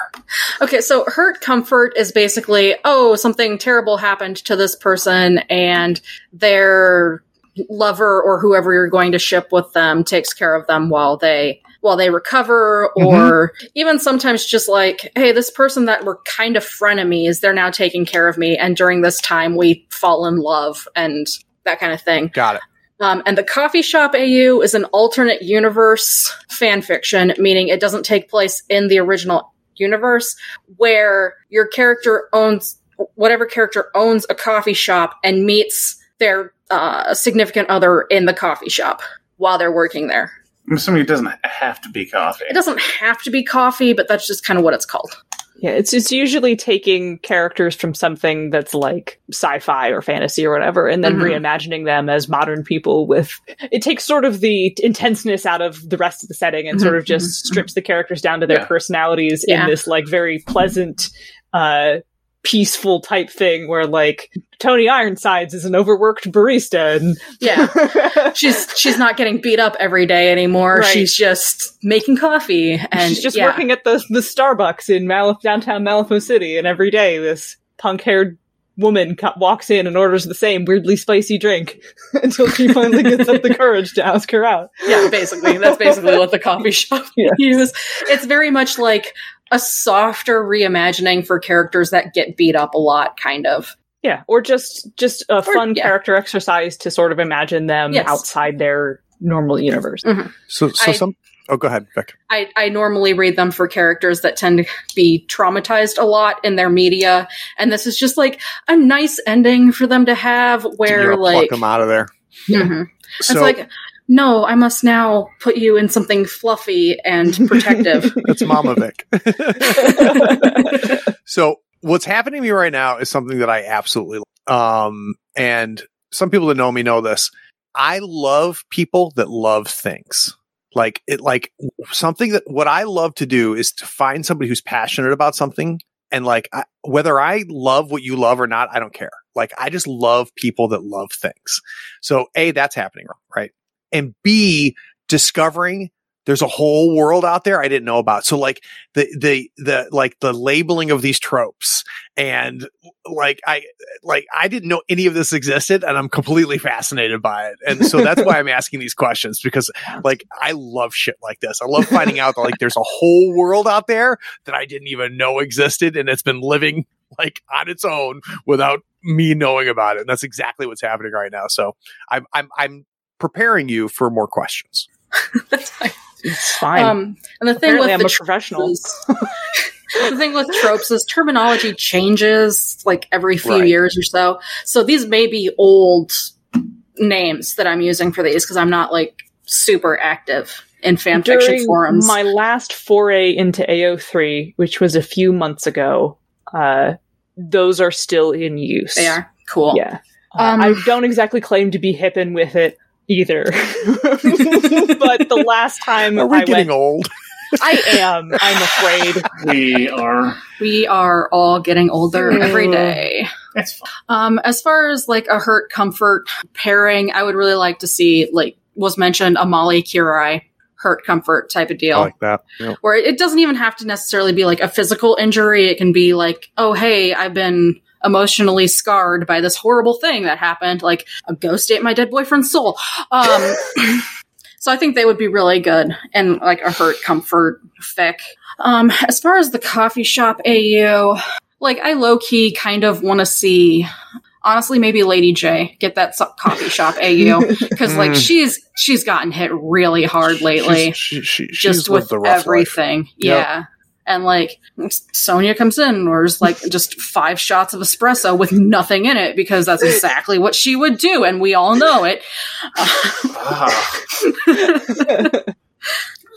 Speaker 3: Okay, so hurt comfort is basically, oh, something terrible happened to this person and their lover or whoever you're going to ship with them takes care of them while they while they recover or even sometimes just like, hey, this person that were kind of frenemies, they're now taking care of me and during this time we fall in love and that kind of thing.
Speaker 2: Got it.
Speaker 3: Um, and the coffee shop AU is an alternate universe fan fiction, meaning it doesn't take place in the original universe, where your character owns whatever character owns a coffee shop and meets their uh, significant other in the coffee shop while they're working there.
Speaker 5: I'm assuming it doesn't have to be coffee.
Speaker 3: It doesn't have to be coffee, but that's just kind of what it's called.
Speaker 4: Yeah, it's it's usually taking characters from something that's like sci-fi or fantasy or whatever, and then
Speaker 3: Mhm.
Speaker 4: reimagining them as modern people. With it takes sort of the intenseness out of the rest of the setting and sort of just strips the characters down to their
Speaker 5: Yeah.
Speaker 4: personalities
Speaker 3: Mm-hmm. Yeah.
Speaker 4: in this like very pleasant, uh, peaceful type thing where like Tony Ironsides is an overworked barista. And
Speaker 3: Yeah. She's she's not getting beat up every day anymore.
Speaker 4: Right.
Speaker 3: She's just making coffee and
Speaker 4: she's just
Speaker 3: yeah.
Speaker 4: working at the the Starbucks in Malif- downtown Malifaux City, and every day this punk haired woman co- walks in and orders the same weirdly spicy drink until she finally gets up the courage to ask her out.
Speaker 3: yeah, basically. That's basically what the coffee shop
Speaker 4: Yeah.
Speaker 3: uses. It's very much like a softer reimagining for characters that get beat up a lot, kind of.
Speaker 4: Yeah, or just just a fun
Speaker 3: yeah.
Speaker 4: character exercise to sort of imagine them
Speaker 3: Yes.
Speaker 4: outside their normal universe.
Speaker 2: So, so
Speaker 3: I-
Speaker 2: some. Oh, go ahead, Vic.
Speaker 3: I, I normally read them for characters that tend to be traumatized a lot in their media, and this is just like a nice ending for them to have
Speaker 2: You
Speaker 3: where
Speaker 2: gotta
Speaker 3: like
Speaker 2: pluck them out of there.
Speaker 3: Mhm.
Speaker 2: So
Speaker 3: it's like no, I must now put you in something fluffy and protective.
Speaker 2: that's Mama Vic. So what's happening to me right now is something that I absolutely love. um and some people that know me know this. I love people that love things. Like it like something that what I love to do is to find somebody who's passionate about something and like I, whether I love what you love or not, I don't care. Like I just love people that love things. So A that's happening right? And B discovering there's a whole world out there I didn't know about. So like the the the like the labeling of these tropes and like i like i didn't know any of this existed and i'm completely fascinated by it and so that's why i'm asking these questions because like i love shit like this i love finding out that like there's a whole world out there that i didn't even know existed and it's been living like on its own without me knowing about it and that's exactly what's happening right now so i'm i'm, I'm preparing you for more questions
Speaker 3: That's fine.
Speaker 4: It's fine.
Speaker 3: Um, and the thing
Speaker 4: Apparently,
Speaker 3: with
Speaker 4: I'm
Speaker 3: the
Speaker 4: a professional.
Speaker 3: tropes is- the thing with tropes is terminology changes like every few
Speaker 2: Right.
Speaker 3: years or so. So these may be old names that I'm using for these because I'm not like super active in fan fiction
Speaker 4: During
Speaker 3: forums.
Speaker 4: my last foray into AO3, which was a few months ago, uh, those are still in use.
Speaker 3: they are cool.
Speaker 4: Yeah.
Speaker 3: Um,
Speaker 4: Uh, I don't exactly claim to be hip and with it either. but the last time
Speaker 2: Are we
Speaker 4: I
Speaker 2: getting
Speaker 4: went,
Speaker 2: old?
Speaker 4: I am, I'm afraid.
Speaker 5: We are.
Speaker 3: We are all getting older every day.
Speaker 5: It's fine.
Speaker 3: Um, as far as like a hurt comfort pairing, I would really like to see like was mentioned a Molly Kirai hurt comfort type of deal.
Speaker 2: that.
Speaker 3: where it doesn't even have to necessarily be like a physical injury. It can be like, oh, hey, I've been emotionally scarred by this horrible thing that happened, like a ghost ate my dead boyfriend's soul. Um, so I think they would be really good and like a hurt comfort fic. Um, as far as the coffee shop AU, like I low key kind of want to see. Honestly, maybe Lady J get that so- coffee shop AU because like
Speaker 2: Mm.
Speaker 3: she's she's gotten hit really hard lately
Speaker 2: She's, she, she, she's
Speaker 3: just
Speaker 2: lived
Speaker 3: with
Speaker 2: the rough life.
Speaker 3: everything.
Speaker 2: Yep.
Speaker 3: Yeah. And like Sonia comes in and orders like just five shots of espresso with nothing in it because that's exactly what she would do, and we all know it.
Speaker 5: Ah,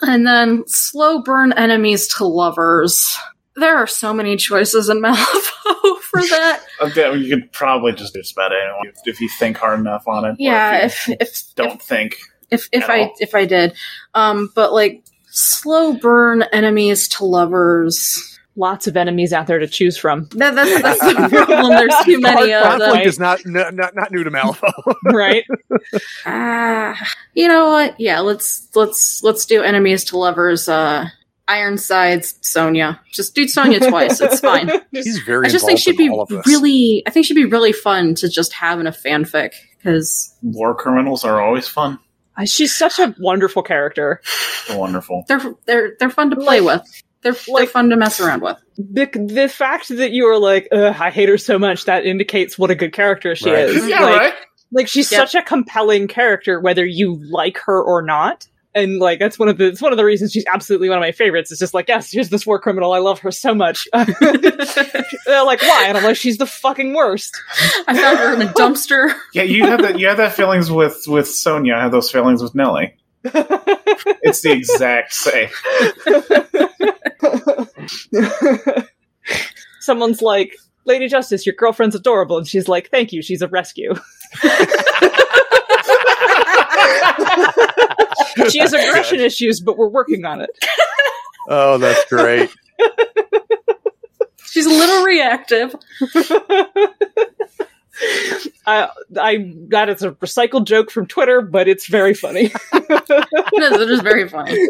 Speaker 3: and then slow burn enemies to lovers. There are so many choices in Malifaux for that.
Speaker 5: okay, you could probably just do about anyone if, if you think hard enough on it. or
Speaker 3: yeah,
Speaker 5: you
Speaker 3: if if
Speaker 5: don't think.
Speaker 3: if if
Speaker 5: at
Speaker 3: I
Speaker 5: all.
Speaker 3: if I did, um, but like slow burn enemies to lovers.
Speaker 4: Lots of enemies out there to choose from,
Speaker 3: That, that's that's the problem. There's too many of them.
Speaker 2: Conflict is not, no- not not new to Malifaux.
Speaker 4: right?
Speaker 3: Ah, you know what? Yeah, let's let's let's do enemies to lovers. Uh, Ironsides, Sonya. Just do Sonya twice. It's fine.
Speaker 2: He's very.
Speaker 3: I just think
Speaker 2: involved
Speaker 3: she'd
Speaker 2: in
Speaker 3: be
Speaker 2: all of this.
Speaker 3: really. I think she'd be really fun to just have in a fanfic because
Speaker 5: War criminals are always fun.
Speaker 4: Uh, She's such a wonderful character.
Speaker 5: They're wonderful.
Speaker 3: they're they're they're fun to play
Speaker 4: Like-
Speaker 3: with. They're they're
Speaker 4: like-
Speaker 3: fun to mess around with.
Speaker 4: The, the fact that you are like, Ugh, I hate her so much, that indicates what a good character she
Speaker 2: Right.
Speaker 4: is.
Speaker 5: Yeah,
Speaker 4: like,
Speaker 5: right.
Speaker 4: like she's
Speaker 3: Yep.
Speaker 4: such a compelling character, whether you like her or not. And like that's one of the it's one of the reasons she's absolutely one of my favorites. It's just like, yes, here's this war criminal. I love her so much. They're like, why? And I'm like, she's the fucking worst.
Speaker 3: I found her in a dumpster.
Speaker 5: Yeah, you have that. You have that feelings with with Sonia. I have those feelings with Nelly. It's the exact same.
Speaker 4: Someone's like, Lady Justice, your girlfriend's adorable, and she's like, thank you, she's a rescue. she has aggression issues, but we're working on it.
Speaker 2: Oh, that's great.
Speaker 3: She's a little reactive.
Speaker 4: I, I that is a recycled joke from Twitter, but it's very funny.
Speaker 3: It is, it is very funny.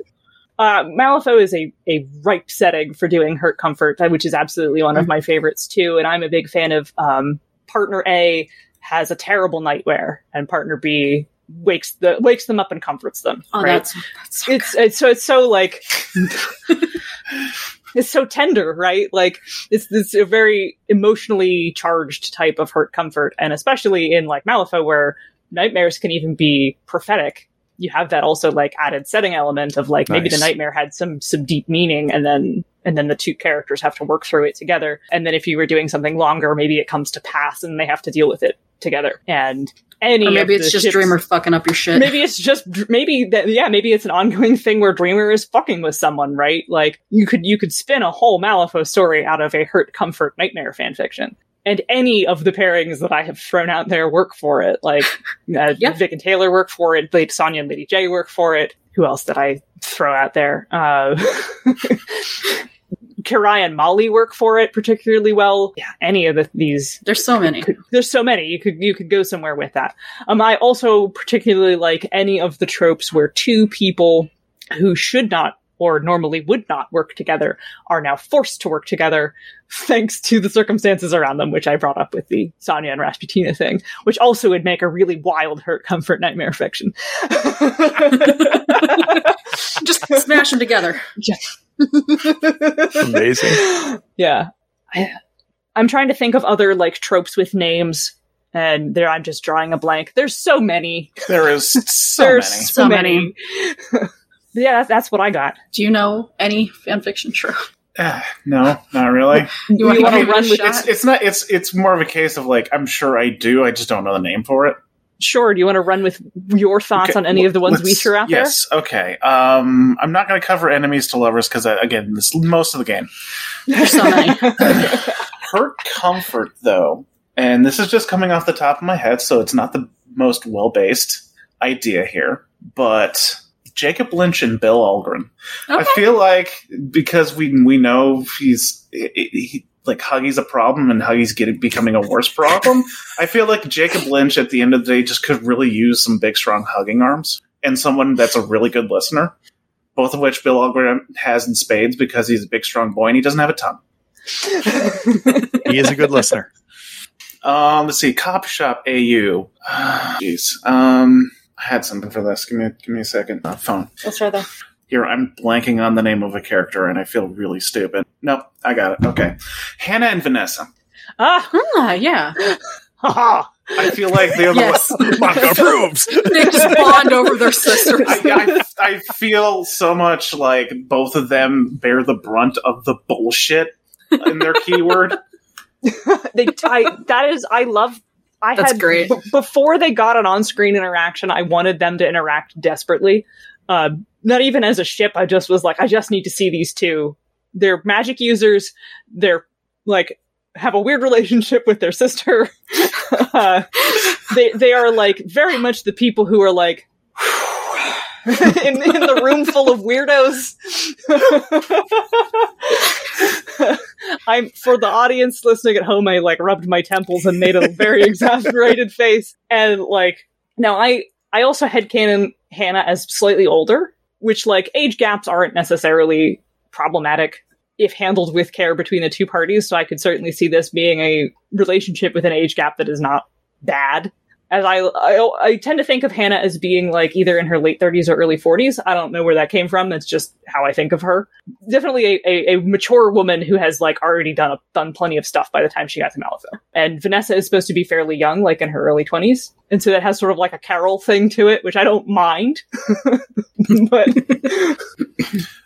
Speaker 4: Uh, Malifaux is a, a ripe setting for doing Hurt Comfort, uh, which is absolutely one
Speaker 3: Mm-hmm.
Speaker 4: of my favorites too. And I'm a big fan of um, Partner A has a terrible nightmare, and Partner B wakes the wakes them up and comforts them.
Speaker 3: Oh,
Speaker 4: right?
Speaker 3: that's that's
Speaker 4: it's, it's so it's so like it's so tender, right? Like it's it's a very emotionally charged type of hurt comfort, and especially in like Malifaux, where nightmares can even be prophetic. You have that also like added setting element of like maybe the
Speaker 2: Nice.
Speaker 4: nightmare had some some deep meaning, and then and then the two characters have to work through it together. And then if you were doing something longer, maybe it comes to pass, and they have to deal with it together. And any
Speaker 3: or maybe
Speaker 4: of the
Speaker 3: it's just
Speaker 4: ships-
Speaker 3: Dreamer fucking up your shit.
Speaker 4: maybe it's just maybe that yeah maybe it's an ongoing thing where dreamer is fucking with someone right like you could you could spin a whole malifaux story out of a hurt comfort nightmare fanfiction and any of the pairings that i have thrown out there work for it like uh,
Speaker 3: Yeah.
Speaker 4: vic and taylor work for it lady sonia and lady j work for it who else did i throw out there uh Kirai and Molly work for it particularly well. Yeah, any of the, these
Speaker 3: There's so many.
Speaker 4: there's so many you could you could go somewhere with that um i also particularly like any of the tropes where two people who should not or normally would not work together are now forced to work together thanks to the circumstances around them which i brought up with the sonia and rasputina thing which also would make a really wild hurt comfort nightmare fiction
Speaker 3: Just smash them together.
Speaker 2: Amazing.
Speaker 4: yeah. I, I'm trying to think of other like tropes with names, and there I'm just drawing a blank. There's so many.
Speaker 5: There is so
Speaker 4: There's
Speaker 5: many.
Speaker 4: so
Speaker 3: So
Speaker 4: many. yeah, that's, that's what I got.
Speaker 6: Do you know any fan fiction? Sure.
Speaker 5: Ah, no, not really.
Speaker 6: You
Speaker 4: wanna
Speaker 6: wanna give it
Speaker 4: run
Speaker 6: a
Speaker 4: with-
Speaker 6: shot?
Speaker 5: it's it's not it's it's more of a case of like I'm sure I do. I just don't know the name for it.
Speaker 4: Sure. Do you want to run with your thoughts
Speaker 5: Okay,
Speaker 4: on any of the ones we
Speaker 5: let's-
Speaker 4: threw out
Speaker 5: yes, okay. Um, I'm not going to cover enemies to lovers because again, this is most of the game.
Speaker 6: There's so many.
Speaker 5: Hurt comfort though, and this is just coming off the top of my head, so it's not the most well based idea here. But Jacob Lynch and Bill Aldrin. I
Speaker 6: Okay.
Speaker 5: feel like because we we know he's he, he- like Huggy's a problem and Huggy's getting becoming a worse problem. I feel like Jacob Lynch at the end of the day just could really use some big strong hugging arms and someone that's a really good listener. Both of which Bill Aldrin has in spades because he's a big strong boy and he doesn't have a tongue.
Speaker 2: He is a good listener.
Speaker 5: Um, let's see, cop shop AU. Jeez, um, I had something for this. Give me give me a second. Uh, phone.
Speaker 6: Let's try that.
Speaker 5: Here, I'm blanking on the name of a character, and I feel really stupid. Nope, I got it. Okay, Hannah and Vanessa.
Speaker 4: there? Ah,
Speaker 6: Ah, yeah.
Speaker 4: ha ha.
Speaker 5: I feel like the other
Speaker 6: Yes.
Speaker 2: Monica approves.
Speaker 6: They just bond over their sisters.
Speaker 5: I, I, I feel so much like both of them bear the brunt of the bullshit in their keyword.
Speaker 4: They, I, that is, I love. I
Speaker 6: That's
Speaker 4: had,
Speaker 6: great.
Speaker 4: b- before they got an on-screen interaction, I wanted them to interact desperately. Uh, not even as a ship. I just was like, I just need to see these two. They're magic users. They're like have a weird relationship with their sister. uh, they they are like very much the people who are like. in, in the room full of weirdos. I'm for the audience listening at home. I like rubbed my temples and made a very exasperated face. And like now, I I also had canon Hannah as slightly older, which like age gaps aren't necessarily problematic if handled with care between the two parties. So I could certainly see this being a relationship with an age gap that is not bad. As I, I I tend to think of Hannah as being like either in her late 30s or early 40s. I don't know where that came from. That's just how I think of her definitely a, a, a mature woman who has like already done a, done plenty of stuff by the time she got to Malifaux. And Vanessa is supposed to be fairly young, like in her early twenties, and so that has sort of like a Carol thing to it, which I don't mind. but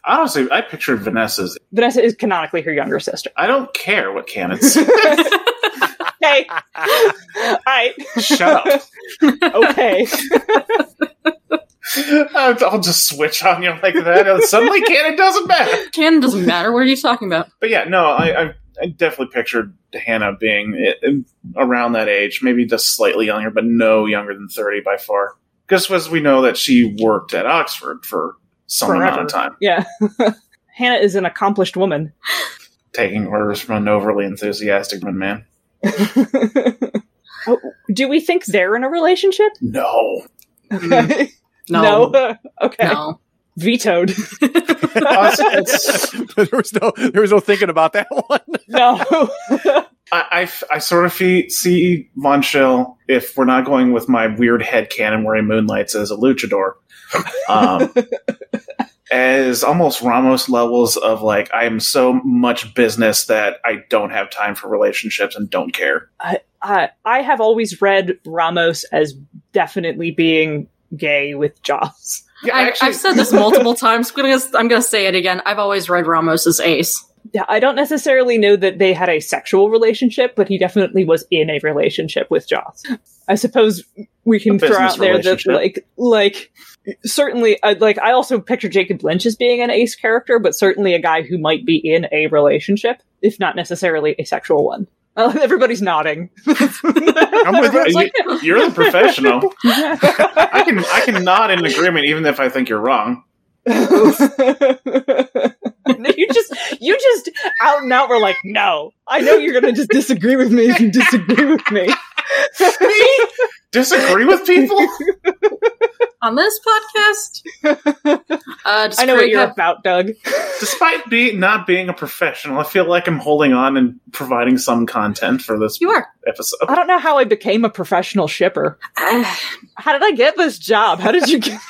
Speaker 5: Honestly, I pictured Vanessa's.
Speaker 4: Vanessa is canonically her younger sister.
Speaker 5: I don't care what canons.
Speaker 4: Okay, all right,
Speaker 5: Shut up.
Speaker 4: okay.
Speaker 5: I'll I'll just switch on you like that, and suddenly canon doesn't matter.
Speaker 6: Canon doesn't matter. What are you talking about?
Speaker 5: But yeah, no, I, I, I definitely pictured Hannah being i- i- around that age, maybe just slightly younger, but no younger than 30 by far. Just as we know that she worked at Oxford for some amount
Speaker 4: Forever.
Speaker 5: of time,
Speaker 4: Yeah, Hannah is an accomplished woman.
Speaker 5: taking orders from an overly enthusiastic young man.
Speaker 4: Oh, Do we think they're in a relationship?
Speaker 5: No.
Speaker 4: Okay.
Speaker 6: Mm, No.
Speaker 4: okay.
Speaker 6: No.
Speaker 4: Vetoed.
Speaker 5: Us- it's-
Speaker 2: there was no there was no thinking about that one.
Speaker 4: No.
Speaker 5: I, I f- I sort of fee- see Von Schill, if we're not going with my weird head cannon where he moonlights as a luchador, um, as almost Ramos levels of like, I am so much business that I don't have time for relationships and don't care.
Speaker 4: uh, I have always read Ramos as definitely being gay with Jaws.
Speaker 5: Yeah,
Speaker 6: I, I've said this multiple times. I'm gonna, I'm gonna say it again. I've always read Ramos as ace.
Speaker 4: Yeah, I don't necessarily know that they had a sexual relationship, but he definitely was in a relationship with Jaws. I suppose we can
Speaker 5: A
Speaker 4: throw
Speaker 5: business
Speaker 4: out there that,
Speaker 5: relationship.
Speaker 4: like, like certainly, uh, like I also picture Jacob Lynch as being an ace character, but certainly a guy who might be in a relationship, if not necessarily a sexual one. Uh, everybody's nodding.
Speaker 2: I'm with you.
Speaker 5: You- You're the professional. I can I can nod in agreement, even if I think you're wrong.
Speaker 4: you just you just out and out were like, no. I know you're gonna just disagree with me if you disagree with me.
Speaker 5: Me disagree with people.
Speaker 6: On this podcast, uh, just
Speaker 4: I know what
Speaker 6: create
Speaker 4: you're
Speaker 6: a-
Speaker 4: about, Doug.
Speaker 5: Despite be, not being a professional, I feel like I'm holding on and providing some content for this
Speaker 6: You are.
Speaker 5: episode.
Speaker 4: I don't know how I became a professional shipper. How did I get this job? How did you get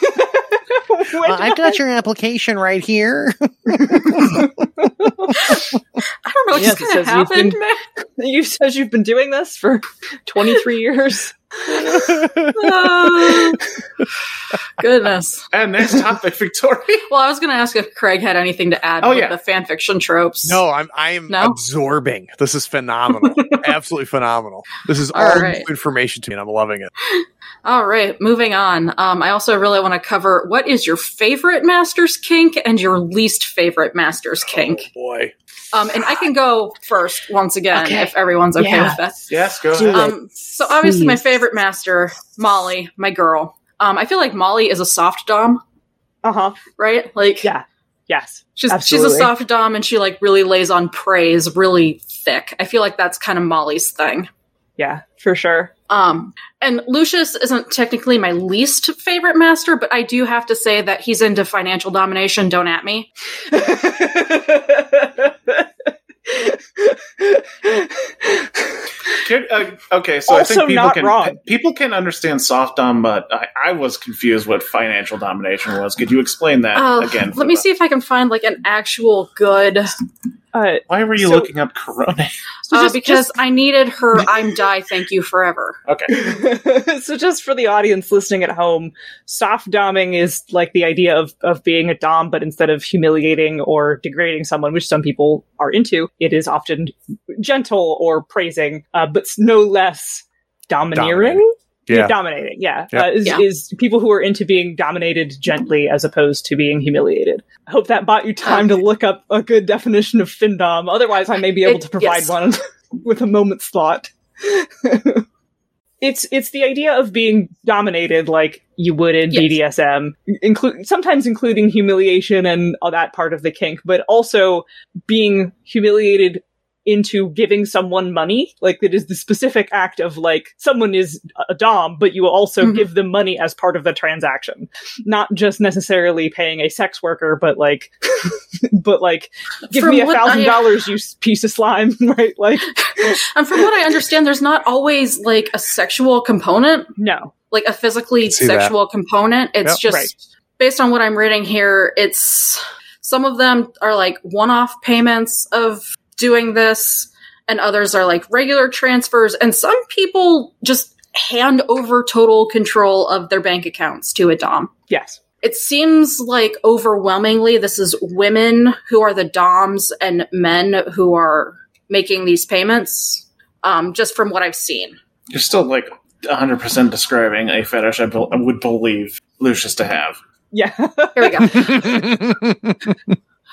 Speaker 4: When did
Speaker 7: got your application right here.
Speaker 6: I don't know what's
Speaker 4: Yes, it
Speaker 6: gonna
Speaker 4: says you've
Speaker 6: happen.
Speaker 4: been- you says you've been doing this for 23 years.
Speaker 3: Ah. Goodness.
Speaker 5: And next topic, Victoria.
Speaker 3: Well, I was going to ask if Craig had anything to add
Speaker 5: Oh,
Speaker 3: with
Speaker 5: yeah.
Speaker 3: the fan fiction tropes.
Speaker 2: No, I'm I am
Speaker 3: No?
Speaker 2: absorbing. This is phenomenal. Absolutely phenomenal. This is all,
Speaker 3: All right.
Speaker 2: new information to me and I'm loving it.
Speaker 3: All right, moving on. Um, I also really want to cover what is your favorite master's kink and your least favorite master's kink.
Speaker 2: Oh boy.
Speaker 3: Um, and I can go first once again
Speaker 4: Okay.
Speaker 3: if everyone's okay
Speaker 4: Yeah.
Speaker 3: with that.
Speaker 5: Yes, go
Speaker 4: Do
Speaker 5: ahead.
Speaker 4: it.
Speaker 3: Um, so obviously, my
Speaker 4: Please.
Speaker 3: favorite master, Molly, my girl. Um, I feel like Molly is a soft dom,
Speaker 4: Uh huh.
Speaker 3: right? Like
Speaker 4: Yeah. Yes.
Speaker 3: she's she's
Speaker 4: absolutely.
Speaker 3: a soft dom, and she like really lays on praise really thick. I feel like that's kind of Molly's thing.
Speaker 4: Yeah. For sure.
Speaker 3: Um, and Lucius isn't technically my least favorite master, but I do have to say that he's into financial domination. Don't at me.
Speaker 4: Uh,
Speaker 5: Can- uh, okay, so I
Speaker 4: Also
Speaker 5: think people
Speaker 4: not
Speaker 5: can
Speaker 4: wrong.
Speaker 5: people can understand soft dom, but I, I was confused what financial domination was. Could you explain that
Speaker 3: Uh,
Speaker 5: again? for
Speaker 3: let me
Speaker 5: them?
Speaker 3: see if I can find like an actual good
Speaker 4: uh,
Speaker 5: Why were you
Speaker 4: So-
Speaker 5: looking up Corona?
Speaker 4: so
Speaker 3: uh,
Speaker 4: just-
Speaker 3: because I needed her. I'm die. Thank you forever.
Speaker 5: Okay,
Speaker 4: so just for the audience listening at home, soft doming is like the idea of of being a dom, but instead of humiliating or degrading someone, which some people are into, it is often gentle or praising, uh, but s- no less domineering.
Speaker 2: Dominating. Yeah.
Speaker 4: dominating. Yeah,
Speaker 2: Yeah.
Speaker 4: Uh, is,
Speaker 3: Yeah.
Speaker 4: is people who are into being dominated gently as opposed to being humiliated. I hope that bought you time to look up a good definition of findom. Otherwise, I may be able
Speaker 3: Um, It-
Speaker 4: to provide
Speaker 3: yes.
Speaker 4: one with a moment's thought. it's it's the idea of being dominated like you would in
Speaker 3: Yes.
Speaker 4: BDSM, include sometimes including humiliation and all that part of the kink, but also being humiliated into giving someone money. Like it is the specific act of like someone is a dom, but you also
Speaker 3: Mhm.
Speaker 4: give them money as part of the transaction, not just necessarily paying a sex worker, but like, but like, give
Speaker 3: From
Speaker 4: me a
Speaker 3: what I-
Speaker 4: thousand dollars, you s- piece of slime, right? Like,
Speaker 3: And from what I understand, there's not always like a sexual component,
Speaker 4: no,
Speaker 3: like a physically
Speaker 2: See that.
Speaker 3: sexual component. It's
Speaker 2: Yep.
Speaker 3: just
Speaker 4: Right.
Speaker 3: based on what I'm reading here, it's some of them are like one off payments of doing this, and others are like regular transfers, and some people just hand over total control of their bank accounts to a Dom.
Speaker 4: yes,
Speaker 3: It seems like overwhelmingly this is women who are the Doms and men who are making these payments, um, just from what I've seen.
Speaker 5: you're still like 100 percent describing a fetish I, bel I would believe Lucius to have.
Speaker 4: yeah,
Speaker 3: Here we go.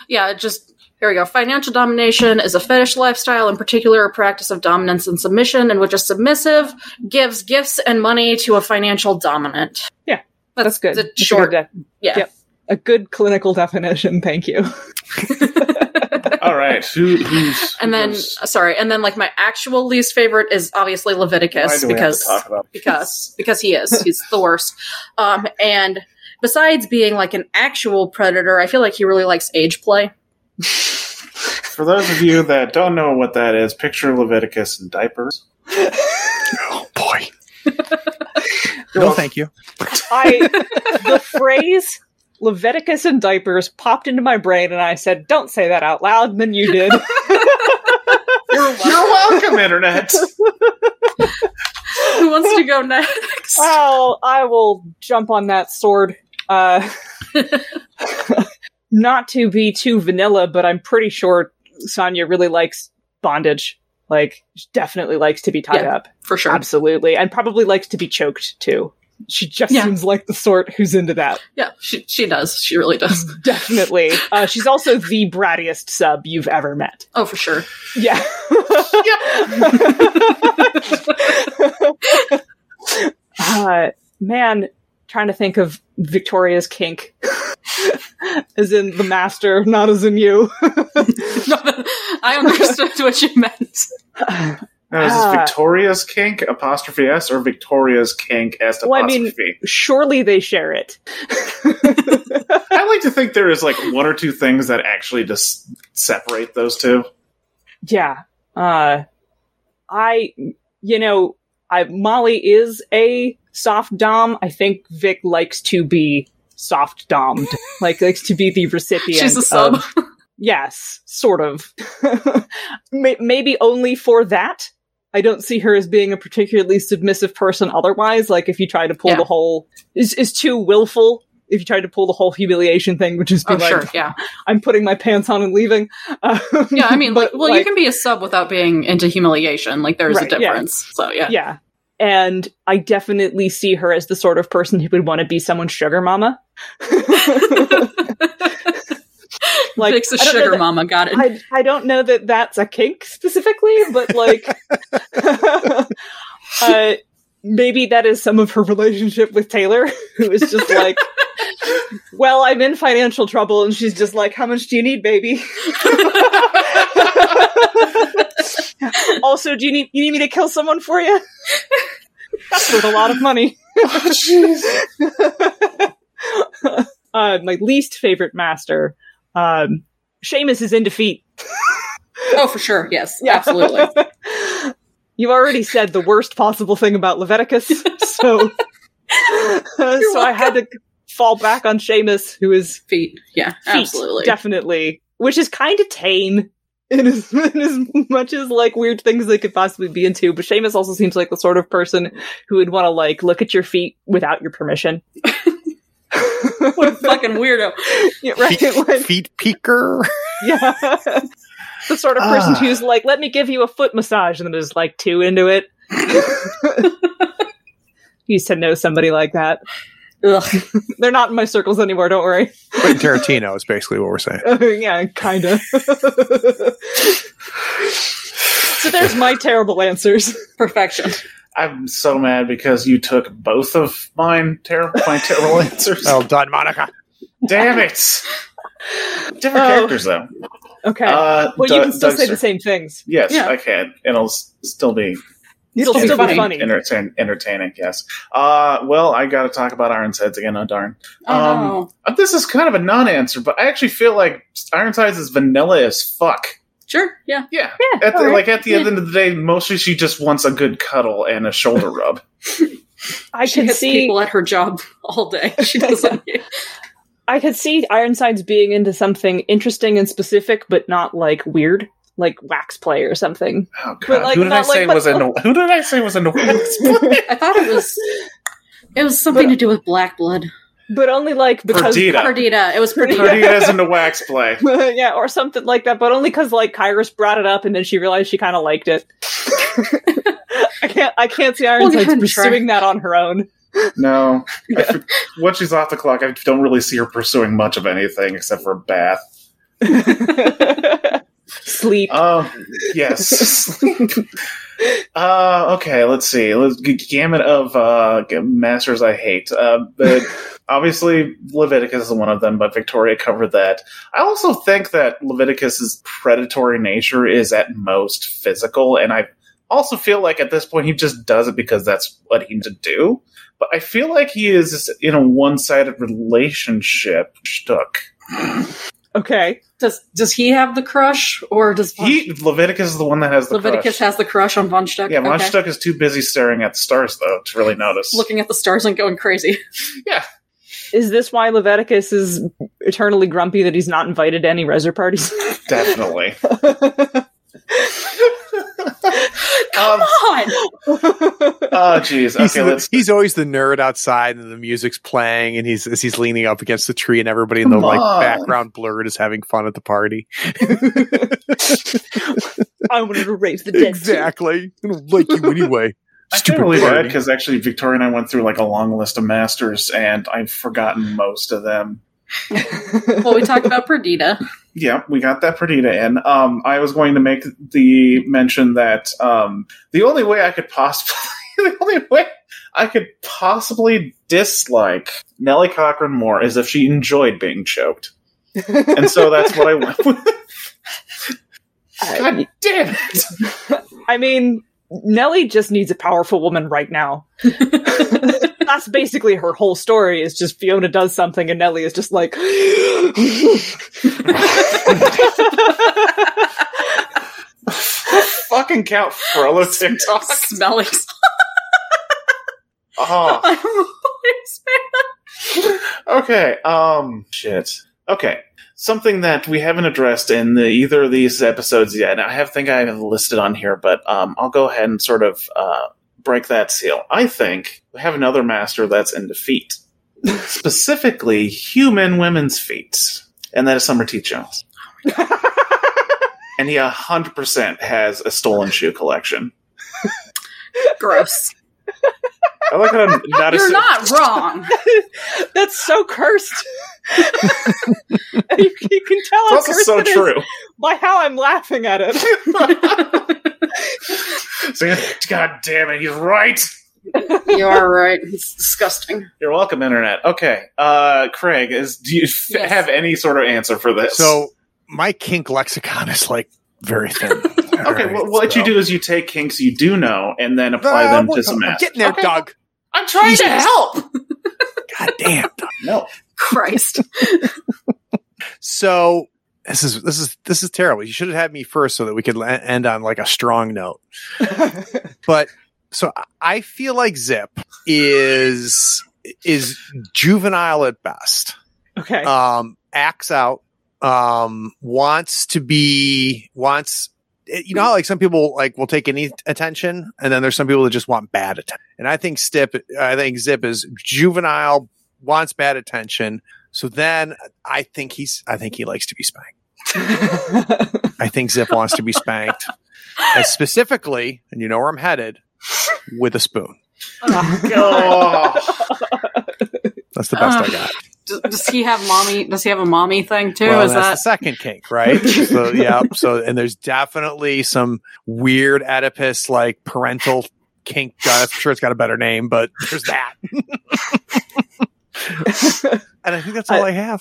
Speaker 3: yeah, it just here we go. Financial domination is a fetish lifestyle, in particular, a practice of dominance and submission, in which a submissive gives gifts and money to a financial dominant.
Speaker 4: Yeah, that's good.
Speaker 3: The
Speaker 4: That's a
Speaker 3: short,
Speaker 4: good de-
Speaker 3: yeah.
Speaker 4: yep. a good clinical definition. Thank you.
Speaker 5: All right, who, who's
Speaker 3: And then,
Speaker 5: who's-
Speaker 3: sorry, and then like my actual least favorite is obviously
Speaker 5: why
Speaker 3: Leviticus
Speaker 5: do we have to
Speaker 3: because
Speaker 5: talk about
Speaker 3: because because he is he's the worst. Um, and besides being like an actual predator, I feel like he really likes age play.
Speaker 5: For those of you that don't know what that is, picture Leviticus in diapers.
Speaker 2: Oh boy.
Speaker 8: No, thank you.
Speaker 4: I the phrase Leviticus and diapers popped into my brain, and I said, "Don't say that out loud." And then you did.
Speaker 5: You're welcome, internet.
Speaker 3: Who wants to go next?
Speaker 4: Well, I will jump on that sword. Uh, not to be too vanilla, but I'm pretty sure Sonya really likes bondage. Like, she definitely likes to be tied
Speaker 3: Yeah,
Speaker 4: up.
Speaker 3: For sure.
Speaker 4: Absolutely. And probably likes to be choked, too. She just
Speaker 3: Yeah.
Speaker 4: seems like the sort who's into that.
Speaker 3: Yeah, she she does. She really does.
Speaker 4: Definitely. Uh, she's also the brattiest sub you've ever met.
Speaker 3: Oh, for sure.
Speaker 4: Yeah. uh, man, trying to think of Victoria's kink. as in the master, not as in you.
Speaker 3: No, I understood what you meant.
Speaker 5: Now, is
Speaker 4: Ah.
Speaker 5: this Victoria's kink apostrophe s or Victoria's kink s
Speaker 4: Well, I mean-
Speaker 5: apostrophe?
Speaker 4: Surely they share it.
Speaker 5: I, like to think there is like one or two things that actually just separate those two.
Speaker 4: Yeah. Uh, I, you know, I Molly is a soft dom. I think Vic likes to be soft domed, like likes to be the recipient.
Speaker 3: She's a sub.
Speaker 4: of- yes, sort of. May- Maybe only for that. I don't see her as being a particularly submissive person otherwise. Like if you try to pull
Speaker 6: Yeah.
Speaker 4: the whole is is too willful. If you try to pull the whole humiliation thing, which is be
Speaker 6: Oh,
Speaker 4: like,
Speaker 6: sure, yeah,
Speaker 4: I'm putting my pants on and leaving. Um,
Speaker 6: yeah. I mean,
Speaker 4: but,
Speaker 6: like, well, you can be a sub without being into humiliation. Like, there's
Speaker 4: Right,
Speaker 6: a
Speaker 4: yeah.
Speaker 6: difference. So, yeah,
Speaker 4: yeah. And I definitely see her as the sort of person who would want to be someone's sugar mama.
Speaker 6: like,
Speaker 4: Like,
Speaker 6: Vic's a
Speaker 4: I don't know
Speaker 6: sugar
Speaker 4: that-
Speaker 6: mama. Got it.
Speaker 4: I, I don't know that that's a kink specifically, but like, uh, maybe that is some of her relationship with Taylor, who is just like, well, I'm in financial trouble. And she's just like, how much do you need, baby? also, do you need, you need me to kill someone for you? that's worth a lot of money. uh, my least favorite master. Um, Seamus is in defeat.
Speaker 3: Oh, for sure. Yes,
Speaker 4: Yeah.
Speaker 3: absolutely.
Speaker 4: You've already said the worst possible thing about Leviticus, so uh, so I had to fall back on Seamus, who is
Speaker 3: Feet. Yeah,
Speaker 4: feet,
Speaker 3: absolutely.
Speaker 4: definitely, which is kind of tame in as, in as much as like weird things they could possibly be into. But Seamus also seems like the sort of person who would want to like look at your feet without your permission.
Speaker 3: what a fucking weirdo.
Speaker 4: Yeah, right? Like-
Speaker 2: Feet peeker.
Speaker 4: yeah. the sort of person
Speaker 5: Ah.
Speaker 4: who's like, let me give you a foot massage, and then is like too into it. Used to know somebody like that.
Speaker 3: Ugh.
Speaker 4: They're not in my circles anymore, don't worry. Oh,
Speaker 2: Quentin Tarantino is basically what we're saying.
Speaker 4: yeah, kind of. so there's my terrible answers.
Speaker 3: Perfection.
Speaker 5: I'm so mad because you took both of mine terrible, my terrible answers.
Speaker 2: Well done, Monica.
Speaker 5: Damn it! Different
Speaker 4: Oh.
Speaker 5: characters though.
Speaker 4: Okay.
Speaker 5: Uh,
Speaker 4: well, you
Speaker 5: Du-
Speaker 4: can still say
Speaker 5: Dumpster.
Speaker 4: the same things.
Speaker 5: Yes,
Speaker 3: Yeah.
Speaker 5: I can. It'll s- still be
Speaker 4: It'll
Speaker 3: It's
Speaker 4: still be
Speaker 3: funny.
Speaker 4: funny.
Speaker 5: entertain, entertaining. Yes. Uh, well, I got to talk about Ironsides again. Oh darn.
Speaker 3: Oh,
Speaker 5: Um,
Speaker 3: no.
Speaker 5: Uh, This is kind of a non-answer, but I actually feel like Ironsides is vanilla as fuck.
Speaker 3: Sure. Yeah.
Speaker 5: Yeah.
Speaker 4: Yeah,
Speaker 5: At the,
Speaker 4: all right.
Speaker 5: Like at the end of the day, mostly she just wants a good cuddle and a shoulder rub.
Speaker 4: I
Speaker 3: She
Speaker 4: can
Speaker 3: hits
Speaker 4: see
Speaker 3: people at her job all day. She doesn't.
Speaker 4: I could see Ironsides being into something interesting and specific, but not like weird, like wax play or something.
Speaker 5: Oh god.
Speaker 4: But, like,
Speaker 5: who did I
Speaker 4: not like-
Speaker 5: say
Speaker 4: but-
Speaker 5: was a no- who did I say was a Norwegian?
Speaker 3: I thought it was. It was something to do with black blood.
Speaker 4: But only like because
Speaker 5: Perdita.
Speaker 3: Perdita. It was Perdita.
Speaker 5: Perdita's into wax play.
Speaker 4: yeah, or something like that. But only because like Kairos brought it up, and then she realized she kind of liked it. I can't. I can't see
Speaker 3: give
Speaker 4: Ironsides
Speaker 3: it a try.
Speaker 4: pursuing that on her own.
Speaker 5: No. I f- once she's off the clock, I don't really see her pursuing much of anything except for a bath.
Speaker 4: Sleep.
Speaker 5: Um, yes. uh, okay, let's see. Let's g- gamut of uh, g- masters I hate. Uh, but obviously, Leviticus is one of them, but Victoria covered that. I also think that Leviticus's predatory nature is at most physical, and I also feel like at this point he just does it because that's what he needs to do. But I feel like he is in a one-sided relationship stuck.
Speaker 4: okay.
Speaker 3: Does Does he have the crush, or does Von-
Speaker 5: He Leviticus is the one that has the
Speaker 3: Leviticus
Speaker 5: crush.
Speaker 3: has the crush on Von Stuck?
Speaker 5: Yeah, Von
Speaker 3: Okay.
Speaker 5: Stuck is too busy staring at the stars, though, to really notice.
Speaker 3: Looking at the stars and going crazy.
Speaker 4: Is this why Leviticus is eternally grumpy that he's not invited to any reser parties?
Speaker 5: Definitely.
Speaker 3: Come on.
Speaker 5: Oh, jeez.
Speaker 2: He's,
Speaker 5: Um, Okay,
Speaker 2: the-
Speaker 5: let's.
Speaker 2: he's always the nerd outside, and the music's playing, and he's as he's leaning up against the tree, and everybody in the
Speaker 5: Come
Speaker 2: like
Speaker 5: on.
Speaker 2: background blurred is having fun at the party.
Speaker 4: I wanted to raise the dead.
Speaker 2: exactly. I don't like you anyway.
Speaker 5: I can't
Speaker 2: Stupid
Speaker 5: believe that
Speaker 2: party.
Speaker 5: because actually, Victoria and I went through like a long list of masters, and I've forgotten most of them.
Speaker 3: Well, we talked about Perdita.
Speaker 5: Yeah, we got that Perdita in. Um, I was going to make the mention that um, the only way I could possibly, the only way I could possibly dislike Nellie Cochran more is if she enjoyed being choked, and so that's what I went with.
Speaker 4: I-
Speaker 5: God damn it!
Speaker 4: I mean, Nellie just needs a powerful woman right now. That's basically her whole story. Is just Fiona does something and Nellie is just like.
Speaker 5: Fucking Count Frollo TikTok.
Speaker 3: Smelling.
Speaker 5: Oh,
Speaker 3: I don't know what it's-
Speaker 5: okay. Um, shit. Okay. something that we haven't addressed in the, either of these episodes yet. And I have think I have listed on here, but um, I'll go ahead and sort of uh, break that seal. I think we have another master that's into feet, specifically human women's feet, and that is Summer T. Jones. and he hundred percent has a stolen shoe collection.
Speaker 3: Gross.
Speaker 5: I like how I'm not
Speaker 3: You're
Speaker 5: assu-
Speaker 3: not wrong.
Speaker 4: That's so cursed. you, you can tell how
Speaker 5: That's
Speaker 4: cursed
Speaker 5: so
Speaker 4: it is
Speaker 5: true.
Speaker 4: by how I'm laughing at it.
Speaker 5: So, God damn it, he's right.
Speaker 9: you are right. It's disgusting.
Speaker 5: You're welcome, Internet. Okay, uh, Craig, is do you f-
Speaker 3: Yes.
Speaker 5: have any sort of answer for this?
Speaker 2: So my kink lexicon is like very thin. okay,
Speaker 5: okay, well, what you do is you take kinks you do know and then apply them to some
Speaker 2: I'm
Speaker 5: math.
Speaker 2: getting there,
Speaker 3: Okay.
Speaker 2: Doug.
Speaker 3: I'm trying to help.
Speaker 2: God damn. Doug.
Speaker 5: No,
Speaker 3: Christ.
Speaker 2: So this is this is this is terrible. You should have had me first so that we could la- end on like a strong note. but so I- I feel like Zip is is juvenile at best.
Speaker 4: Okay.
Speaker 2: um, acts out, um, wants to be, wants, eh, you know, how, like some people like will take any attention and then there's some people that just want bad attention. And I think Stip, I think Zip is juvenile, wants bad attention. So then I think he's, I think he likes to be spanked. I think Zip wants to be spanked and specifically, and you know where I'm headed with a spoon.
Speaker 5: Oh.
Speaker 2: That's the best I
Speaker 3: Ugh.
Speaker 2: got.
Speaker 3: does, does he have mommy? Does he have a mommy thing too?
Speaker 2: Well,
Speaker 3: Is
Speaker 2: that's
Speaker 3: that
Speaker 2: the second kink, right? so yeah. So and there's definitely some weird Oedipus like parental kink. I'm sure it's got a better name, but there's that. And I think that's all I, have.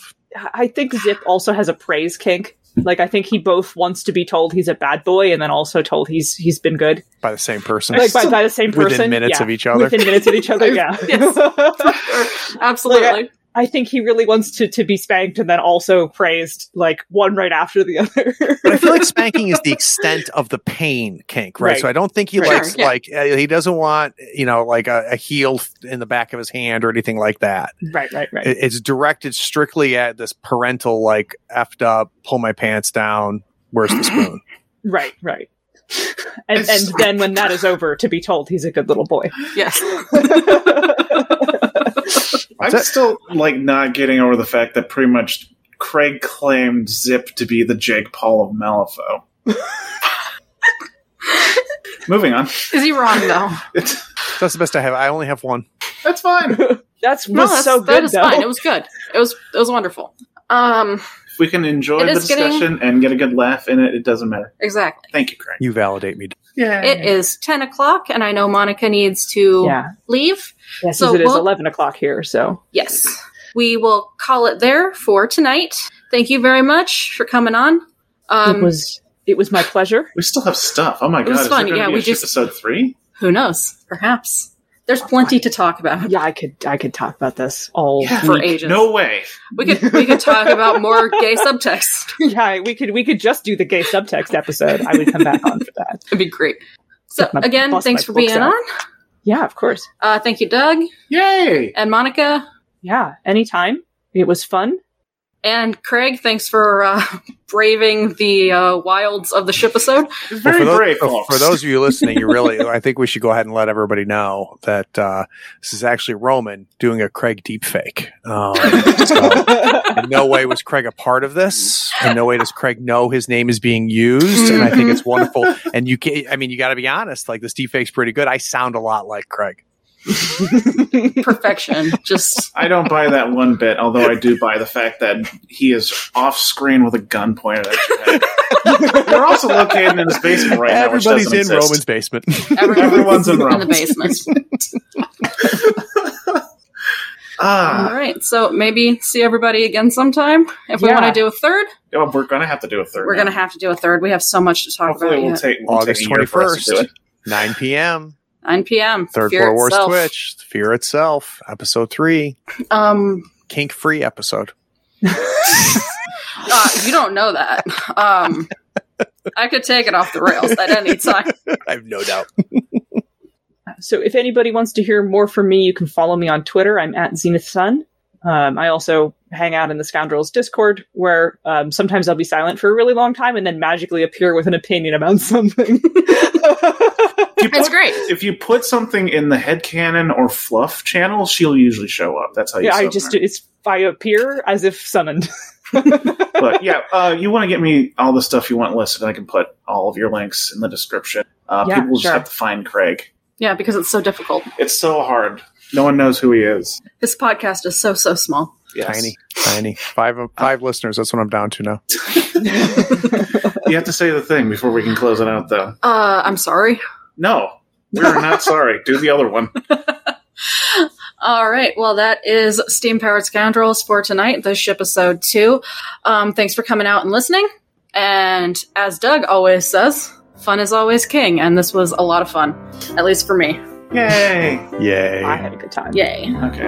Speaker 4: I think Zip also has a praise kink. Like I think he both wants to be told he's a bad boy and then also told he's he's been good.
Speaker 2: By the same person.
Speaker 4: Like by, by the same person.
Speaker 2: Within minutes
Speaker 4: yeah.
Speaker 2: of each other.
Speaker 4: Within minutes of each other, yeah.
Speaker 3: absolutely?
Speaker 4: I think he really wants to, to be spanked and then also praised, like one right after the other.
Speaker 2: but I feel like spanking is the extent of the pain kink, right?
Speaker 4: Right.
Speaker 2: So I don't think he
Speaker 4: Right.
Speaker 2: likes
Speaker 3: Sure, yeah.
Speaker 2: like uh, he doesn't want you know like a, a heel in the back of his hand or anything like that.
Speaker 4: right, right, right.
Speaker 2: It- It's directed strictly at this parental like effed up, pull my pants down. Where's the spoon?
Speaker 4: Right, right. And
Speaker 5: It's-
Speaker 4: and then when that is over, to be told he's a good little boy.
Speaker 3: yes.
Speaker 5: I'm
Speaker 2: That's it.
Speaker 5: still like not getting over the fact that pretty much Craig claimed Zip to be the Jake Paul of Malifaux. Moving on.
Speaker 3: Is he wrong though?
Speaker 5: It's,
Speaker 2: That's the best I have. I only have one.
Speaker 5: that's fine.
Speaker 4: That's
Speaker 3: No,
Speaker 4: was
Speaker 3: that's,
Speaker 4: so
Speaker 3: that
Speaker 4: good
Speaker 3: is
Speaker 4: though.
Speaker 3: fine. It was good. It was it was wonderful. Um,
Speaker 5: If we can enjoy
Speaker 3: It
Speaker 5: the
Speaker 3: is getting-
Speaker 5: discussion and get a good laugh in it, it doesn't matter.
Speaker 3: exactly.
Speaker 5: Thank you, Craig.
Speaker 2: You validate me.
Speaker 5: Yeah.
Speaker 3: It is ten o'clock, and I know Monica needs to
Speaker 4: yeah.
Speaker 3: leave.
Speaker 4: Yes,
Speaker 3: So
Speaker 4: as it is
Speaker 3: we'll-
Speaker 4: eleven o'clock here, so
Speaker 3: Yes, we will call it there for tonight. Thank you very much for coming on. Um,
Speaker 4: it was it was my pleasure.
Speaker 5: We still have stuff. Oh my
Speaker 3: It
Speaker 5: god!
Speaker 3: was
Speaker 5: is there
Speaker 3: fun.
Speaker 5: gonna
Speaker 3: Yeah,
Speaker 5: be
Speaker 3: we
Speaker 5: a
Speaker 3: just-
Speaker 5: episode three.
Speaker 3: who knows? Perhaps there's plenty to talk about.
Speaker 4: Yeah, I could I could talk about this all
Speaker 5: Yeah,
Speaker 3: For
Speaker 4: week.
Speaker 3: ages.
Speaker 5: No way.
Speaker 3: We could we could talk about more gay subtext.
Speaker 4: yeah, we could we could just do the gay subtext episode. I would come back on for that.
Speaker 3: It'd be great. So
Speaker 4: Get my-
Speaker 3: again,
Speaker 4: bust
Speaker 3: thanks
Speaker 4: my
Speaker 3: for
Speaker 4: books
Speaker 3: being
Speaker 4: out.
Speaker 3: on.
Speaker 4: Yeah, of course.
Speaker 3: Uh, thank you, Doug
Speaker 5: Yay!
Speaker 3: and Monica
Speaker 4: Yeah, anytime. It was fun.
Speaker 3: and Craig. Thanks for uh, braving the uh, wilds of the ship episode.
Speaker 5: It's very
Speaker 2: for, those,
Speaker 5: brave,
Speaker 2: oh,
Speaker 5: folks.
Speaker 2: for those of you listening, you really, I think we should go ahead and let everybody know that uh, this is actually Roman doing a Craig deepfake. Um, so in no way was Craig a part of this. In no way does Craig know his name is being used. And I think it's wonderful. And you can, I mean, you got to be honest. Like this deepfake's pretty good. I sound a lot like Craig.
Speaker 3: Perfection. Just
Speaker 5: I don't buy that one bit, although I do buy the fact that he is off screen with a gun pointed at your head. You're also located in his basement right now, which
Speaker 2: Everybody's
Speaker 5: doesn't
Speaker 2: in
Speaker 5: exist.
Speaker 2: Roman's basement.
Speaker 3: everyone's,
Speaker 5: Everyone's in
Speaker 3: in, the
Speaker 5: Rome's.
Speaker 3: basement. All
Speaker 5: Ah,
Speaker 3: right. So maybe see everybody again sometime. If we
Speaker 4: Yeah.
Speaker 3: want to do a third,
Speaker 5: oh, we're gonna have to do a third.
Speaker 3: we're
Speaker 5: now.
Speaker 3: going to have to do a third. We have so much to talk
Speaker 5: Hopefully,
Speaker 3: about.
Speaker 5: we'll
Speaker 3: yet.
Speaker 5: take we'll
Speaker 2: August
Speaker 5: take a year for us to do
Speaker 2: 21st.
Speaker 5: it.
Speaker 2: 9 p.m.
Speaker 3: 9 p.m.
Speaker 2: Third
Speaker 3: Fear
Speaker 2: Floor Wars
Speaker 3: itself.
Speaker 2: Twitch. Fear itself. Episode three.
Speaker 3: Um,
Speaker 2: Kink free episode.
Speaker 3: uh, you don't know that. Um, I could take it off the rails at any time.
Speaker 2: I have no doubt.
Speaker 4: So if anybody wants to hear more from me, you can follow me on Twitter. I'm at Zenith Sun. Um, I also hang out in the Scoundrels Discord, where um, sometimes I'll be silent for a really long time and then magically appear with an opinion about something.
Speaker 5: If you
Speaker 3: It's
Speaker 5: put-
Speaker 3: great.
Speaker 5: If you put something in the headcanon or fluff channel, she'll usually show up. That's how you
Speaker 4: yeah, I
Speaker 5: summon
Speaker 4: just
Speaker 5: her.
Speaker 4: it's I appear as if summoned.
Speaker 5: but yeah, uh, you want to get me all the stuff you want listed. I can put all of your links in the description. Uh,
Speaker 4: Yeah,
Speaker 5: people will just
Speaker 4: sure.
Speaker 5: have to find Craig.
Speaker 3: Yeah, because it's so difficult.
Speaker 5: It's so hard. No one knows who he is.
Speaker 3: This podcast is so so small.
Speaker 5: Yes.
Speaker 2: Tiny, tiny. Five five listeners. That's what I'm down to now.
Speaker 5: You have to say the thing before we can close it out, though.
Speaker 3: Uh, I'm sorry.
Speaker 5: No, we're not sorry. Do the other one.
Speaker 3: All right. Well, that is Steam Powered Scoundrels for tonight, the ship episode two. Um, thanks for coming out and listening. And as Doug always says, fun is always king. And this was a lot of fun, at least for me.
Speaker 5: Yay.
Speaker 2: Yay.
Speaker 4: I had a good time.
Speaker 3: Yay.
Speaker 5: Okay.